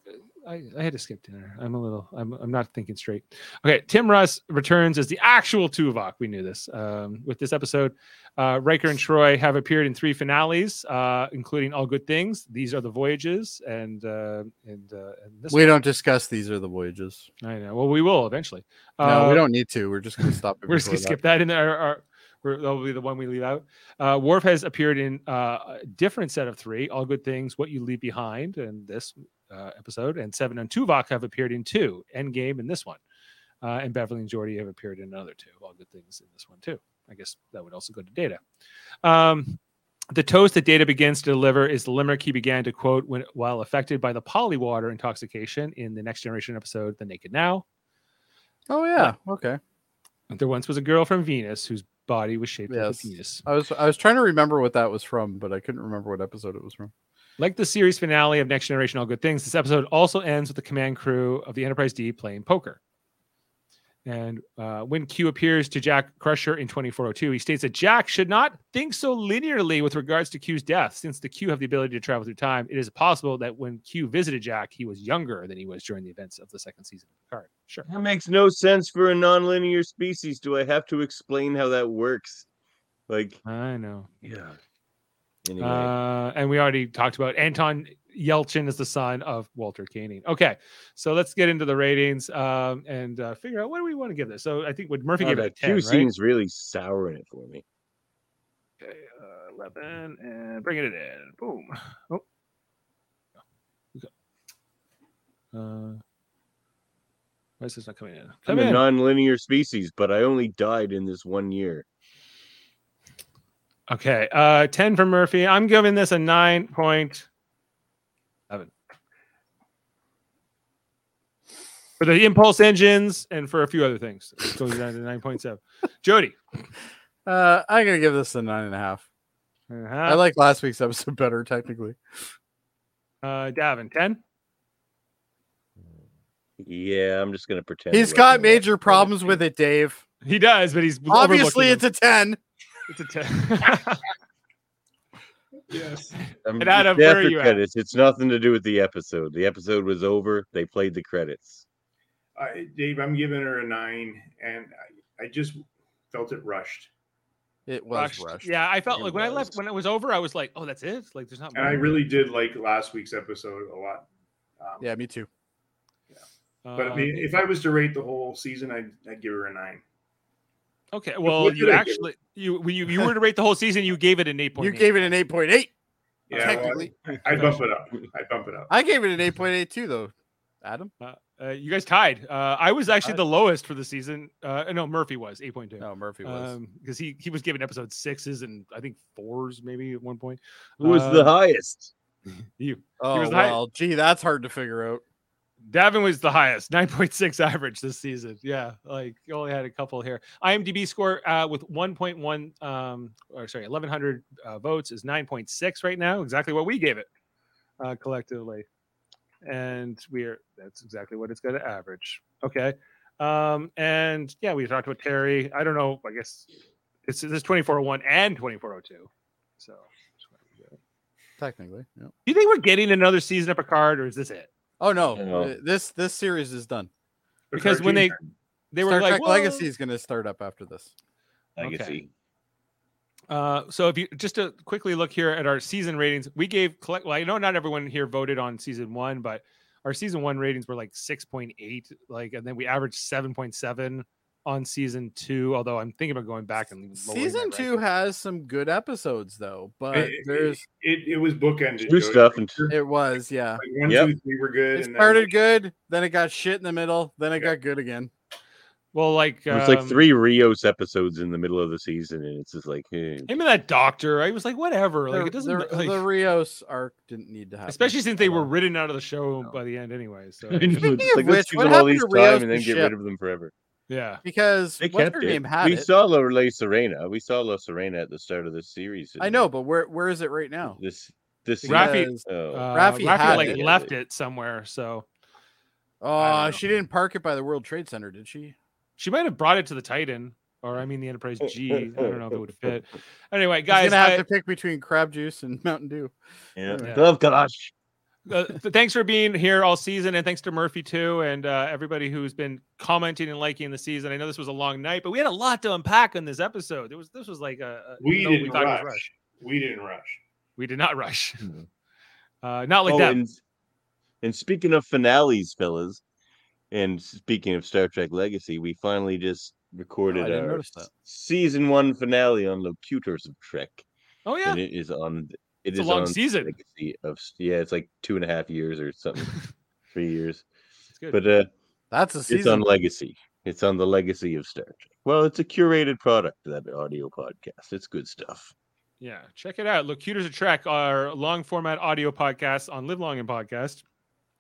I, I had to skip dinner. I'm a little. I'm I'm not thinking straight. Okay, Tim Russ returns as the actual Tuvok. We knew this um, with this episode. Uh, Riker and Troy have appeared in three finales, uh, including All Good Things. These are the voyages, and uh, and uh, and this.
We don't discuss these are the voyages.
One. I know. Well, we will eventually.
no,
Uh,
we don't need to. We're just going to stop. it
we're just
before
gonna skip that in there. Our, our, we're, that'll be the one we leave out. Uh, Worf has appeared in uh, a different set of three: All Good Things, What You Leave Behind, and this uh, episode, and Seven and Tuvok have appeared in two: Endgame and this one. Uh, and Beverly and Jordy have appeared in another two. All Good Things in this one too. I guess that would also go to Data. Um, the toast that Data begins to deliver is the limerick he began to quote when, while affected by the polywater intoxication in the Next Generation episode, The Naked Now.
Oh yeah. Okay.
There once was a girl from Venus whose body was shaped like a
Yes.
penis.
I was I was trying to remember what that was from, but I couldn't remember what episode it was from.
Like the series finale of Next Generation All Good Things, this episode also ends with the command crew of the Enterprise D playing poker. And uh, when Q appears to Jack Crusher in 2402, he states that Jack should not think so linearly with regards to Q's death. Since the Q have the ability to travel through time, it is possible that when Q visited Jack, he was younger than he was during the events of the second season of Picard. Sure.
That makes no sense for a nonlinear species. Do I have to explain how that works? Like,
I know.
yeah. Anyway,
Uh, and we already talked about Anton Yelchin is the son of Walter Koenig. Okay, so let's get into the ratings um, and uh, figure out what do we want to give this. So I think what Murphy
oh,
gave it a
that
ten,
Q
right?
scene's really souring it for me.
Okay, uh, eleven, and bringing it in. Boom. Oh. Okay. Uh, why is this not coming in? Come
I'm a
in.
nonlinear species, but I only died in this one year.
Okay, uh, ten for Murphy. I'm giving this a nine point seven for the impulse engines and for a few other things. It goes down to nine point seven. Jody,
Uh, I'm gonna give this a nine and a half.
uh-huh.
I like last week's episode better, technically.
uh, Davin ten.
Yeah, I'm just gonna pretend.
He's
it wasn't
got
a-
major problems with it, Dave.
He does, but he's
Obviously, it's
overlooking
a ten.
them. it's a ten.
Yes.
I'm-
And Adam,
it's
where are
after
you at?
credits. It's nothing to do with the episode. The episode was over. They played the credits.
I, Dave, I'm giving her a nine, and I, I just felt it rushed.
It was
Rushed.
rushed.
Yeah, I felt
It
like when I
was.
left, when it was over, I was like, oh, that's it. Like, there's not.
And I
Mm-hmm.
really did like last week's episode a lot. Um,
Yeah, me too.
but I
Um,
mean, if I was to rate the whole season, I'd, I'd give her a nine.
okay,
What
well,
did
you
I give
actually you when you you were to rate the whole season, you gave it an eight point.
You gave it an eight point eight.
Yeah, well,
technically,
I- I'd bump it up. I'd bump it up.
I gave it an eight point eight two though. Adam,
Uh, you guys tied. Uh, I was actually the lowest for the season. Uh, no, Murphy was eight point two.
No, Murphy
Uh,
was.
because he he was given episode sixes and I think fours maybe at one point.
Who was the
Uh,
highest?
You.
Oh
was the high-
well, gee, that's hard to figure out.
Davin was the highest, 9.6 average this season. Yeah, like you only had a couple here. IMDb score uh, with 1.1, um, or sorry, 1100 uh, votes is 9.6 right now, exactly what we gave it uh, collectively. And we're that's exactly what it's going to average. Okay. Um, and yeah, we talked about Terry. I don't know. I guess it's this 2401 and 2402. So
Technically, yeah.
do you think we're getting another season of Picard or is this it?
Oh no,
No.
uh, this this series is done.
Because when they they were
Star
like
Trek
"Whoa."
Legacy is going to start up after this.
Legacy. Uh, so if you just to quickly look here at our season ratings, we gave collect. Well, I know not everyone here voted on season one, but our season one ratings were like six point eight, like, and then we averaged seven point seven on season two. Although I'm thinking about going back and lowering that
Season
rank.
two has some good episodes though, but
It- it-
uh, there's
It, it was bookended.
New
Joey.
stuff and
it was yeah.
Like one,
Yep.
two, three were good.
It
and then-
started good, then it got shit in the middle, then it got good again.
Well, like
It was like
um,
three Rios episodes in the middle of the season, and it's just like, eh.
Him and that doctor, I was like, whatever. Like
The-
it doesn't.
the,
ma- like,
the Rios arc didn't need to happen,
especially since they were ridden out of the show by the end, anyway. So
Oh, I know,
Speaking
it's
of
like, let's
which,
give
what
them all
happened
these
to
time and
Rios
then
the
get
ship?
rid of them forever.
yeah,
because
They
what's
kept
her
it.
name had
we
it.
saw La Le Serena. We saw La Serena at the start of this series.
I
and
know, but where where is it right now?
This this
Rafi,
Because-
Oh.
uh,
Rafi
Rafi,
had
like
it.
left it somewhere. So
Oh, she didn't park it by the World Trade Center, did she?
She might have brought it to the Titan, or I mean the Enterprise G. I don't know if it would fit. Anyway, guys,
Guys, gonna have
I-
to pick between crab juice and Mountain Dew.
Yeah. Oh,
Yeah.
Love Kalash.
uh, th- thanks for being here all season, and thanks to Murphy too, and uh, everybody who's been commenting and liking the season. I know this was a long night, but we had a lot to unpack in this episode. There was this was like a, a
We
no,
didn't
thought it was
rush. We didn't rush.
We did not rush.
Mm-hmm.
Uh, not like
oh,
that.
And, and speaking of finales, fellas, and speaking of Star Trek Legacy, we finally just recorded
Oh, didn't
our
notice that.
season one finale on Locutors of Trek.
Oh yeah,
and it is on. It
It's a
is
long
on
season.
Legacy of yeah, it's like two and a half years or something, three years.
It's good.
But uh,
That's a
it's on
season.
Legacy. It's on the Legacy of Star Trek. Well, it's a curated product that audio podcast. It's good stuff.
Yeah, check it out. Locutors of Trek, our long format audio podcast on Live Long and Podcast.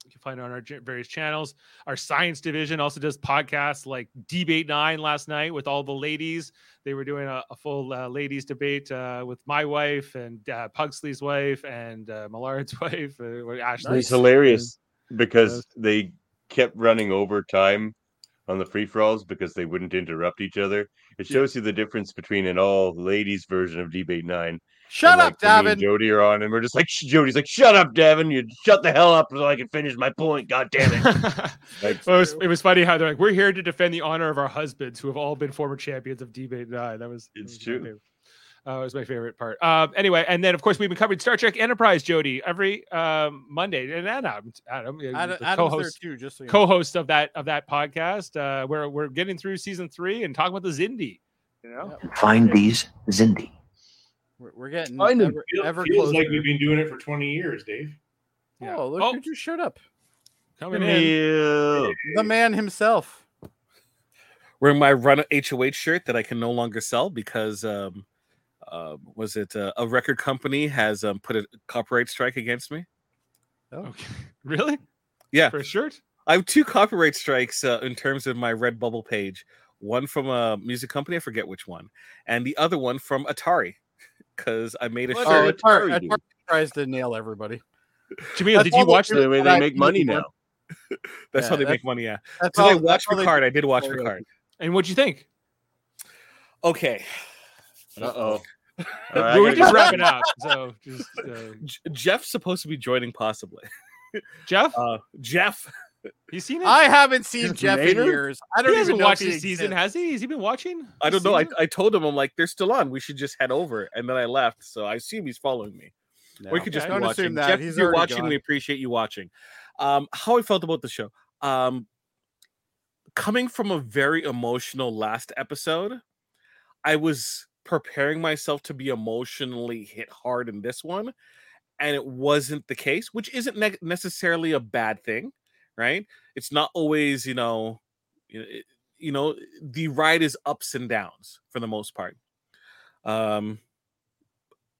You can find it on our j- various channels. Our science division also does podcasts like Debate Nine last night with all the ladies. They were doing a, a full uh, ladies debate uh, with my wife and uh, Pugsley's wife and uh, Millard's wife, uh, Ashley.
It's hilarious because they kept running over time on the free for alls because they wouldn't interrupt each other. It shows you the difference between an all ladies version of debate nine.
Shut
and,
up,
like, when me
Davin.
and Jody are on, and we're just like "Sh- Jody's like, "Shut up, Davin! You shut the hell up so I can finish my point. God damn it!" Like,
Well, it, was, it was funny how they're like, we're here to defend the honor of our husbands who have all been former champions of debate nine. That was that
It's
was my
true.
favorite. Uh, it was my favorite part. Um, anyway, and then of course we've been covering Star Trek Enterprise, Jody, every um, Monday. And Adam, Adam, yeah,
Adam,
the
Adam's there
co-host,
too, just so you know.
co-host of that of that podcast. Uh, where we're getting through season three and talking about the Zindi. You know,
Find these Zindi.
We're, we're getting
I know.
ever,
Feel-
ever
feels
closer.
like we've been doing it for 20 years, Dave.
Oh, look
Oh.
who just showed up.
coming in.
The man himself.
wearing my run HOH shirt that I can no longer sell because um, uh, was it uh, a record company has um, put a copyright strike against me?
Okay, really?
Yeah,
For a shirt?
I have two copyright strikes uh, in terms of my Redbubble page. One from a music company, I forget which one, and the other one from Atari because I made a
Oh,
shirt.
Atari,
Atari
Atari tries to nail everybody.
Jamil,
That's
did
all
you
they
watch
do.
the?
the way
Yeah,
they make money
people-
now.
That's
Yeah,
how they
that's-
make money. Yeah.
That's
Did
all-
I
that's
watch
all they
Picard?
do.
I did watch
Oh, yeah.
Picard.
And what'd you think?
Okay.
Uh oh.
we were just wrapping up. So just uh,
J- Jeff's supposed to be joining, possibly.
Jeff.
Uh, Jeff.
You seen it?
I haven't seen Jeff
Later?
in years. I don't
he hasn't
even know
watched
if he
this season,
exists.
has he? Has he been watching?
I don't
this
know. I,
season?
I told him I'm like they're still on. We should just head over, and then I left. So I assume he's following me.
No.
We could just
Don't
be
assume
watching.
that.
Jeff,
He's
if you're
already
watching.
gone.
We appreciate you watching. Um, how I felt about the show. Um, coming from a very emotional last episode, I was preparing myself to be emotionally hit hard in this one, and it wasn't the case, which isn't ne- necessarily a bad thing, right? It's not always, you know, you know, it- you know, the ride is ups and downs for the most part. Um,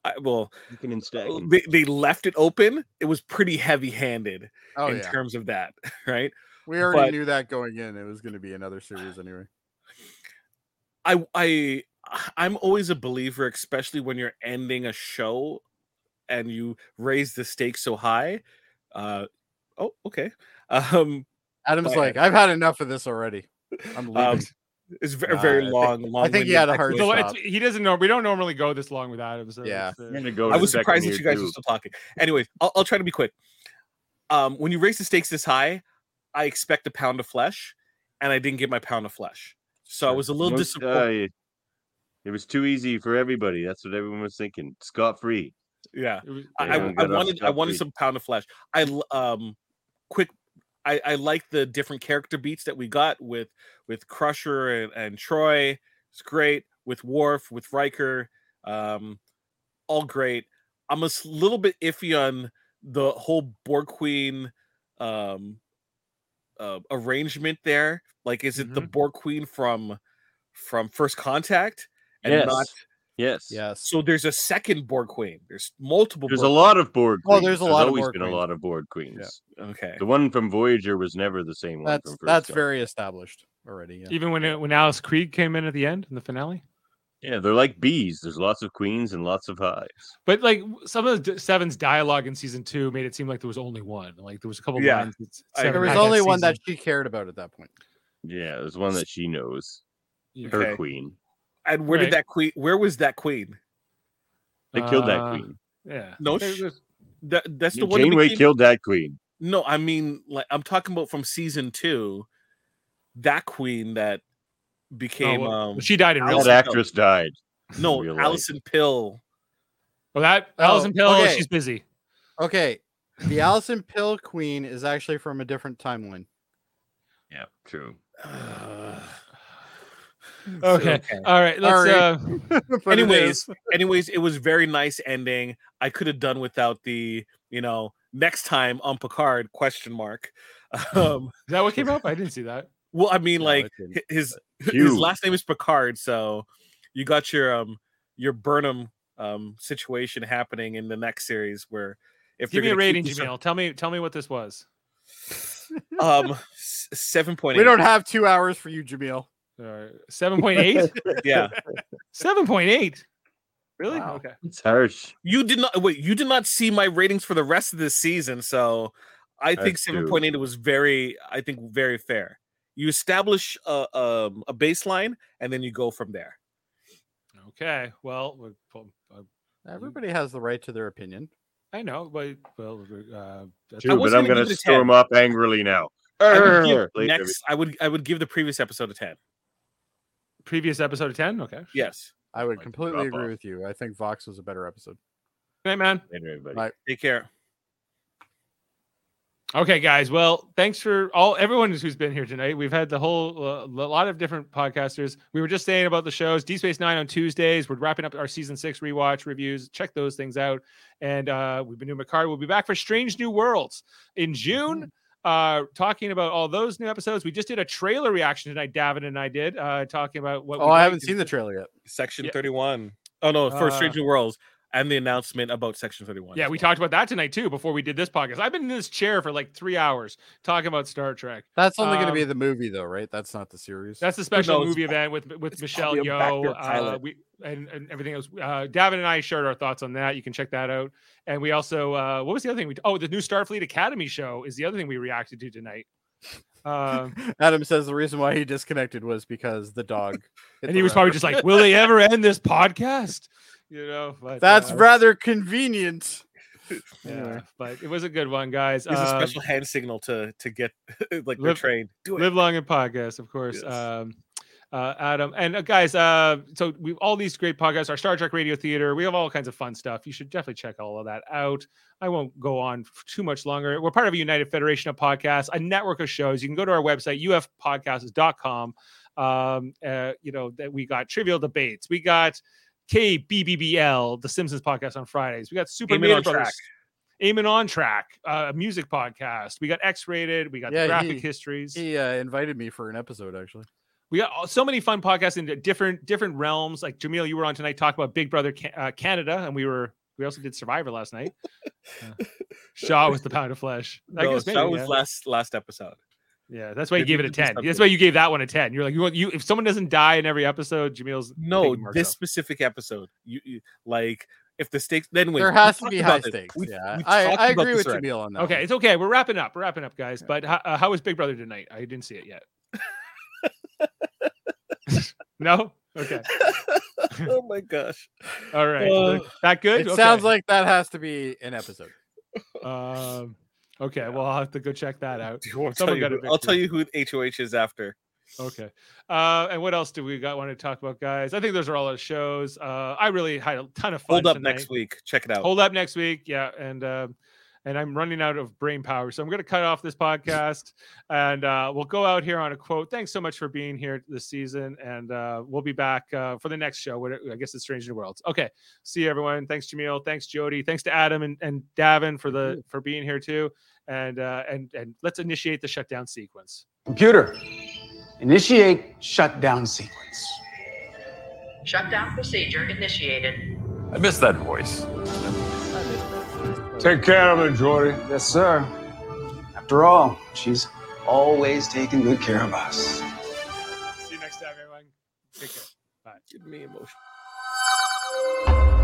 I, well,
You can instead.
they, they left it open. It was pretty heavy handed
Oh,
in
yeah.
terms of that, right?
We already
But-
knew that going in. It was going to be another series anyway.
I I I'm always a believer, especially when you're ending a show and you raise the stakes so high. Uh oh, okay. Um
Adam's
but-
like, I've had enough of this already. I'm leaving.
um, it's very,
Nah,
Uh,
I
very
think-
long, long.
I think he had a hard
You know what?
stop.
It's- he doesn't know. We don't normally go this long without him. So
Yeah.
it's, uh,
go
I
to
was
second
surprised that
year
you guys
too.
were still talking. Anyways, I'll, I'll try to be quick. Um, when you raise the stakes this high, I expect a pound of flesh, and I didn't get my pound of flesh, so I was a little
Most-
disappointed.
uh, it was too easy for everybody. That's what everyone was thinking. Scot free.
yeah,
it was- uh,
I, I,
Yeah,
I
good off
wanted
the
I
top
wanted
three.
some pound of flesh. I l- um quick I I like the different character beats that we got with with Crusher and, and Troy. It's great with Worf with Riker. Um, all great. I'm a s- little bit iffy on the whole Borg Queen um uh, arrangement there. Like, is it the
Mm-hmm.
Borg Queen from from First Contact and
yes.
not?
yes.
Yes.
So there's a second Borg Queen. There's multiple.
There's
Borg
a lot of board queens.
Well, there's a lot of
always
Borg
been
queens.
a lot of board queens.
Okay.
The one from Voyager was never the same one
That's
from first.
that's
Contact.
very established already. Yeah.
Even when it, when Alice Creed came in at the end in the finale,
Yeah, they're like bees. There's lots of queens and lots of hives.
but like some of the Seven's dialogue in season two made it seem like there was only one. Like there was a couple
Yeah.
lines. that
I
Seven
There was
had
only one
season.
that she cared about at that point.
Yeah, there's one that she knows.
Yeah.
Her
Okay.
queen.
And where
Right.
did that queen? Where was that queen?
They killed that
Uh,
queen.
Yeah.
No,
There's
sh-
a-
that, that's the one. that
Janeway
became-
killed that queen.
No, I mean, like I'm talking about from season two, that queen that became.
Oh, well,
um,
she died in real.
Alice-
That actress died. in real
no,
life.
Allison Pill.
Well, that
Oh,
Allison Pill.
okay.
She's busy.
Okay. The Allison Pill Queen is actually from a different timeline.
Yeah, true.
Okay. All right. Let's.
Sorry.
Uh,
But it
anyways,
is-
anyways, it was very nice ending. I could have done without the, you know, next time on Picard question mark. Um,
is that what came up? I didn't see that.
well, I mean,
No,
like
it didn't.
hi- his his
Huge.
last name is Picard, so you got your um your Burnham um situation happening in the next series where if
Give me a
they're gonna keep
rating,
you some-
Jamil. Tell me. Tell me what this was.
um seven point
we don't have two hours for you, Jamil.
All right. Seven point eight.
yeah
Seven point eight. Really?
Wow.
Okay.
It's harsh.
you did not wait you did not see my ratings for the rest of this season so I think
That's true.
seven point eight was very I think very fair you establish a um a baseline and then you go from there
Okay. Well, we're, well, uh,
Everybody has the right to their opinion.
I know, but well, we're, uh, that's-
True,
was
but I'm
gonna
gonna
give it a
storm
10.
up angrily now.
I would give
Later.
next I would I would give the previous episode a ten
previous episode of ten. Okay.
yes
I would
Like,
completely
drop
agree
off.
with you. I think Vox was a better episode.
Good night, man.
Later, everybody.
Bye.
take care.
Okay, guys. Well, thanks for all everyone who's been here tonight. We've had the whole uh, lot of different podcasters. We were just saying about the shows. D Space Nine on Tuesdays. We're wrapping up our season six rewatch reviews. Check those things out. And uh, we've been doing Macari. We'll be back for Strange New Worlds in
Mm-hmm.
June. Uh, talking about all those new episodes. We just did a trailer reaction tonight. David and I did uh, talking about what.
Oh,
we
I
liked
haven't
and-
seen the trailer yet.
Section
Yeah.
31. Oh no, for
Uh,
Strange New Worlds and the announcement about Section 31.
Yeah,
as
we
well.
talked about that tonight too before we did this podcast. I've been in this chair for like three hours talking about Star Trek.
That's only going
Um,
to be the movie, though, right? That's not the series.
That's the special
knows?
movie event with with
It's
Michelle
probably a
Yeoh.
backdoor
Uh,
pilot.
we and, and everything else. Uh, Davin and I shared our thoughts on that. You can check that out. And we also uh, what was the other thing? We oh the new Starfleet Academy show is the other thing we reacted to tonight. Um,
Adam says the reason why he disconnected was because the dog. hit
and
the
he was
road.
probably just like, "Will they ever end this podcast?" You know. but,
That's
uh,
rather convenient.
yeah, but it was a good one, guys.
There's a
Uh,
Um,
special hand signal to to get like they're
live,
trained. Do it.
live long and podcast, of course. Um, uh, Adam and uh, guys, uh, so we all these great podcasts, our Star Trek Radio Theater, we have all kinds of fun stuff. You should definitely check all of that out. I won't go on f- too much longer. We're part of a United Federation of Podcasts, a network of shows. You can go to our website, ufpodcasts.com. Um, uh, you know, that we got trivial debates, we got KBBBL, the Simpsons podcast on Fridays, we got Super
Aiming
Mario
on
Brothers.
Track.
Aiming on track, uh, a music podcast. We got X rated. We got the graphic histories.
He uh, invited me for an episode actually.
We got all- so many fun podcasts in di- different different realms. Like Jamil, you were on tonight talking about Big Brother Ca- uh, Canada, and we were we also did Survivor last night. Uh, Shaw was the pound of flesh. I
No,
guess maybe,
that was
yeah.
last last episode.
Yeah, that's why you
Maybe
gave it a
we did
ten. That's
something.
why you gave that one a ten. You're like, you want you if someone doesn't die in every episode, Jamil's
No,
taking marks
this
off.
specific episode. You, you like if the stakes. Then
There has to be high stakes, yeah. I- I agree with you, Neil, on that
Okay,
one.
it's okay. We're wrapping up. We're wrapping up, guys. But ho- uh, how was Big Brother tonight? I didn't see it yet. no. Okay.
oh my gosh.
All right.
Uh,
that good?
It
Okay.
sounds like that has to be an episode.
Um, okay, well, I'll have to go check that out.
I'll tell, you who, I'll tell you who HOH is after.
Okay. Uh, and what else do we got want to talk about, guys? I think those are all our shows. Uh, I really had a ton of fun.
Hold up
tonight.
next week. Check
Oh.
it out.
Hold up next week. Yeah, and um, and I'm running out of brain power, so I'm going to cut off this podcast, and uh, we'll go out here on a quote. Thanks so much for being here this season, and uh, we'll be back uh, for the next show. What I guess it's Strange New Worlds. Okay, see you everyone. Thanks Jamil. Thanks Jody. Thanks to Adam and, and Davin for the for being here too. And uh, and and let's initiate the shutdown sequence.
Computer, initiate shutdown sequence.
Shutdown procedure initiated.
I miss that voice.
Take care of her, Jordy. Yes, sir. After all, she's always taking good care of us.
See you next time, everyone. Take care. Bye.
Give me emotion.